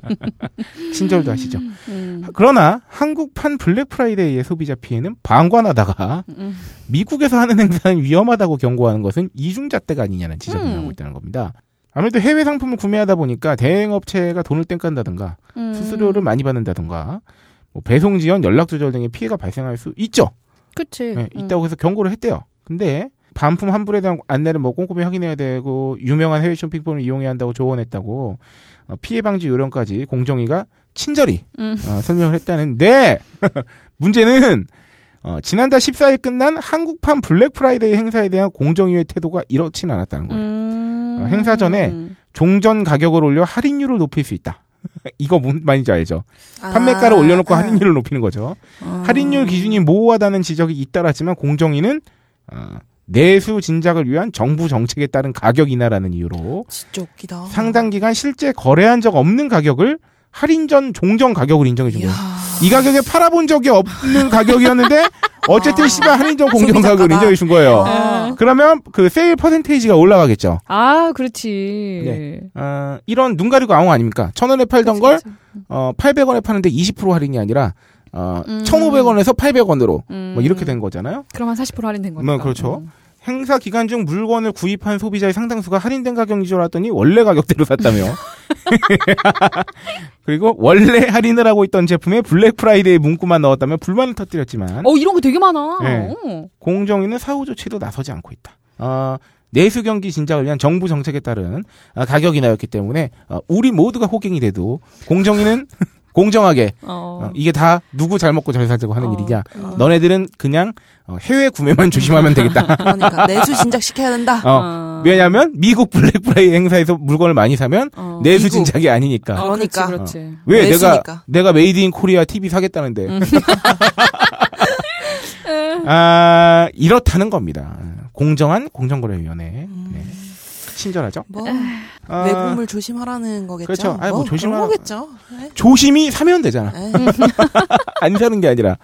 [SPEAKER 1] 친절도 하시죠.
[SPEAKER 2] 음.
[SPEAKER 1] 그러나 한국판 블랙 프라이데이의 소비자 피해는 방관하다가
[SPEAKER 2] 음.
[SPEAKER 1] 미국에서 하는 행사는 위험하다고 경고하는 것은 이중잣대가 아니냐는 지적을
[SPEAKER 2] 음.
[SPEAKER 1] 하고 있다는 겁니다. 아무래도 해외 상품을 구매하다 보니까 대행업체가 돈을 땡깐다든가
[SPEAKER 2] 음.
[SPEAKER 1] 수수료를 많이 받는다든가 뭐 배송 지연, 연락 조절 등의 피해가 발생할 수 있죠.
[SPEAKER 2] 그치.
[SPEAKER 1] 네, 있다고 해서 경고를 했대요. 근데 반품 환불에 대한 안내를 뭐 꼼꼼히 확인해야 되고 유명한 해외 쇼핑몰을 이용해야 한다고 조언했다고 어, 피해 방지 요령까지 공정위가 친절히
[SPEAKER 2] 음.
[SPEAKER 1] 어, 설명을 했다는데 문제는 어, 지난달 14일 끝난 한국판 블랙 프라이데이 행사에 대한 공정위의 태도가 이렇진 않았다는 거예요.
[SPEAKER 2] 음.
[SPEAKER 1] 어, 행사 전에
[SPEAKER 2] 음.
[SPEAKER 1] 종전 가격을 올려 할인율을 높일 수 있다. 이거 뭔 말인지 알죠?
[SPEAKER 3] 아.
[SPEAKER 1] 판매가를
[SPEAKER 3] 네.
[SPEAKER 1] 올려놓고 할인율을 높이는 거죠.
[SPEAKER 3] 어.
[SPEAKER 1] 할인율 기준이 모호하다는 지적이 잇따랐지만 공정위는 어, 내수 진작을 위한 정부 정책에 따른 가격 인하라는 이유로
[SPEAKER 3] 진짜 웃기다.
[SPEAKER 1] 상당 기간 실제 거래한 적 없는 가격을 할인 전 종전 가격을 인정해 준
[SPEAKER 3] 이야.
[SPEAKER 1] 거예요. 이 가격에 팔아본 적이 없는 가격이었는데 어쨌든
[SPEAKER 3] 아.
[SPEAKER 1] 씨발 할인 전 공정
[SPEAKER 3] 소비자가.
[SPEAKER 1] 가격을 인정해 준 거예요.
[SPEAKER 3] 아.
[SPEAKER 1] 그러면 그 세일 퍼센테이지가 올라가겠죠.
[SPEAKER 2] 아, 그렇지.
[SPEAKER 1] 네. 어, 이런 눈 가리고 아웅 아닙니까? 천 원에 팔던 걸 어, 800원에 파는데 20% 할인이 아니라 어,
[SPEAKER 2] 음.
[SPEAKER 1] 1,500원에서 800원으로
[SPEAKER 2] 음.
[SPEAKER 1] 뭐 이렇게 된 거잖아요.
[SPEAKER 2] 그럼 한 40% 할인된 거니까.
[SPEAKER 1] 뭐, 그렇죠. 행사 기간 중 물건을 구입한 소비자의 상당수가 할인된 가격인 줄 알았더니 원래 가격대로 샀다며. 그리고 원래 할인을 하고 있던 제품에 블랙 프라이데이 문구만 넣었다며 불만을 터뜨렸지만
[SPEAKER 2] 어, 이런 거 되게 많아.
[SPEAKER 1] 네.
[SPEAKER 2] 어.
[SPEAKER 1] 공정위는 사후 조치도 나서지 않고 있다. 어, 내수 경기 진작을 위한 정부 정책에 따른 아, 가격이 나였기 때문에 어, 우리 모두가 호갱이 돼도 공정위는 공정하게 어, 이게 다 누구 잘 먹고 잘 살자고 하는
[SPEAKER 2] 어,
[SPEAKER 1] 일이냐.
[SPEAKER 3] 음.
[SPEAKER 1] 너네들은 그냥 어, 해외 구매만 조심하면 되겠다.
[SPEAKER 3] 그러니까 내수 진작 시켜야 된다.
[SPEAKER 1] 어, 왜냐하면 미국 블랙 프라이 행사에서 물건을 많이 사면
[SPEAKER 2] 어.
[SPEAKER 1] 내수
[SPEAKER 3] 미국.
[SPEAKER 1] 진작이 아니니까.
[SPEAKER 3] 어. 그러니까.
[SPEAKER 2] 그렇지. 그렇지.
[SPEAKER 1] 왜
[SPEAKER 3] 내수니까.
[SPEAKER 1] 내가 내가 메이드 인 코리아 TV 사겠다는데.
[SPEAKER 2] 음.
[SPEAKER 1] 아 이렇다는 겁니다. 공정한 공정거래위원회.
[SPEAKER 3] 음.
[SPEAKER 1] 네. 친절하죠.
[SPEAKER 3] 뭐
[SPEAKER 1] 아,
[SPEAKER 3] 외국물 조심하라는 거겠죠.
[SPEAKER 1] 그렇죠. 아니, 뭐 조심하-
[SPEAKER 3] 그런 거겠죠. 네.
[SPEAKER 1] 조심히 사면 되잖아.
[SPEAKER 3] 네.
[SPEAKER 2] 음.
[SPEAKER 1] 안 사는 게 아니라.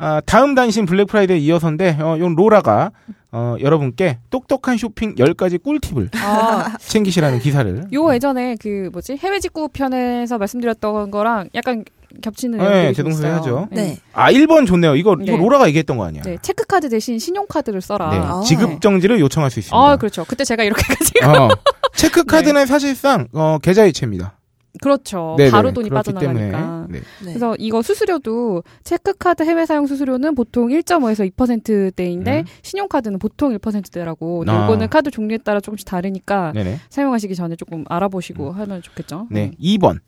[SPEAKER 1] 아, 다음 단신 블랙프라이데이 이어서인데 어, 요 로라가 어, 여러분께 똑똑한 쇼핑 10가지 꿀팁을
[SPEAKER 2] 아,
[SPEAKER 1] 챙기시라는 기사를
[SPEAKER 2] 요 예전에 그 뭐지 해외 직구 편에서 말씀드렸던 거랑 약간 겹치는
[SPEAKER 1] 네,
[SPEAKER 2] 내용들이 좀
[SPEAKER 1] 제동소이하죠.
[SPEAKER 2] 있어요.
[SPEAKER 3] 네.
[SPEAKER 1] 아, 1번 좋네요. 이거, 이거
[SPEAKER 2] 네.
[SPEAKER 1] 로라가 얘기했던 거 아니야?
[SPEAKER 2] 네, 체크카드 대신 신용카드를 써라.
[SPEAKER 1] 네,
[SPEAKER 3] 아.
[SPEAKER 1] 지급정지를 요청할 수 있습니다.
[SPEAKER 2] 아, 그렇죠. 그때 제가 이렇게까지
[SPEAKER 1] 어, 체크카드는 사실상 어, 계좌이체입니다.
[SPEAKER 2] 그렇죠.
[SPEAKER 1] 네네,
[SPEAKER 2] 바로 돈이
[SPEAKER 1] 그렇기
[SPEAKER 2] 빠져나가니까.
[SPEAKER 1] 때문에, 네.
[SPEAKER 3] 네.
[SPEAKER 2] 그래서 이거 수수료도 체크카드 해외 사용 수수료는 보통 1.5에서 2%대인데
[SPEAKER 1] 음.
[SPEAKER 2] 신용카드는 보통 1%대라고.
[SPEAKER 1] 아.
[SPEAKER 2] 이거는 카드 종류에 따라 조금씩 다르니까
[SPEAKER 1] 네네.
[SPEAKER 2] 사용하시기 전에 조금 알아보시고 하면 좋겠죠.
[SPEAKER 1] 네,
[SPEAKER 2] 아. 음.
[SPEAKER 1] 2번.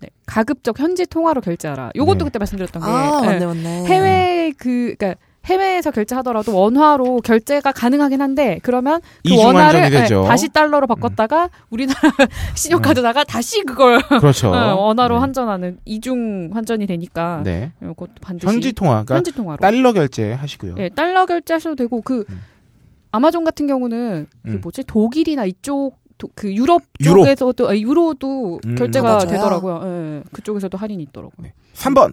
[SPEAKER 2] 네. 가급적 현지 통화로 결제하라. 요것도
[SPEAKER 1] 네.
[SPEAKER 2] 그때 말씀드렸던 게
[SPEAKER 3] 아
[SPEAKER 2] 네.
[SPEAKER 3] 맞네 맞네.
[SPEAKER 2] 해외 그 그러니까 해외에서 결제하더라도 원화로 결제가 가능하긴 한데 그러면 그
[SPEAKER 1] 이중
[SPEAKER 2] 원화를
[SPEAKER 1] 환전이
[SPEAKER 2] 예,
[SPEAKER 1] 되죠. 음.
[SPEAKER 2] 다시 달러로 바꿨다가 우리나라 신용카드다가 다시 그걸
[SPEAKER 1] 그렇죠.
[SPEAKER 2] 어, 원화로
[SPEAKER 1] 네.
[SPEAKER 2] 환전하는 이중 환전이 되니까
[SPEAKER 1] 네.
[SPEAKER 2] 이것도 반드시
[SPEAKER 1] 현지 통화. 그러니까
[SPEAKER 2] 현지 통화로
[SPEAKER 1] 달러 결제 하시고요.
[SPEAKER 2] 예, 달러 결제하셔도 되고 그
[SPEAKER 1] 음.
[SPEAKER 2] 아마존 같은 경우는 그
[SPEAKER 1] 음.
[SPEAKER 2] 뭐지 독일이나 이쪽 도- 그 유럽
[SPEAKER 1] 유로.
[SPEAKER 2] 쪽에서도 아, 유로도
[SPEAKER 1] 음.
[SPEAKER 2] 결제가
[SPEAKER 3] 맞아요.
[SPEAKER 2] 되더라고요. 예, 그쪽에서도 할인이 있더라고요. 예,
[SPEAKER 1] 3번.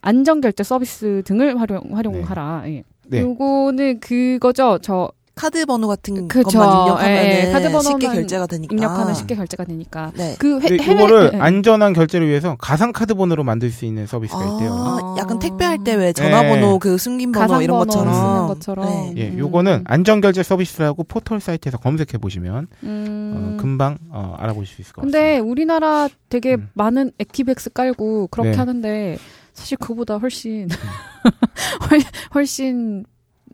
[SPEAKER 2] 안전 결제 서비스 등을 활용 활용하라. 예.
[SPEAKER 1] 네.
[SPEAKER 2] 요거는 그거죠. 저
[SPEAKER 3] 카드 번호 같은
[SPEAKER 2] 그쵸.
[SPEAKER 3] 것만 입력하면
[SPEAKER 2] 예, 예. 카드 번호만
[SPEAKER 3] 쉽게 결제가 되니까. 아,
[SPEAKER 2] 입력하면 쉽게 결제가 되니까.
[SPEAKER 3] 네.
[SPEAKER 2] 그 해,
[SPEAKER 1] 근데
[SPEAKER 2] 해외
[SPEAKER 1] 이거를
[SPEAKER 2] 네. 안전
[SPEAKER 1] 안전한 결제를 위해서 가상카드 번호로 만들 수 있는 서비스가 있대요. 예.
[SPEAKER 3] 아,
[SPEAKER 2] 아.
[SPEAKER 3] 약간 택배할 때 왜 전화번호 그 숨긴 번호
[SPEAKER 2] 가상
[SPEAKER 3] 이런
[SPEAKER 2] 번호
[SPEAKER 3] 것처럼
[SPEAKER 2] 쓰는 것처럼.
[SPEAKER 3] 네.
[SPEAKER 1] 예,
[SPEAKER 2] 음.
[SPEAKER 1] 요거는 안전 결제 서비스라고 포털 사이트에서 검색해 보시면
[SPEAKER 2] 음.
[SPEAKER 1] 어, 금방 어, 알아보실 수 있을 것
[SPEAKER 2] 근데 우리나라 되게
[SPEAKER 1] 음.
[SPEAKER 2] 많은 액티백스 깔고 그렇게
[SPEAKER 1] 네. 음.
[SPEAKER 2] 하는데 사실 그보다 훨씬 훨- 훨씬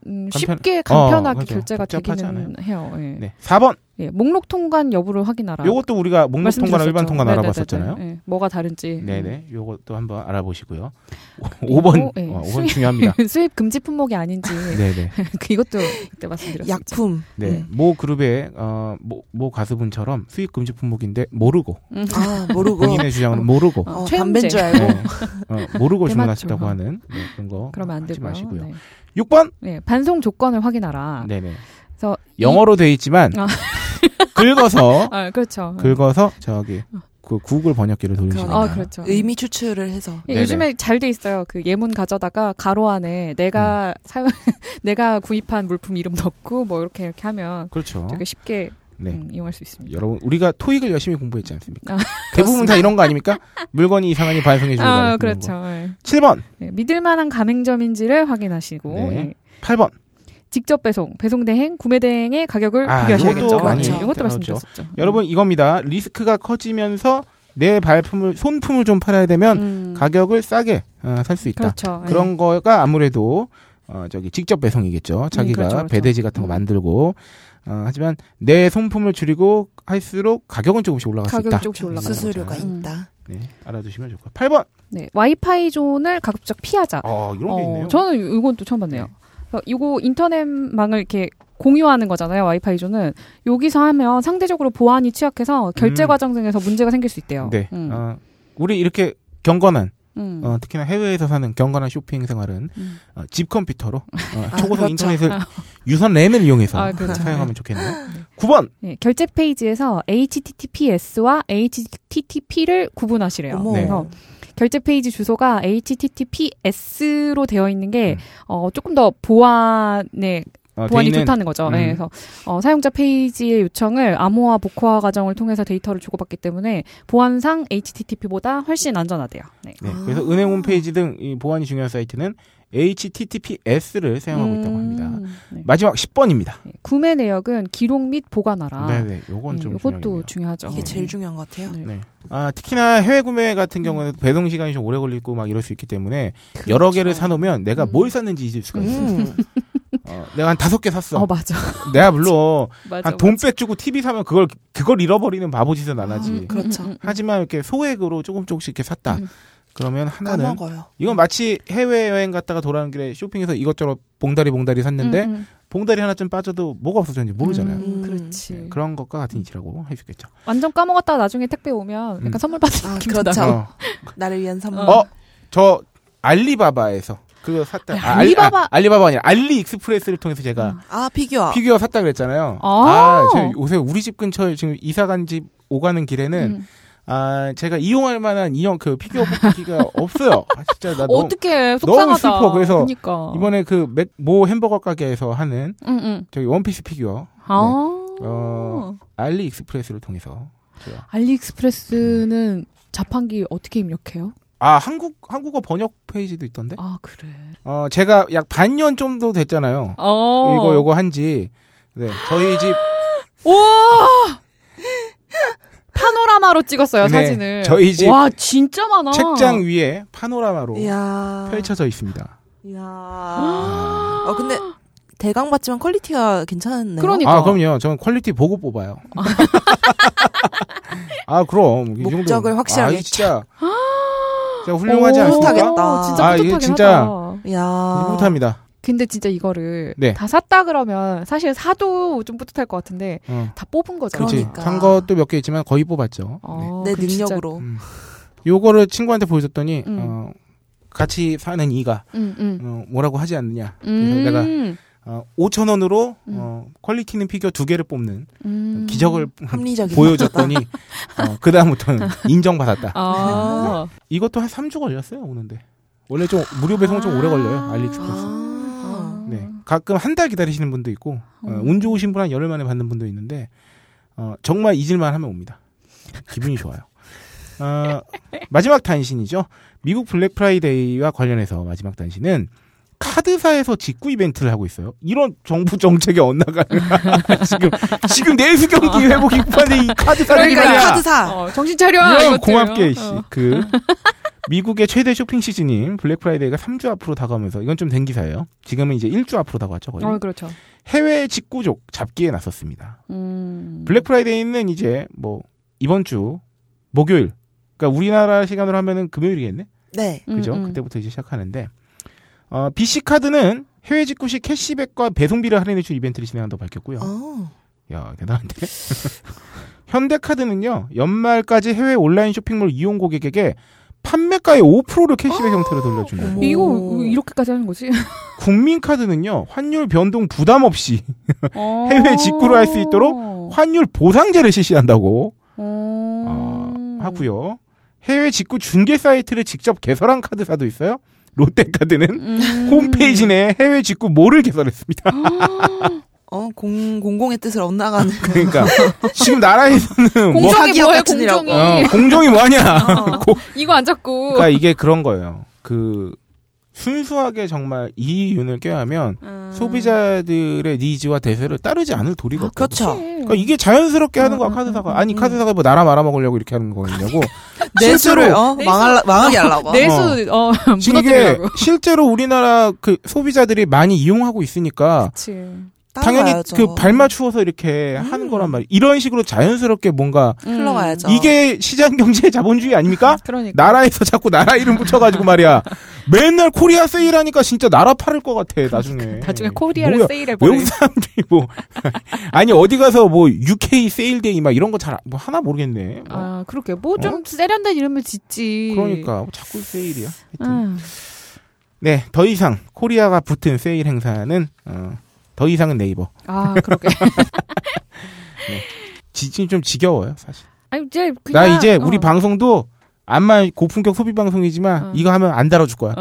[SPEAKER 2] 음, 쉽게
[SPEAKER 1] 간편- 어,
[SPEAKER 2] 간편하게
[SPEAKER 1] 그렇죠.
[SPEAKER 2] 결제가
[SPEAKER 1] 복잡하지
[SPEAKER 2] 되기는 해요. 예.
[SPEAKER 1] 같습니다. 네, 4번.
[SPEAKER 2] 예, 목록 통관 여부를 확인하라.
[SPEAKER 1] 요것도 우리가 목록 통과나
[SPEAKER 2] 아, 말씀드렸었죠.
[SPEAKER 1] 일반 통과나
[SPEAKER 2] 네네네네.
[SPEAKER 1] 알아봤었잖아요.
[SPEAKER 2] 예, 뭐가 다른지.
[SPEAKER 1] 네네. 요것도 한번 알아보시고요.
[SPEAKER 2] 그리고,
[SPEAKER 1] 5번.
[SPEAKER 2] 예,
[SPEAKER 1] 어, 5번
[SPEAKER 2] 수익-
[SPEAKER 1] 중요합니다.
[SPEAKER 2] 수입 금지 품목이 아닌지
[SPEAKER 1] 네네.
[SPEAKER 2] 그 이것도 그때 말씀드렸죠.
[SPEAKER 3] 약품.
[SPEAKER 1] 네.
[SPEAKER 3] 음.
[SPEAKER 1] 모 그룹의, 어, 모, 모 가수분처럼 수익 금지 품목인데 모르고.
[SPEAKER 3] 아 모르고
[SPEAKER 1] 본인의 주장은 모르고.
[SPEAKER 2] 어,
[SPEAKER 3] 어,
[SPEAKER 2] 체험제
[SPEAKER 3] 담배인 줄 알고
[SPEAKER 1] 네. 어, 모르고
[SPEAKER 2] 대맞죠.
[SPEAKER 1] 주문하셨다고 하는 네, 그런 거.
[SPEAKER 2] 그러면 안
[SPEAKER 1] 하지
[SPEAKER 2] 되고요.
[SPEAKER 1] 마시고요.
[SPEAKER 2] 네.
[SPEAKER 1] 6번.
[SPEAKER 2] 네, 반송 조건을 확인하라.
[SPEAKER 1] 네네.
[SPEAKER 2] 그래서
[SPEAKER 1] 영어로 돼 있지만
[SPEAKER 2] 아.
[SPEAKER 1] 긁어서
[SPEAKER 2] 아, 그렇죠.
[SPEAKER 1] 긁어서 저기 그 구글 번역기를 돌리시면
[SPEAKER 2] 아, 그렇죠.
[SPEAKER 3] 의미 추출을 해서
[SPEAKER 2] 예,
[SPEAKER 1] 네네.
[SPEAKER 2] 요즘에 잘 돼 있어요. 그 예문 가져다가 가로 안에 내가
[SPEAKER 1] 음.
[SPEAKER 2] 사용 내가 구입한 물품 이름 넣고 뭐 이렇게 이렇게 하면
[SPEAKER 1] 그렇죠.
[SPEAKER 2] 되게 쉽게
[SPEAKER 1] 네.
[SPEAKER 2] 음, 이용할 수 있습니다.
[SPEAKER 1] 여러분 우리가 토익을 열심히 공부했지 않습니까?
[SPEAKER 2] 아,
[SPEAKER 1] 대부분 다 이런 거 아닙니까? 물건이 이상하니 반송해 주는
[SPEAKER 2] 아,
[SPEAKER 1] 거.
[SPEAKER 2] 그렇죠. 예.
[SPEAKER 1] 7번,
[SPEAKER 2] 네, 믿을 만한 가맹점인지를 확인하시고
[SPEAKER 1] 네.
[SPEAKER 2] 예.
[SPEAKER 1] 8번.
[SPEAKER 2] 직접 배송, 배송 대행, 구매 대행의 가격을
[SPEAKER 1] 아,
[SPEAKER 2] 비교하셔야겠죠.
[SPEAKER 1] 이것도
[SPEAKER 3] 많이
[SPEAKER 2] 네, 이것도
[SPEAKER 1] 따라오죠.
[SPEAKER 2] 말씀드렸었죠.
[SPEAKER 1] 여러분 이겁니다. 리스크가 커지면서 내 발품을 손품을 좀 팔아야 되면
[SPEAKER 2] 음,
[SPEAKER 1] 가격을 싸게 어, 살 수 있다.
[SPEAKER 2] 그렇죠. 예.
[SPEAKER 1] 아, 그런 거가 아무래도 어, 저기 직접 배송이겠죠. 자기가
[SPEAKER 2] 그렇죠, 그렇죠.
[SPEAKER 1] 배대지 같은 거
[SPEAKER 2] 음.
[SPEAKER 1] 만들고 어, 하지만 내 손품을 줄이고 할수록 가격은 조금씩 올라갈 수
[SPEAKER 2] 가격이
[SPEAKER 1] 있다.
[SPEAKER 2] 조금씩 올라가는
[SPEAKER 3] 수수료가
[SPEAKER 1] 거죠.
[SPEAKER 2] 음.
[SPEAKER 3] 있다.
[SPEAKER 1] 네, 알아두시면 좋고요. 8번.
[SPEAKER 2] 네, 와이파이 존을 가급적 피하자.
[SPEAKER 1] 아, 이런 게
[SPEAKER 2] 어,
[SPEAKER 1] 있네요.
[SPEAKER 2] 저는 이건 또 처음 봤네요. 그래서 이거 인터넷망을 이렇게 공유하는 거잖아요. 와이파이 존은 여기서 하면 상대적으로 보안이 취약해서 결제
[SPEAKER 1] 음.
[SPEAKER 2] 과정 중에서 문제가 생길 수 있대요.
[SPEAKER 1] 네.
[SPEAKER 2] 음,
[SPEAKER 1] 어, 우리 이렇게 경건한
[SPEAKER 2] 음.
[SPEAKER 1] 어, 특히나 해외에서 사는 경건한 쇼핑 생활은
[SPEAKER 2] 음.
[SPEAKER 1] 어, 집 컴퓨터로 어,
[SPEAKER 3] 아,
[SPEAKER 1] 초고속
[SPEAKER 3] 그렇죠.
[SPEAKER 1] 인터넷을 유선 랜을 이용해서
[SPEAKER 2] 아, 그렇죠.
[SPEAKER 1] 사용하면 좋겠네요. 9번.
[SPEAKER 2] 네, 결제 페이지에서 HTTPS와 HTTP를 구분하시래요.
[SPEAKER 3] 어머.
[SPEAKER 1] 네.
[SPEAKER 2] 그래서 결제 페이지 주소가 HTTPS로 되어 있는 게
[SPEAKER 1] 음.
[SPEAKER 2] 어, 조금 더 보안에
[SPEAKER 1] 어, 돼
[SPEAKER 2] 보안이
[SPEAKER 1] 있는-
[SPEAKER 2] 좋다는 거죠.
[SPEAKER 1] 음.
[SPEAKER 2] 네, 그래서 어, 사용자 페이지의 요청을 암호화 복호화 과정을 통해서 데이터를 주고받기 때문에 보안상 HTTP보다 훨씬 안전하대요. 네.
[SPEAKER 1] 네, 그래서 은행 홈페이지 등 이 보안이 중요한 사이트는 HTTPS를 사용하고 있다고 합니다.
[SPEAKER 2] 음. 네.
[SPEAKER 1] 마지막 10번입니다.
[SPEAKER 2] 네. 구매 내역은 기록 및 보관하라.
[SPEAKER 1] 네네. 요건 좀
[SPEAKER 2] 이것도
[SPEAKER 1] 중요하네요.
[SPEAKER 2] 아. 중요하죠.
[SPEAKER 3] 이게
[SPEAKER 1] 음.
[SPEAKER 3] 제일 중요한 것 같아요.
[SPEAKER 2] 네.
[SPEAKER 1] 네. 아, 특히나 해외 구매 같은 경우는 배송 시간이 좀 오래 걸리고 막 이럴 수 있기 때문에 네. 여러 개를 사놓으면 내가
[SPEAKER 2] 그렇죠. 음.
[SPEAKER 1] 뭘 샀는지 잊을 수가 있어요.
[SPEAKER 3] 음.
[SPEAKER 1] 어, 내가 한 다섯 개 샀어.
[SPEAKER 2] 어 맞아.
[SPEAKER 1] 내가 물론
[SPEAKER 2] 맞아.
[SPEAKER 1] 한 돈 빼주고 TV 사면 그걸 그걸 잃어버리는 바보짓은 안 하지.
[SPEAKER 3] 음, 그렇죠.
[SPEAKER 2] 음, 음, 음.
[SPEAKER 1] 하지만 이렇게 소액으로 조금 조금씩 이렇게 샀다.
[SPEAKER 2] 음.
[SPEAKER 1] 그러면 하나는
[SPEAKER 3] 까먹어요.
[SPEAKER 1] 이건 마치 해외 여행 갔다가 돌아오는 길에 쇼핑해서 이것저것 봉다리 봉다리 샀는데
[SPEAKER 2] 음, 음.
[SPEAKER 1] 봉다리 하나쯤 빠져도 뭐가 없어졌는지 모르잖아요.
[SPEAKER 2] 음,
[SPEAKER 3] 음.
[SPEAKER 2] 그렇지.
[SPEAKER 1] 네, 그런 것과 같은 이치라고 할 수 있겠죠.
[SPEAKER 2] 완전 까먹었다가 나중에 택배 오면 약간
[SPEAKER 1] 음.
[SPEAKER 2] 선물 받은
[SPEAKER 3] 아,
[SPEAKER 2] 느낌도
[SPEAKER 3] 그렇죠.
[SPEAKER 2] 나고.
[SPEAKER 1] 어,
[SPEAKER 3] 나를 위한 선물.
[SPEAKER 1] 어, 저 알리바바에서 그거 샀다.
[SPEAKER 2] 네,
[SPEAKER 1] 아, 알-
[SPEAKER 2] 알리바바- 음.
[SPEAKER 1] 아, 알리바바 아니라 알리익스프레스를 통해서 제가
[SPEAKER 3] 아 피규어.
[SPEAKER 1] 피규어 샀다 그랬잖아요.
[SPEAKER 2] 아.
[SPEAKER 1] 제가 요새 우리 집 근처에 지금 이사 간 집 오가는 길에는
[SPEAKER 2] 음.
[SPEAKER 1] 아, 제가 이용할 만한 인형 그 피규어 뽑기가 없어요. 아, 진짜 나 너무 너무
[SPEAKER 2] 어떻게 속상하다.
[SPEAKER 1] 슬퍼. 그래서
[SPEAKER 2] 그러니까.
[SPEAKER 1] 이번에 그 모 햄버거 가게에서 하는
[SPEAKER 2] 응, 응.
[SPEAKER 1] 저기 원피스 피규어
[SPEAKER 2] 아.
[SPEAKER 1] 어. 알리익스프레스를 통해서 제가
[SPEAKER 2] 알리익스프레스는 자판기 어떻게 입력해요?
[SPEAKER 1] 아 한국 한국어 번역 페이지도 있던데
[SPEAKER 2] 아 그래.
[SPEAKER 1] 어 제가 약 반년 정도 됐잖아요
[SPEAKER 2] 어.
[SPEAKER 1] 이거 요거 한지 네 저희 집
[SPEAKER 2] 와 파노라마로 찍었어요
[SPEAKER 1] 네,
[SPEAKER 2] 아, 사진을.
[SPEAKER 1] 저희 집
[SPEAKER 2] 와 진짜 많아.
[SPEAKER 1] 책장 위에 파노라마로
[SPEAKER 3] 이야.
[SPEAKER 1] 펼쳐져 있습니다
[SPEAKER 3] 이야. 어 근데 대강 봤지만 퀄리티가 괜찮네요.
[SPEAKER 2] 그러니까.
[SPEAKER 1] 아 그럼요 저는 퀄리티 보고 뽑아요 아 그럼 이 정도-
[SPEAKER 3] 목적을 확실하게
[SPEAKER 1] 아, 이거 진짜 진짜 훌륭하지
[SPEAKER 2] 오,
[SPEAKER 1] 않습니까
[SPEAKER 3] 뿌듯하겠다.
[SPEAKER 2] 진짜
[SPEAKER 1] 아, 이게
[SPEAKER 2] 뿌듯하긴
[SPEAKER 1] 진짜-
[SPEAKER 2] 하다.
[SPEAKER 3] 이야.
[SPEAKER 1] 못합니다
[SPEAKER 2] 근데 진짜 이거를
[SPEAKER 1] 네.
[SPEAKER 2] 다 샀다 그러면 사실 사도 좀 뿌듯할 것 같은데
[SPEAKER 1] 어,
[SPEAKER 2] 다 뽑은 거잖아.
[SPEAKER 1] 그렇지
[SPEAKER 3] 그러니까.
[SPEAKER 1] 산 것도 몇 개 있지만 거의 뽑았죠 네.
[SPEAKER 2] 어,
[SPEAKER 3] 내
[SPEAKER 2] 그럼 진짜-
[SPEAKER 3] 능력으로.
[SPEAKER 1] 음. 요거를 친구한테 보여줬더니
[SPEAKER 2] 음.
[SPEAKER 1] 어, 같이 사는 이가
[SPEAKER 2] 음, 음.
[SPEAKER 1] 어, 뭐라고 하지 않느냐. 그래서
[SPEAKER 2] 음.
[SPEAKER 1] 내가 어, 5천 원으로
[SPEAKER 2] 음.
[SPEAKER 1] 어, 퀄리티 있는 피규어 두 개를 뽑는
[SPEAKER 2] 음.
[SPEAKER 1] 기적을
[SPEAKER 3] 아, 합리적인.
[SPEAKER 1] 보여줬더니 어, 그 다음부터는 인정받았다.
[SPEAKER 2] 아.
[SPEAKER 1] 이것도 한 3주 걸렸어요 오는데. 원래 좀 무료 배송은 좀 오래 걸려요 알리익스프레스.
[SPEAKER 3] 아.
[SPEAKER 1] 네, 가끔 한 달 기다리시는 분도 있고 어, 운 좋으신 분 한 열흘 만에 받는 분도 있는데 어, 정말 잊을만 하면 옵니다. 기분이 좋아요. 어, 마지막 단신이죠. 미국 블랙 프라이데이와 관련해서 마지막 단신은 카드사에서 직구 이벤트를 하고 있어요. 이런 정부 정책에 엇나가는 지금 지금 내수 경기 회복 이판에 이 카드사
[SPEAKER 3] 그러니까 이
[SPEAKER 1] 얘기야.
[SPEAKER 3] 카드사.
[SPEAKER 2] 어, 정신 차려.
[SPEAKER 1] 이런
[SPEAKER 2] 이것들.
[SPEAKER 1] 아. 고맙게 씨.
[SPEAKER 2] 어.
[SPEAKER 1] 그 미국의 최대 쇼핑 시즌인 블랙 프라이데이가 3주 앞으로 다가오면서 이건 좀 된 기사예요. 지금은 이제 1주 앞으로 다가왔죠 거의.
[SPEAKER 2] 어, 그렇죠.
[SPEAKER 1] 해외 직구족 잡기에 나섰습니다.
[SPEAKER 2] 음.
[SPEAKER 1] 블랙 프라이데이는 이제 뭐 이번 주 목요일 그러니까 우리나라 시간으로 하면은 금요일이겠네.
[SPEAKER 3] 네.
[SPEAKER 1] 그죠?
[SPEAKER 2] 음, 음.
[SPEAKER 1] 그때부터 이제 시작하는데 어, BC 카드는 해외 직구 시 캐시백과 배송비를 할인해 줄 이벤트를 진행한다고 밝혔고요.
[SPEAKER 3] 어.
[SPEAKER 1] 야, 대단한데. 현대카드는요. 연말까지 해외 온라인 쇼핑몰 이용 고객에게 판매가의 5%를 캐시백 형태로 돌려준다.
[SPEAKER 3] 어머.
[SPEAKER 2] 뭐
[SPEAKER 1] 뭐
[SPEAKER 2] 이거 이렇게까지 하는 거지?
[SPEAKER 1] 국민카드는요. 환율 변동 부담 없이
[SPEAKER 2] 어.
[SPEAKER 1] 해외 직구로 할수 있도록 환율 보상제를 실시한다고
[SPEAKER 2] 음.
[SPEAKER 1] 어, 하고요. 해외 직구 중개 사이트를 직접 개설한 카드사도 있어요. 롯데카드는
[SPEAKER 2] 음.
[SPEAKER 1] 홈페이지 내 해외 직구 몰을 개설했습니다.
[SPEAKER 3] 어, 공, 공공의 뜻을 엇나가는.
[SPEAKER 1] 그러니까 지금 나라에서는 뭐
[SPEAKER 2] 공정이
[SPEAKER 3] 사기업
[SPEAKER 2] 뭐예요?
[SPEAKER 3] 같은 일하고.
[SPEAKER 2] 공정이
[SPEAKER 1] 어, 공정이 뭐냐?
[SPEAKER 3] 어.
[SPEAKER 1] 고-
[SPEAKER 2] 이거 안 잡고.
[SPEAKER 1] 그러니까 이게 그런 거예요. 그 순수하게 정말 이 이윤을 꾀하면
[SPEAKER 2] 음.
[SPEAKER 3] 음.
[SPEAKER 1] 소비자들의 니즈와 대세를 따르지 않을 도리가 없다.
[SPEAKER 3] 그렇죠.
[SPEAKER 1] 그러니까 이게 자연스럽게 하는 거야
[SPEAKER 2] 음, 음,
[SPEAKER 1] 카드사가.
[SPEAKER 2] 음,
[SPEAKER 1] 아니
[SPEAKER 3] 음.
[SPEAKER 1] 카드사가 뭐 나라 말아먹으려고 이렇게 하는 거냐고.
[SPEAKER 3] 내수를,
[SPEAKER 1] 실제로-
[SPEAKER 3] 어, 망할, 망하게 하려고.
[SPEAKER 2] 내수 어,
[SPEAKER 1] 지금 이게
[SPEAKER 2] 무너뜨리려고.
[SPEAKER 1] 실제로 우리나라 그 소비자들이 많이 이용하고 있으니까
[SPEAKER 3] 음.
[SPEAKER 2] 그치.
[SPEAKER 1] 당연히
[SPEAKER 3] 따라가야죠. 음.
[SPEAKER 1] 그 발맞추어서 이렇게 하는 거란 말이야. 이런 식으로 자연스럽게 뭔가
[SPEAKER 3] 흘러가야죠.
[SPEAKER 1] 이게 시장 경제 자본주의 아닙니까?
[SPEAKER 2] 그러니까.
[SPEAKER 1] 나라에서 자꾸 나라 이름 붙여가지고 말이야. 맨날 코리아 세일하니까 진짜 나라 팔을 것 같아 나중에.
[SPEAKER 2] 그러니까 나중에 코리아를
[SPEAKER 1] 음, 뭐야,
[SPEAKER 2] 세일해 버려.
[SPEAKER 1] 외국 사람들이 뭐 아니 어디 가서 뭐 UK 세일데이 막 이런 거 잘 뭐 하나 모르겠네. 뭐
[SPEAKER 2] 아 네. 그렇게 뭐 좀 세련된 이름을 짓지.
[SPEAKER 1] 그러니까 뭐 자꾸 세일이야. 하여튼.
[SPEAKER 2] 음.
[SPEAKER 1] 네, 더 이상 코리아가 붙은 세일 행사는 어, 더 이상은 네이버.
[SPEAKER 2] 아 그렇게.
[SPEAKER 1] 지, 지금 좀 지겨워요 사실.
[SPEAKER 2] 아니 이제
[SPEAKER 1] 나
[SPEAKER 2] 그냥
[SPEAKER 1] 이제
[SPEAKER 2] 어.
[SPEAKER 1] 우리 방송도 암만 고품격 소비 방송이지만
[SPEAKER 2] 어.
[SPEAKER 1] 이거 하면 안 달아줄 거야.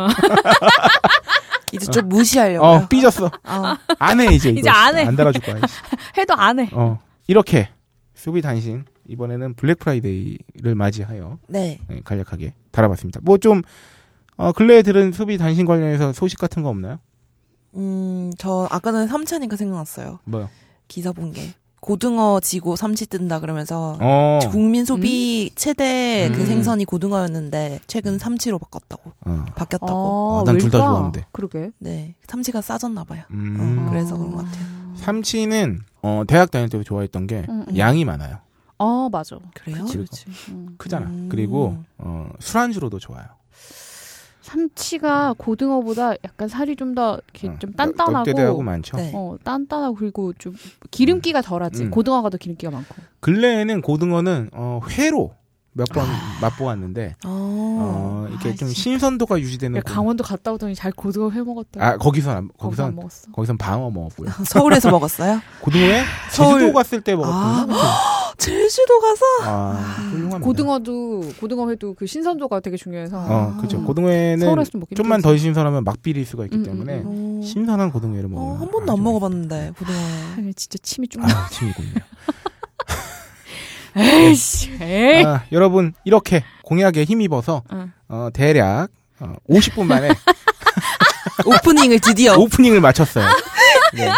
[SPEAKER 3] 이제 좀 무시하려고.
[SPEAKER 1] 어, 삐졌어.
[SPEAKER 3] 아,
[SPEAKER 1] 안 해 이제 이거.
[SPEAKER 2] 이제 안 해.
[SPEAKER 1] 안 달아줄 거야. 이씨.
[SPEAKER 2] 해도 안 해.
[SPEAKER 1] 어, 이렇게 소비 단신 이번에는 블랙 프라이데이를 맞이하여
[SPEAKER 3] 네.
[SPEAKER 1] 네, 간략하게 어, 달아봤습니다. 뭐 좀 근래에 들은 소비 단신 관련해서 소식 같은 거 없나요?
[SPEAKER 3] 음, 저 아까 전에 삼차니까 생각났어요.
[SPEAKER 1] 뭐요?
[SPEAKER 3] 기사 본 게. 고등어 지고 삼치 뜬다 그러면서
[SPEAKER 1] 어.
[SPEAKER 3] 국민 소비 최대 그
[SPEAKER 1] 음.
[SPEAKER 3] 생선이 고등어였는데 최근 삼치로 바꿨다고.
[SPEAKER 1] 어.
[SPEAKER 3] 바뀌었다고.
[SPEAKER 1] 아, 난둘다
[SPEAKER 2] 왜일까?
[SPEAKER 1] 좋아하는데.
[SPEAKER 2] 그러게.
[SPEAKER 3] 네. 삼치가 싸졌나 봐요.
[SPEAKER 1] 음.
[SPEAKER 3] 어, 그래서 그런 것 같아요.
[SPEAKER 1] 삼치는 어, 대학 다닐 때도 좋아했던 게
[SPEAKER 2] 음, 음.
[SPEAKER 1] 양이 많아요.
[SPEAKER 2] 어, 맞아.
[SPEAKER 3] 그래요?
[SPEAKER 1] 그치.
[SPEAKER 2] 음.
[SPEAKER 1] 크잖아.
[SPEAKER 3] 음.
[SPEAKER 1] 그리고 어, 술안주로도 좋아요.
[SPEAKER 2] 삼치가 고등어보다 약간 살이 좀 더 이렇게
[SPEAKER 1] 어,
[SPEAKER 2] 좀
[SPEAKER 1] 떡대대하고
[SPEAKER 2] 단단하고
[SPEAKER 1] 많죠.
[SPEAKER 3] 네.
[SPEAKER 2] 어, 단단하고 그리고 좀 기름기가 덜하지.
[SPEAKER 1] 음.
[SPEAKER 2] 고등어가 더 기름기가 많고.
[SPEAKER 1] 근래에는 고등어는 어, 회로 몇 번 맛보았는데
[SPEAKER 3] 어.
[SPEAKER 1] 어, 이렇게
[SPEAKER 2] 아,
[SPEAKER 1] 좀
[SPEAKER 2] 진짜.
[SPEAKER 1] 신선도가 유지되는
[SPEAKER 2] 야, 그러니까 강원도 갔다 오더니 잘 고등어 회 먹었다.
[SPEAKER 1] 아 거기서 안-
[SPEAKER 2] 거기서
[SPEAKER 1] 거기서
[SPEAKER 2] 안 먹었어.
[SPEAKER 1] 거기서 방어 먹었고요.
[SPEAKER 3] 서울에서 먹었어요?
[SPEAKER 1] 고등어에
[SPEAKER 3] 서울.
[SPEAKER 1] 제주도 갔을 때 먹었던 거.
[SPEAKER 3] 제주도 가서?
[SPEAKER 1] 아, 훌륭합니다.
[SPEAKER 2] 고등어도 고등어 회도 그 신선도가 되게 중요해서 아.
[SPEAKER 1] 어, 그렇죠. 고등어에는
[SPEAKER 2] 서울에서 좀 먹기
[SPEAKER 1] 좀만
[SPEAKER 2] 힘들지.
[SPEAKER 1] 더 신선하면 막비릴 수가 있기
[SPEAKER 2] 음,
[SPEAKER 1] 때문에
[SPEAKER 2] 음,
[SPEAKER 3] 어.
[SPEAKER 1] 신선한 고등어를 먹는.
[SPEAKER 3] 어,
[SPEAKER 1] 건
[SPEAKER 3] 한 번도
[SPEAKER 1] 아주
[SPEAKER 3] 안
[SPEAKER 1] 네.
[SPEAKER 3] 먹어봤는데, 고등어.
[SPEAKER 2] 아, 진짜 침이 쭉 나.
[SPEAKER 1] 아, 침이 고네요. 예.
[SPEAKER 2] 에이씨. 에이.
[SPEAKER 1] 아, 여러분 이렇게 공약에 힘입어서
[SPEAKER 2] 응.
[SPEAKER 1] 어, 대략 어, 50분 만에
[SPEAKER 3] 오프닝을 드디어.
[SPEAKER 1] 오프닝을 마쳤어요. 네.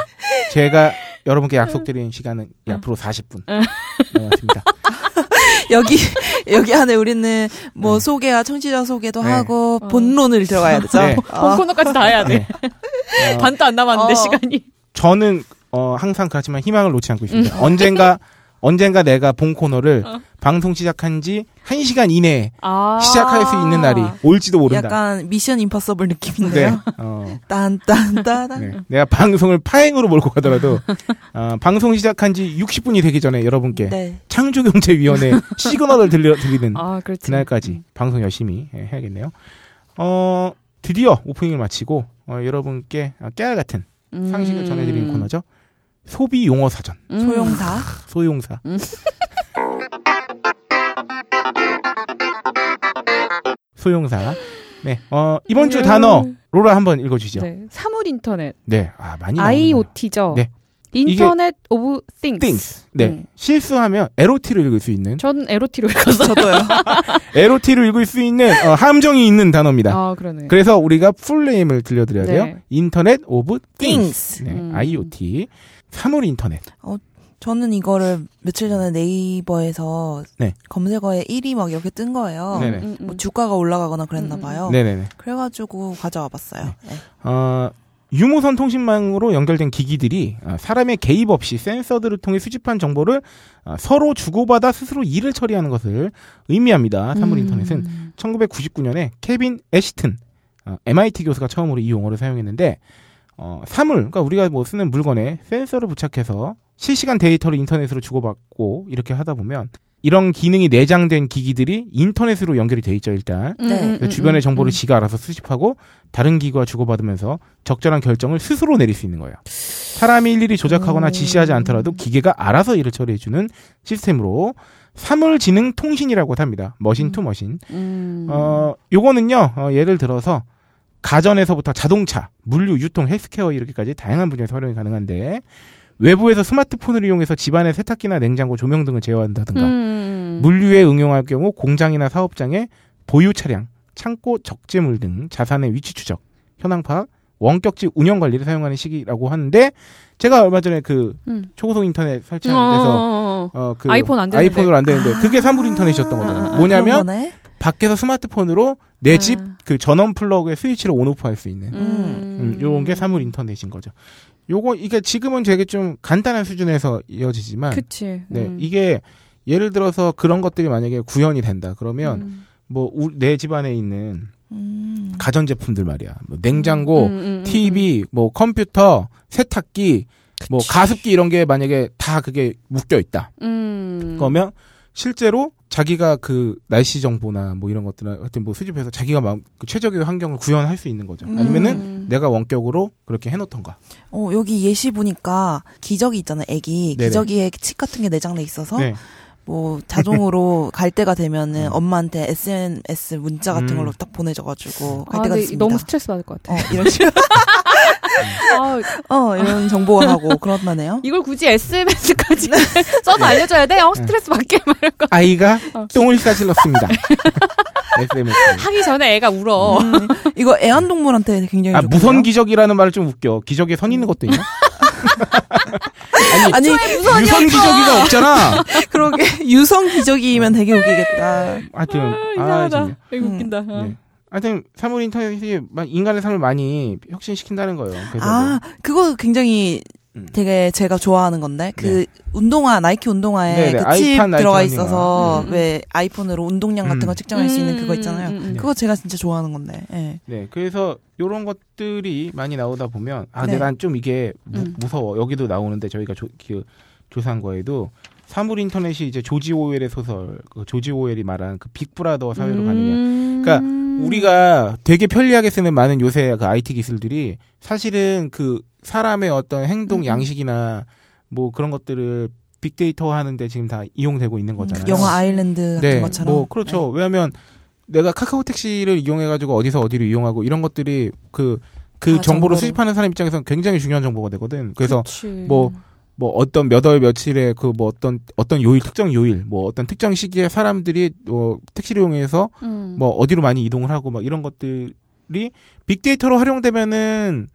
[SPEAKER 1] 제가 여러분께 약속드린 시간은 이 앞으로 40분. 네, 맞습니다.
[SPEAKER 3] 여기 여기 안에 우리는
[SPEAKER 1] 네.
[SPEAKER 3] 뭐 소개와 청취자 소개도
[SPEAKER 1] 네.
[SPEAKER 3] 하고
[SPEAKER 2] 어.
[SPEAKER 3] 본론을 들어가야 되죠.
[SPEAKER 1] 네.
[SPEAKER 3] 아,
[SPEAKER 2] 코너까지 다 해야
[SPEAKER 1] 네. 어,
[SPEAKER 2] 반도 안 남았는데
[SPEAKER 3] 어.
[SPEAKER 2] 시간이.
[SPEAKER 1] 저는 어, 항상 그렇지만 희망을 놓지 않고 있습니다.
[SPEAKER 3] 음.
[SPEAKER 1] 언젠가 언젠가 내가 본 코너를
[SPEAKER 3] 어.
[SPEAKER 1] 방송 시작한 지 1시간 이내에
[SPEAKER 2] 아.
[SPEAKER 1] 시작할 수 있는 날이 올지도 모른다.
[SPEAKER 3] 약간 미션 임파서블
[SPEAKER 1] 네.
[SPEAKER 3] 느낌인데요.
[SPEAKER 1] 어,
[SPEAKER 3] 딴딴따단.
[SPEAKER 1] 네. 내가 방송을 파행으로 몰고 가더라도 어, 방송 시작한 지 60분이 되기 전에 여러분께
[SPEAKER 3] 네.
[SPEAKER 1] 창조경제위원회 시그널을 들려 드리는
[SPEAKER 2] 아, 그렇지.
[SPEAKER 1] 음. 그날까지 방송 열심히 예, 해야겠네요. 어 드디어 오프닝을 마치고 어, 여러분께 아, 깨알 같은
[SPEAKER 2] 음.
[SPEAKER 1] 상식을 전해드리는 코너죠. 소비 용어 사전
[SPEAKER 2] 음.
[SPEAKER 3] 소용사.
[SPEAKER 1] 소용사.
[SPEAKER 2] 음.
[SPEAKER 1] 소용사. 네. 어 이번 주 단어 로라 한번 읽어주시죠. 네.
[SPEAKER 2] 음. 네. 사물 인터넷.
[SPEAKER 1] 아 많이 나오네요.
[SPEAKER 2] IoT죠.
[SPEAKER 1] 네.
[SPEAKER 2] 인터넷 오브 things.
[SPEAKER 1] things. 네.
[SPEAKER 2] 음.
[SPEAKER 1] 실수하면 LOT로 읽을 수 있는
[SPEAKER 2] 전 에로티로 읽었어.
[SPEAKER 3] 저도요.
[SPEAKER 1] LOT로 읽을 수 있는 어, 함정이 있는 단어입니다.
[SPEAKER 2] 아, 그러네.
[SPEAKER 1] 그래서 우리가 풀네임을 들려드려야
[SPEAKER 2] 네.
[SPEAKER 1] 돼요. 인터넷 오브 things.
[SPEAKER 3] 띵스.
[SPEAKER 1] 네,
[SPEAKER 2] 음.
[SPEAKER 1] IoT. 사물 인터넷.
[SPEAKER 3] 저는 이거를 며칠 전에 네이버에서
[SPEAKER 1] 네.
[SPEAKER 3] 검색어에 1위 막 이렇게 뜬 거예요.
[SPEAKER 1] 네네.
[SPEAKER 2] 음, 음.
[SPEAKER 3] 뭐 주가가 올라가거나 그랬나
[SPEAKER 2] 음, 음.
[SPEAKER 3] 봐요.
[SPEAKER 1] 네네네.
[SPEAKER 3] 그래가지고 가져와 봤어요. 네.
[SPEAKER 1] 어, 유무선 통신망으로 연결된 기기들이 어, 사람의 개입 없이 센서들을 통해 수집한 정보를 어, 서로 주고받아 스스로 일을 처리하는 것을 의미합니다. 아, 사물
[SPEAKER 2] 음.
[SPEAKER 1] 인터넷은 1999년에 케빈 애시튼 어, MIT 교수가 처음으로 이 용어를 사용했는데 어, 사물, 그러니까 우리가 뭐 쓰는 물건에 센서를 부착해서 실시간 데이터를 인터넷으로 주고받고 이렇게 하다 보면 이런 기능이 내장된 기기들이 인터넷으로 연결이 돼 있죠 일단
[SPEAKER 2] 음,
[SPEAKER 3] 네.
[SPEAKER 2] 음, 음,
[SPEAKER 1] 그 주변의
[SPEAKER 2] 음,
[SPEAKER 1] 정보를
[SPEAKER 2] 음.
[SPEAKER 1] 지가 알아서 수집하고 다른 기구와 주고받으면서 적절한 결정을 스스로 내릴 수 있는 거예요. 사람이 일일이 조작하거나
[SPEAKER 3] 음.
[SPEAKER 1] 지시하지 않더라도 기계가 알아서 일을 처리해주는 시스템으로 사물지능 통신이라고 합니다. 머신 투 머신.
[SPEAKER 2] 음.
[SPEAKER 1] 어, 요거는요, 어, 예를 들어서 가전에서부터 자동차, 물류, 유통, 헬스케어 이렇게까지 다양한 분야에서 활용이 가능한데 외부에서 스마트폰을 이용해서 집안의 세탁기나 냉장고, 조명 등을 제어한다든가
[SPEAKER 2] 음.
[SPEAKER 1] 물류에 응용할 경우 공장이나 사업장의 보유 차량, 창고 적재물 등 자산의 위치 추적, 현황 파악, 원격지 운영 관리를 사용하는 시기라고 하는데 제가 얼마 전에 그
[SPEAKER 2] 음.
[SPEAKER 1] 초고속 인터넷
[SPEAKER 2] 어,
[SPEAKER 1] 설치하는 데서
[SPEAKER 2] 어, 어.
[SPEAKER 1] 어, 그
[SPEAKER 2] 아이폰 안 되는데.
[SPEAKER 1] 아이폰으로 안 되는데 그게 사물 인터넷이었던
[SPEAKER 3] 아,
[SPEAKER 1] 거잖아요.
[SPEAKER 3] 그런
[SPEAKER 1] 음. 뭐냐면
[SPEAKER 3] 거네.
[SPEAKER 1] 밖에서 스마트폰으로 내 집 그
[SPEAKER 2] 아.
[SPEAKER 1] 전원 플러그의 스위치를 온오프 할 수 있는
[SPEAKER 2] 음.
[SPEAKER 1] 음, 요런 게 사물 인터넷인 거죠. 요거 이게 지금은 되게 좀 간단한 수준에서 이어지지만
[SPEAKER 2] 그치.
[SPEAKER 1] 네,
[SPEAKER 2] 음.
[SPEAKER 1] 이게 예를 들어서 그런 것들이 만약에 구현이 된다 그러면
[SPEAKER 2] 음.
[SPEAKER 1] 뭐 내 집안에 있는
[SPEAKER 3] 음.
[SPEAKER 1] 가전 제품들 말이야. 뭐 냉장고,
[SPEAKER 2] 음, 음, 음, 음.
[SPEAKER 1] TV, 뭐 컴퓨터, 세탁기, 뭐
[SPEAKER 3] 그치.
[SPEAKER 1] 가습기 이런 게 만약에 다 그게 묶여 있다.
[SPEAKER 2] 음.
[SPEAKER 1] 그러면 실제로 자기가 그 날씨 정보나 뭐 이런 것들 하여튼 뭐 수집해서 자기가 막 그 최적의 환경을 구현할 수 있는 거죠.
[SPEAKER 3] 음.
[SPEAKER 1] 아니면은
[SPEAKER 2] 음.
[SPEAKER 1] 내가 원격으로 그렇게 해놓던가.
[SPEAKER 3] 어, 여기 예시 보니까 기저귀 있잖아요, 애기.
[SPEAKER 1] 네네.
[SPEAKER 3] 기저귀에 칩 같은 게 내장돼 있어서
[SPEAKER 1] 네.
[SPEAKER 3] 뭐 자동으로 갈 때가 되면은
[SPEAKER 1] 음.
[SPEAKER 3] 엄마한테 SNS 문자 같은
[SPEAKER 1] 음.
[SPEAKER 3] 걸로 딱 보내져가지고 갈
[SPEAKER 2] 아,
[SPEAKER 3] 때가
[SPEAKER 2] 근데
[SPEAKER 3] 됐습니다.
[SPEAKER 2] 너무 스트레스 받을 것 같아.
[SPEAKER 3] 어, 이런 식으로.
[SPEAKER 2] 아,
[SPEAKER 3] 어, 이런 정보가 가고 그렇다네요.
[SPEAKER 2] 이걸 굳이 SMS까지 써서 알려줘야 돼?
[SPEAKER 1] 네.
[SPEAKER 2] 어, 스트레스 받게 말할 거.
[SPEAKER 1] 아이가
[SPEAKER 2] 어.
[SPEAKER 1] 똥을 싸질렀습니다. SMS.
[SPEAKER 2] 하기 전에 애가 울어.
[SPEAKER 3] 음, 이거 애완동물한테 굉장히
[SPEAKER 1] 아
[SPEAKER 3] 좋고요.
[SPEAKER 1] 무선 기적이라는 말을 좀 웃겨. 기적에 선 있는 것도 있나?
[SPEAKER 3] 아니
[SPEAKER 1] 유선 기적이가 없잖아.
[SPEAKER 3] 그러게 유성 기저귀면 되게 웃기겠다.
[SPEAKER 1] 하여튼 아,
[SPEAKER 2] 이상하다.
[SPEAKER 1] 진짜.
[SPEAKER 2] 이거
[SPEAKER 3] 음.
[SPEAKER 2] 웃긴다. 어.
[SPEAKER 1] 네. 하여튼 사물 인터넷이 막 인간의 삶을 많이 혁신시킨다는 거예요. 그래서
[SPEAKER 3] 아 그거 굉장히
[SPEAKER 1] 음.
[SPEAKER 3] 되게 제가 좋아하는 건데 그 운동화 나이키 운동화에
[SPEAKER 1] 네, 네.
[SPEAKER 3] 그 칩
[SPEAKER 1] 아이판 나이키 운동화.
[SPEAKER 3] 들어가 있어서
[SPEAKER 2] 음.
[SPEAKER 3] 왜 아이폰으로 운동량 같은 거
[SPEAKER 1] 음.
[SPEAKER 3] 측정할 수 있는 그거
[SPEAKER 2] 음,
[SPEAKER 3] 있잖아요.
[SPEAKER 2] 음, 음.
[SPEAKER 3] 그거 제가 진짜 좋아하는 건데. 예.
[SPEAKER 1] 네, 그래서 요런 것들이 많이 나오다 보면 아,
[SPEAKER 3] 네.
[SPEAKER 1] 근데 난 좀 이게 무,
[SPEAKER 2] 음.
[SPEAKER 1] 서워 여기도 나오는데 저희가 조, 그, 조사한 거에도 사물 인터넷이 이제 조지 오웰의 소설, 그 조지 오웰이 말한 그 빅브라더
[SPEAKER 2] 음.
[SPEAKER 1] 사회로 가느냐.
[SPEAKER 3] 음.
[SPEAKER 1] 그러니까 우리가 되게 편리하게 쓰는 많은 요새 그 IT 기술들이 사실은 그 사람의 어떤 행동
[SPEAKER 2] 음.
[SPEAKER 1] 양식이나 뭐 그런 것들을 빅데이터 하는데 지금 다 이용되고 있는 거잖아요.
[SPEAKER 3] 음, 영화 아일랜드 같은
[SPEAKER 1] 네,
[SPEAKER 3] 것처럼.
[SPEAKER 1] 뭐 그렇죠. 왜냐하면 내가 카카오 택시를 이용해가지고 어디서 어디로 이용하고 이런 것들이 그 그
[SPEAKER 3] 아,
[SPEAKER 1] 정보를,
[SPEAKER 3] 정보를. 그렇죠.
[SPEAKER 1] 수집하는 사람 입장에서는 굉장히 중요한 정보가 되거든. 그래서
[SPEAKER 2] 그치.
[SPEAKER 1] 뭐- 뭐 어떤 몇 월 며칠에 그 뭐 어떤 어떤 요일 특정 요일 뭐 어떤 특정 시기에 사람들이 어, 택시를 이용해서
[SPEAKER 2] 음.
[SPEAKER 1] 뭐 어디로 많이 이동을 하고 막 이런 것들이 빅데이터로 활용되면은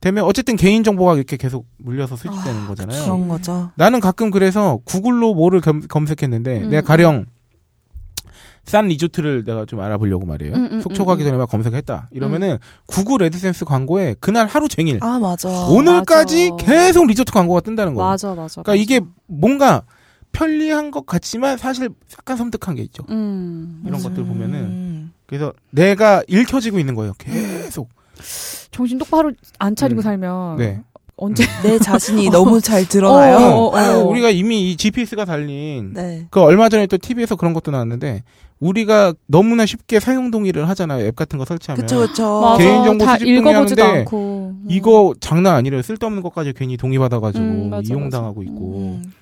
[SPEAKER 1] 되면 어쨌든 개인 정보가 이렇게 계속 물려서 수집되는 거잖아요.
[SPEAKER 3] 그런 거죠.
[SPEAKER 1] 나는 가끔 그래서 구글로 뭐를 검, 색했는데
[SPEAKER 2] 음,
[SPEAKER 1] 내가 가령 싼 리조트를 내가 좀 알아보려고 말이에요.
[SPEAKER 2] 음, 음,
[SPEAKER 1] 속초
[SPEAKER 2] 음,
[SPEAKER 1] 가기
[SPEAKER 2] 음.
[SPEAKER 1] 전에 막 검색했다. 이러면은 구글 애드센스 광고에 그날 하루 종일
[SPEAKER 3] 아 맞아.
[SPEAKER 1] 뭐 오늘까지
[SPEAKER 2] 맞아.
[SPEAKER 1] 계속 리조트 광고가 뜬다는 거예요.
[SPEAKER 2] 맞아, 맞아.
[SPEAKER 1] 그러니까 이게 뭔가 편리한 것 같지만 사실 약간 섬뜩한 게 있죠.
[SPEAKER 2] 음.
[SPEAKER 1] 이런 것들 보면은
[SPEAKER 3] 음.
[SPEAKER 1] 그래서 내가 읽혀지고 있는 거예요. 계속.
[SPEAKER 2] 정신 똑바로 안
[SPEAKER 1] 음.
[SPEAKER 2] 차리고 살면
[SPEAKER 1] 네.
[SPEAKER 2] 언제
[SPEAKER 3] 내 자신이 너무 잘 드러나요.
[SPEAKER 2] 어,
[SPEAKER 1] 어, 우리가 이미 이 GPS가 달린
[SPEAKER 3] 네.
[SPEAKER 1] 그 얼마 전에 또 TV에서 그런 것도 나왔는데 우리가 너무나 쉽게 사용 동의를 하잖아요. 앱 같은 거 설치하면.
[SPEAKER 3] 그쵸 그쵸.
[SPEAKER 2] 맞아.
[SPEAKER 1] 개인정보
[SPEAKER 2] 다
[SPEAKER 1] 수집
[SPEAKER 2] 읽어보지도
[SPEAKER 1] 동의하는데
[SPEAKER 2] 않고 음.
[SPEAKER 1] 이거 장난 아니래요. 쓸데없는 것까지 괜히 동의받아가지고
[SPEAKER 2] 음, 맞아,
[SPEAKER 1] 이용당하고 있고
[SPEAKER 3] 음,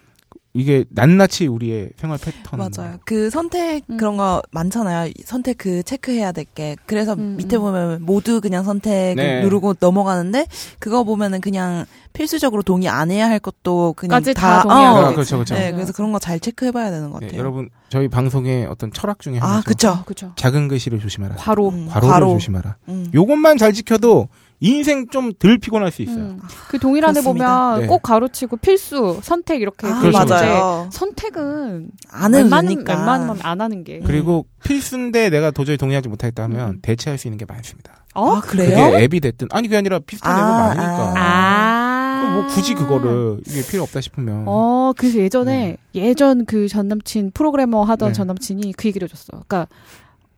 [SPEAKER 1] 이게 낱낱이 우리의 생활 패턴.
[SPEAKER 3] 맞아요. 그 선택
[SPEAKER 2] 음.
[SPEAKER 3] 그런 거 많잖아요. 선택 그 체크해야 될 게. 그래서
[SPEAKER 2] 음,
[SPEAKER 3] 밑에
[SPEAKER 2] 음.
[SPEAKER 3] 보면 모두 그냥 선택
[SPEAKER 1] 네.
[SPEAKER 3] 을 누르고 넘어가는데 그거 보면은 그냥 필수적으로 동의 안 해야 할 것도 그냥
[SPEAKER 2] 까지
[SPEAKER 3] 다,
[SPEAKER 2] 다 음.
[SPEAKER 1] 아,
[SPEAKER 2] 동의하고
[SPEAKER 3] 어,
[SPEAKER 1] 그렇죠, 그렇죠.
[SPEAKER 3] 네, 그래서 그런 거 잘 체크해봐야 되는 것
[SPEAKER 1] 네,
[SPEAKER 3] 같아요.
[SPEAKER 1] 여러분 저희 방송의 어떤 철학 중에 하나죠.
[SPEAKER 3] 아, 그쵸.
[SPEAKER 2] 그렇죠.
[SPEAKER 1] 작은 글씨를 조심하라.
[SPEAKER 2] 바로
[SPEAKER 3] 음,
[SPEAKER 1] 괄호를
[SPEAKER 3] 괄호.
[SPEAKER 1] 조심하라.
[SPEAKER 3] 음.
[SPEAKER 1] 요것만 잘 지켜도 인생 좀 덜 피곤할 수 있어요.
[SPEAKER 2] 음. 그 동일한에
[SPEAKER 3] 그렇습니다.
[SPEAKER 2] 보면
[SPEAKER 1] 네.
[SPEAKER 2] 꼭 가로치고 필수 선택 이렇게
[SPEAKER 3] 아,
[SPEAKER 2] 돼
[SPEAKER 1] 그렇죠.
[SPEAKER 2] 있는데
[SPEAKER 3] 맞아요.
[SPEAKER 2] 선택은
[SPEAKER 3] 안 해도
[SPEAKER 2] 웬만하면
[SPEAKER 3] 되니까.
[SPEAKER 2] 웬만하면 안 하는 게.
[SPEAKER 3] 음.
[SPEAKER 1] 그리고 필수인데 내가 도저히 동의하지 못하겠다 하면
[SPEAKER 2] 음.
[SPEAKER 1] 대체할 수 있는 게 많습니다.
[SPEAKER 2] 어?
[SPEAKER 3] 아,
[SPEAKER 1] 그게
[SPEAKER 3] 그래요?
[SPEAKER 1] 앱이 됐든 아니 그게 아니라 비슷한
[SPEAKER 3] 아,
[SPEAKER 1] 앱은 많으니까.
[SPEAKER 2] 아.
[SPEAKER 1] 그럼 뭐 굳이 그거를 이게 필요 없다 싶으면
[SPEAKER 2] 어, 그래서 예전에 예전 그 전 남친 프로그래머 하던
[SPEAKER 1] 네.
[SPEAKER 2] 전 남친이 그 얘기를 해줬어. 그러니까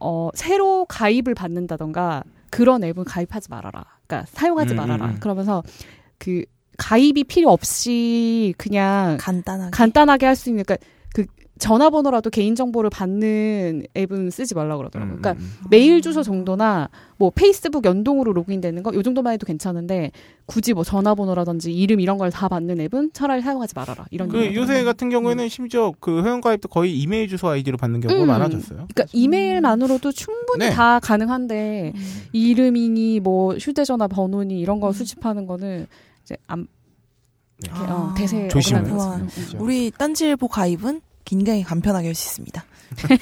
[SPEAKER 2] 어 새로 가입을 받는다던가 그런 앱은 가입하지 말아라. 그러니까 사용하지
[SPEAKER 1] 음,
[SPEAKER 2] 말아라.
[SPEAKER 1] 음, 음.
[SPEAKER 2] 그러면서 그 가입이 필요 없이 그냥
[SPEAKER 3] 간단하게.
[SPEAKER 2] 간단하게 할 수 있는 그러니까 그 전화번호라도 개인정보를 받는 앱은 쓰지 말라고 그러더라고요.
[SPEAKER 1] 음,
[SPEAKER 2] 그러니까
[SPEAKER 1] 음, 음.
[SPEAKER 2] 메일 주소 정도나 뭐 페이스북 연동으로 로그인되는 거 요 정도만 해도 괜찮은데 굳이 뭐 전화번호라든지 이름 이런 걸 다 받는 앱은 차라리 사용하지 말아라 이런
[SPEAKER 1] 그
[SPEAKER 2] 얘기거든요.
[SPEAKER 1] 요새 같은 경우에는 심지어 그 회원가입도 거의 이메일 주소 아이디로 받는 경우가
[SPEAKER 2] 음.
[SPEAKER 1] 많아졌어요.
[SPEAKER 2] 그러니까 이메일만으로도 충분히
[SPEAKER 1] 네.
[SPEAKER 2] 다 가능한데
[SPEAKER 3] 음.
[SPEAKER 2] 이름이니 뭐 휴대전화 번호니 이런 거 수집하는 거는 이제 안
[SPEAKER 1] 네.
[SPEAKER 2] 이렇게, 어, 대세
[SPEAKER 1] 조심을
[SPEAKER 2] 어긋나는 거지.
[SPEAKER 3] 우와.
[SPEAKER 1] 진짜.
[SPEAKER 3] 아. 우리 딴지일보 가입은 굉장히 간편하게 할 수 있습니다.
[SPEAKER 1] 네,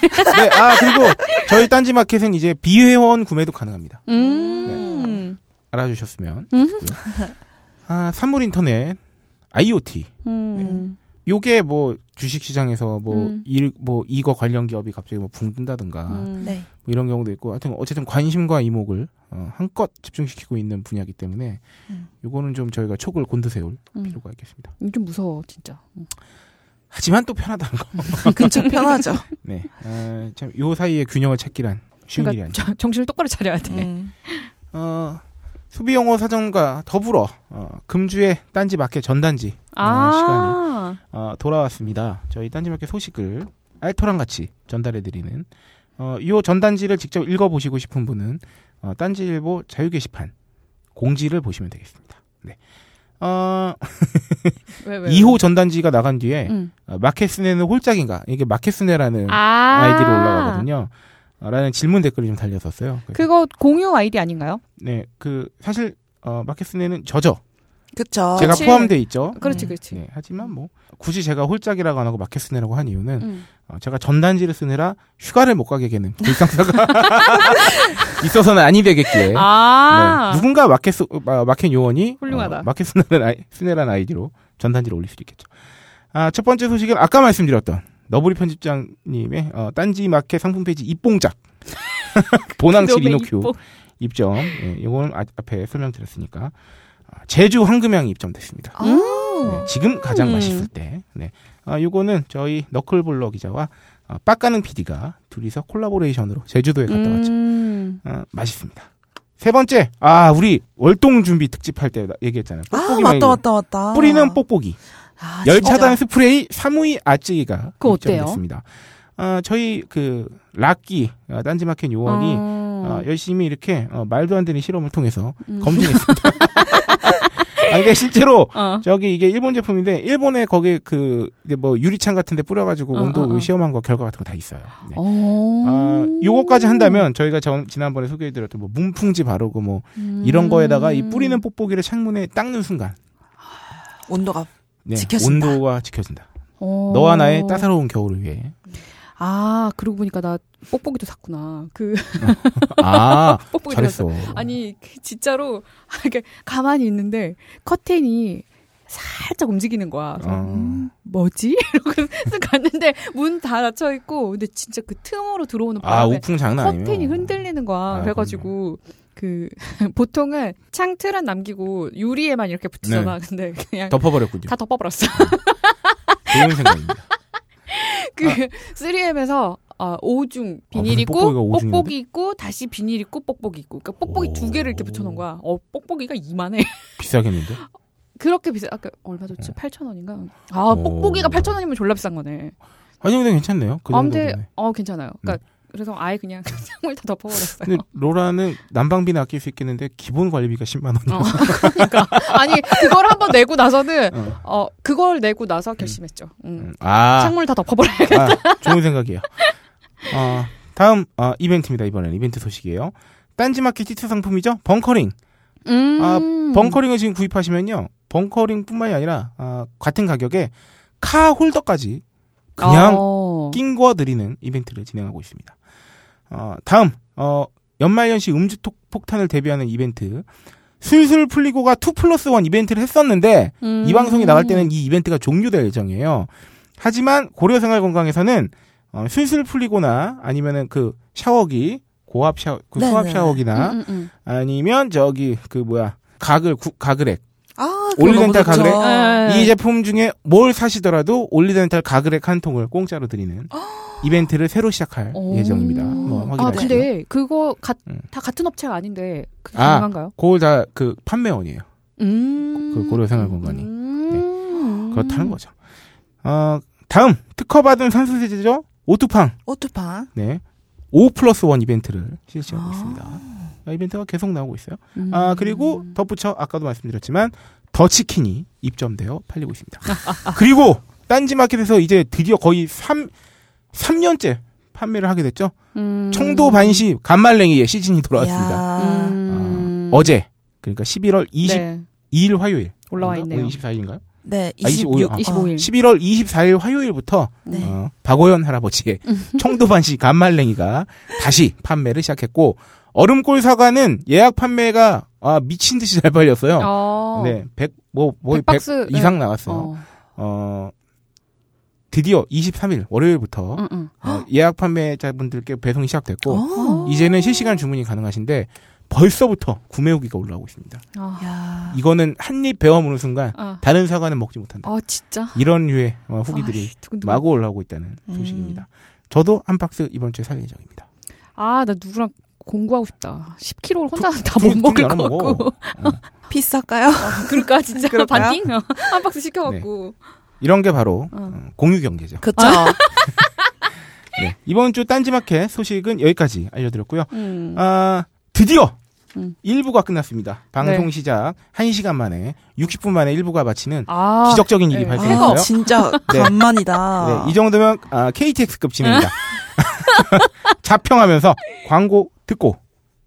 [SPEAKER 1] 아 그리고 저희 딴지마켓은 이제 비회원 구매도 가능합니다. 네.
[SPEAKER 2] 음.
[SPEAKER 1] 알아주셨으면.
[SPEAKER 2] 음.
[SPEAKER 1] 좋고요. 아 산물 인터넷 IoT.
[SPEAKER 2] 음.
[SPEAKER 1] 요게 뭐 주식시장에서 뭐
[SPEAKER 2] 음.
[SPEAKER 1] 일 뭐 이거 관련 기업이 갑자기 뭐 붕 뜬다든가 뭐
[SPEAKER 2] 음.
[SPEAKER 3] 네.
[SPEAKER 1] 이런 경우도 있고 하여튼 어쨌든 관심과 이목을 어, 한껏 집중시키고 있는 분야이기 때문에
[SPEAKER 3] 음.
[SPEAKER 1] 요거는 좀 저희가 촉을 곤두세울
[SPEAKER 2] 음.
[SPEAKER 1] 필요가 있겠습니다.
[SPEAKER 2] 이거 좀 무서워 진짜.
[SPEAKER 1] 하지만 또 편하다는 거.
[SPEAKER 3] 그쵸, 편하죠.
[SPEAKER 1] 네. 아, 참, 요 사이에 균형을 찾기란 쉬운 일이
[SPEAKER 2] 그러니까
[SPEAKER 1] 아니죠.
[SPEAKER 2] 정- 정신을 똑바로 차려야
[SPEAKER 1] 네.
[SPEAKER 2] 돼.
[SPEAKER 3] 음.
[SPEAKER 1] 어, 수비영어 사전과 더불어, 어, 금주의 딴지 마켓 전단지, 아, 시간이. 어, 돌아왔습니다. 저희 딴지 마켓 소식을 알토랑 같이 전달해드리는, 어, 요 전단지를 직접 읽어보시고 싶은 분은, 어, 딴지일보 자유 게시판, 공지를 보시면 되겠습니다. 네. 어,
[SPEAKER 2] 왜, 왜, 왜?
[SPEAKER 1] 2호 전단지가 나간 뒤에,
[SPEAKER 2] 음.
[SPEAKER 1] 어, 마켓스네는 홀짝인가? 이게 마켓스네라는
[SPEAKER 2] 아~
[SPEAKER 1] 그 아이디로 올라가거든요. 어, 라는 질문 댓글이 좀 달렸었어요. 그래서
[SPEAKER 2] 그거 공유 아이디 아닌가요?
[SPEAKER 1] 네, 그 사실 어, 마켓순에는 저죠.
[SPEAKER 3] 그쵸.
[SPEAKER 1] 제가
[SPEAKER 2] 그치.
[SPEAKER 1] 포함돼 있죠.
[SPEAKER 2] 그렇지
[SPEAKER 3] 음.
[SPEAKER 2] 어, 그렇지.
[SPEAKER 1] 네, 하지만 뭐 굳이 제가 홀짝이라고 안 하고 마켓순에라고 한 이유는
[SPEAKER 2] 음.
[SPEAKER 1] 어, 제가 전단지를 쓰느라 휴가를 못 가게 되는 그 불상사가 있어서는 아니 되겠기에
[SPEAKER 2] 아
[SPEAKER 1] 네, 누군가 마켓 수- 어, 마켓 요원이
[SPEAKER 2] 훌륭하다.
[SPEAKER 1] 어, 마켓 순회란 아이, 순회란 아이디로 전단지를 올릴 수도 있겠죠. 아, 첫 번째 소식은 아까 말씀드렸던 너브리 편집장님의 어, 딴지 마켓 상품 페이지 입봉작 보낭치
[SPEAKER 2] 놈의
[SPEAKER 1] 리노큐
[SPEAKER 2] 입봉.
[SPEAKER 1] 입점 예, 이거는 아- 앞에 설명드렸으니까 아, 제주 황금향이 입점됐습니다. 네, 지금 가장
[SPEAKER 2] 음.
[SPEAKER 1] 맛있을 때. 네. 아, 요거는 저희 너클블러 기자와 어, 빡가는 PD가 둘이서 콜라보레이션으로 제주도에 갔다 왔죠.
[SPEAKER 2] 음.
[SPEAKER 1] 어, 맛있습니다. 세 번째, 아, 우리 월동 준비 특집 할 때 얘기했잖아요.
[SPEAKER 3] 아
[SPEAKER 1] 뽁뽁이
[SPEAKER 3] 맞다
[SPEAKER 1] 메뉴.
[SPEAKER 3] 맞다 맞다.
[SPEAKER 1] 뿌리는 뽁뽁이.
[SPEAKER 3] 아,
[SPEAKER 1] 열차단
[SPEAKER 3] 진짜.
[SPEAKER 1] 스프레이 사무이 아찌기가
[SPEAKER 2] 그거 어때요?
[SPEAKER 1] 입점됐습니다. 아, 저희 그 락기 아, 딴지마켓 요원이
[SPEAKER 2] 어.
[SPEAKER 1] 아, 열심히 이렇게 어, 말도 안 되는 실험을 통해서
[SPEAKER 2] 음.
[SPEAKER 1] 검증했습니다. 아, 이게 실제로
[SPEAKER 2] 어.
[SPEAKER 1] 저기 이게 일본 제품인데 일본에 거기 그 뭐 유리창 같은데 뿌려가지고
[SPEAKER 2] 어,
[SPEAKER 1] 온도
[SPEAKER 2] 어, 어.
[SPEAKER 1] 시험한 거 결과 같은 거 다 있어요. 네.
[SPEAKER 2] 어.
[SPEAKER 1] 아, 요거까지 한다면 저희가 전- 지난번에 소개해드렸던 뭐 문풍지 바르고 뭐
[SPEAKER 2] 음.
[SPEAKER 1] 이런 거에다가 이 뿌리는 뽁뽁이를 창문에 닦는 순간
[SPEAKER 3] 온도가
[SPEAKER 1] 네,
[SPEAKER 3] 지켜진다.
[SPEAKER 1] 온도가 지켜진다.
[SPEAKER 2] 어.
[SPEAKER 1] 너와 나의 따사로운 겨울을 위해.
[SPEAKER 2] 아 그러고 보니까 나 뽁뽁이도 샀구나. 그
[SPEAKER 1] 아
[SPEAKER 2] 뽁뽁이
[SPEAKER 1] 잘했어.
[SPEAKER 2] 아니 그 진짜로 이렇게 가만히 있는데 커튼이 살짝 움직이는 거야. 그래서
[SPEAKER 1] 어.
[SPEAKER 2] 음, 뭐지? 이러고 쓱 갔는데 문 다 닫혀 있고 근데 진짜 그 틈으로 들어오는
[SPEAKER 1] 아
[SPEAKER 2] 바람에
[SPEAKER 1] 우풍 장난 아니에요.
[SPEAKER 2] 커튼이 흔들리는 거야.
[SPEAKER 1] 아,
[SPEAKER 2] 그래가지고 그 보통은 창틀은 남기고 유리에만 이렇게 붙이잖아.
[SPEAKER 1] 네.
[SPEAKER 2] 근데 그냥
[SPEAKER 1] 덮어버렸군요.
[SPEAKER 2] 다 덮어버렸어.
[SPEAKER 1] 아. 좋은 생각입니다.
[SPEAKER 2] 그
[SPEAKER 1] 아.
[SPEAKER 2] 3M에서 어, 오중 비닐
[SPEAKER 1] 무슨
[SPEAKER 2] 있고
[SPEAKER 1] 아, 뽁뽁이가 오중인데?
[SPEAKER 2] 뽁뽁이 있고 다시 비닐 있고 뽁뽁이 있고 그러니까 뽁뽁이
[SPEAKER 1] 오.
[SPEAKER 2] 두 개를 이렇게 붙여놓은 거야. 어 뽁뽁이가 이만해.
[SPEAKER 1] 비싸겠는데?
[SPEAKER 2] 그렇게 비싸. 아까 얼마 줬지? 8,000원인가? 아,
[SPEAKER 1] 네. 오.
[SPEAKER 2] 뽁뽁이가 8,000원이면 졸라 비싼 거네.
[SPEAKER 1] 아니 근데 괜찮네요. 네. 그
[SPEAKER 2] 아, 근데
[SPEAKER 1] 정도면.
[SPEAKER 2] 어, 괜찮아요. 그러니까 그래서 아예 그냥 창을 다 덮어 버렸어요.
[SPEAKER 1] 근데 로라는 난방비는 아낄 수 있겠는데 기본 관리비가 10만 원이야.
[SPEAKER 2] 어, 그러니까 아니 그걸 한번 내고 나서는
[SPEAKER 1] 어.
[SPEAKER 2] 어 그걸 내고 나서 결심했죠. 음.
[SPEAKER 1] 음, 아,
[SPEAKER 2] 창문을 다 덮어버려야.
[SPEAKER 1] 아, 좋은 생각이에요. 어, 다음 어, 이벤트입니다. 이번에는 이벤트 소식이에요. 딴지마켓 히트 상품이죠. 벙커링.
[SPEAKER 2] 음.
[SPEAKER 1] 아, 벙커링을 지금 구입하시면요. 벙커링뿐만이 아니라 아, 같은 가격에 카 홀더까지 그냥
[SPEAKER 2] 어.
[SPEAKER 1] 낀거 드리는 이벤트를 진행하고 있습니다. 어, 다음 어, 연말연시 음주 톡- 폭탄을 대비하는 이벤트 술술 풀리고가 2 플러스 1 이벤트를 했었는데
[SPEAKER 2] 음.
[SPEAKER 1] 이 방송이 나갈 때는 이 이벤트가 종료될 예정이에요. 하지만 고려생활건강에서는 어, 술술 풀리거나 아니면은 그 샤워기 고압 샤워, 그
[SPEAKER 3] 네네.
[SPEAKER 1] 수압 샤워기나
[SPEAKER 2] 음, 음, 음.
[SPEAKER 1] 아니면 저기 그 뭐야 가글 구, 가글액
[SPEAKER 3] 아
[SPEAKER 1] 올리덴탈
[SPEAKER 3] 그거 너무 좋죠.
[SPEAKER 2] 네.
[SPEAKER 1] 어, 이 제품 중에 뭘 사시더라도 올리덴탈 가글액 한 통을 공짜로 드리는 이벤트를 새로 시작할
[SPEAKER 2] 오.
[SPEAKER 1] 예정입니다. 뭐
[SPEAKER 2] 어. 아
[SPEAKER 1] 확인하시죠.
[SPEAKER 2] 근데 그거 가,
[SPEAKER 1] 음.
[SPEAKER 2] 다 같은 업체가 아닌데 그게
[SPEAKER 1] 아.
[SPEAKER 2] 가능한가요?
[SPEAKER 1] 그거 다그 판매원이에요.
[SPEAKER 2] 음.
[SPEAKER 1] 그 고려생활건강이. 네.
[SPEAKER 2] 음.
[SPEAKER 1] 그렇다는 거죠. 어, 다음 특허받은 산수세제죠 오뚜팡.
[SPEAKER 3] 오뚜팡.
[SPEAKER 1] 네. 5 플러스 1 이벤트를 실시하고
[SPEAKER 3] 아.
[SPEAKER 1] 있습니다. 아, 이벤트가 계속 나오고 있어요.
[SPEAKER 2] 음.
[SPEAKER 1] 아, 그리고 덧붙여 아까도 말씀드렸지만 더 치킨이 입점되어 팔리고 있습니다. 그리고 딴지 마켓에서 이제 드디어 거의 3 3년째 판매를 하게 됐죠.
[SPEAKER 2] 음.
[SPEAKER 1] 청도 반시 간말랭이의 시즌이 돌아왔습니다.
[SPEAKER 3] 이야.
[SPEAKER 2] 음.
[SPEAKER 1] 어, 제 그러니까 11월 22일
[SPEAKER 2] 네,
[SPEAKER 1] 화요일
[SPEAKER 2] 올라와
[SPEAKER 1] 아닌가?
[SPEAKER 2] 있네요.
[SPEAKER 1] 오늘 24일인가요?
[SPEAKER 3] 네,
[SPEAKER 1] 아, 25일.
[SPEAKER 3] 26.
[SPEAKER 1] 아,
[SPEAKER 2] 25일.
[SPEAKER 1] 11월 24일 화요일부터
[SPEAKER 3] 네.
[SPEAKER 1] 어, 박오연 할아버지의 청도반시 간말랭이가 다시 판매를 시작했고 얼음골 사과는 예약 판매가 아, 미친 듯이 잘 팔렸어요.
[SPEAKER 2] 어.
[SPEAKER 1] 네, 100, 뭐 거의 100,
[SPEAKER 2] 100박스, 네.
[SPEAKER 1] 이상 나왔어요. 어.
[SPEAKER 2] 어.
[SPEAKER 1] 드디어 23일 월요일부터
[SPEAKER 2] 응, 응.
[SPEAKER 1] 어, 예약 판매자분들께 배송이 시작됐고
[SPEAKER 3] 어.
[SPEAKER 1] 이제는 실시간 주문이 가능하신데 벌써부터 구매 후기가 올라오고 있습니다.
[SPEAKER 2] 아.
[SPEAKER 3] 야.
[SPEAKER 1] 이거는 한 입 베어 무는 순간
[SPEAKER 2] 아.
[SPEAKER 1] 다른 사과는 먹지 못한다.
[SPEAKER 2] 아, 진짜.
[SPEAKER 1] 이런 류의 어, 후기들이
[SPEAKER 2] 아, 씨, 두근두근.
[SPEAKER 1] 마구 올라오고 있다는
[SPEAKER 3] 음.
[SPEAKER 1] 소식입니다. 저도 한 박스 이번 주에 살 예정입니다.
[SPEAKER 2] 아, 나 누구랑 공구하고 싶다. 10kg를 혼자 다
[SPEAKER 1] 둘이-
[SPEAKER 2] 못 먹을
[SPEAKER 1] 둘이 나눠
[SPEAKER 2] 것 같고.
[SPEAKER 1] 먹어. 어.
[SPEAKER 3] 비쌀까요?
[SPEAKER 2] 그럴까, 진짜.
[SPEAKER 3] 그럴까요?
[SPEAKER 2] 반띵? 어, 한 박스 시켜갖고.
[SPEAKER 1] 이런 게 바로
[SPEAKER 2] 어.
[SPEAKER 1] 어, 공유 경제죠.
[SPEAKER 3] 그쵸. 아,
[SPEAKER 1] 네. 이번 주 딴지마켓 소식은 여기까지 알려드렸고요.
[SPEAKER 2] 음.
[SPEAKER 1] 아 드디어
[SPEAKER 2] 음.
[SPEAKER 1] 1부가 끝났습니다. 방송
[SPEAKER 2] 네.
[SPEAKER 1] 시작 1시간 만에 60분 만에 1부가 마치는
[SPEAKER 2] 아.
[SPEAKER 1] 기적적인 일이
[SPEAKER 2] 네.
[SPEAKER 1] 발생했어요.
[SPEAKER 2] 해가
[SPEAKER 3] 진짜
[SPEAKER 1] 네.
[SPEAKER 3] 간만이다.
[SPEAKER 1] 네, 이 정도면 아, KTX급 진행이다. 자평하면서 광고 듣고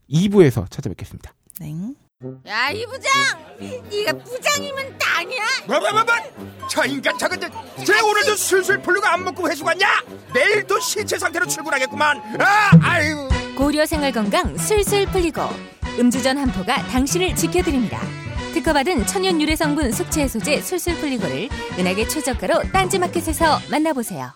[SPEAKER 1] 2부에서 찾아뵙겠습니다.
[SPEAKER 3] 네.
[SPEAKER 6] 야, 이 부장! 네가 부장이면 땅이야!
[SPEAKER 1] 뭐뭐뭐뭐! 저 인간 저건 저- 쟤 오늘도 술술 풀리고 안 먹고 회수 갔냐? 내일도 신체 상태로 출근하겠구만. 아, 아유.
[SPEAKER 7] 고려 생활 건강 술술 풀리고 음주전 한포가 당신을 지켜드립니다. 특허받은 천연 유래 성분 숙취 해소제 술술 풀리고를 은하계 최저가로 딴지마켓에서 만나보세요.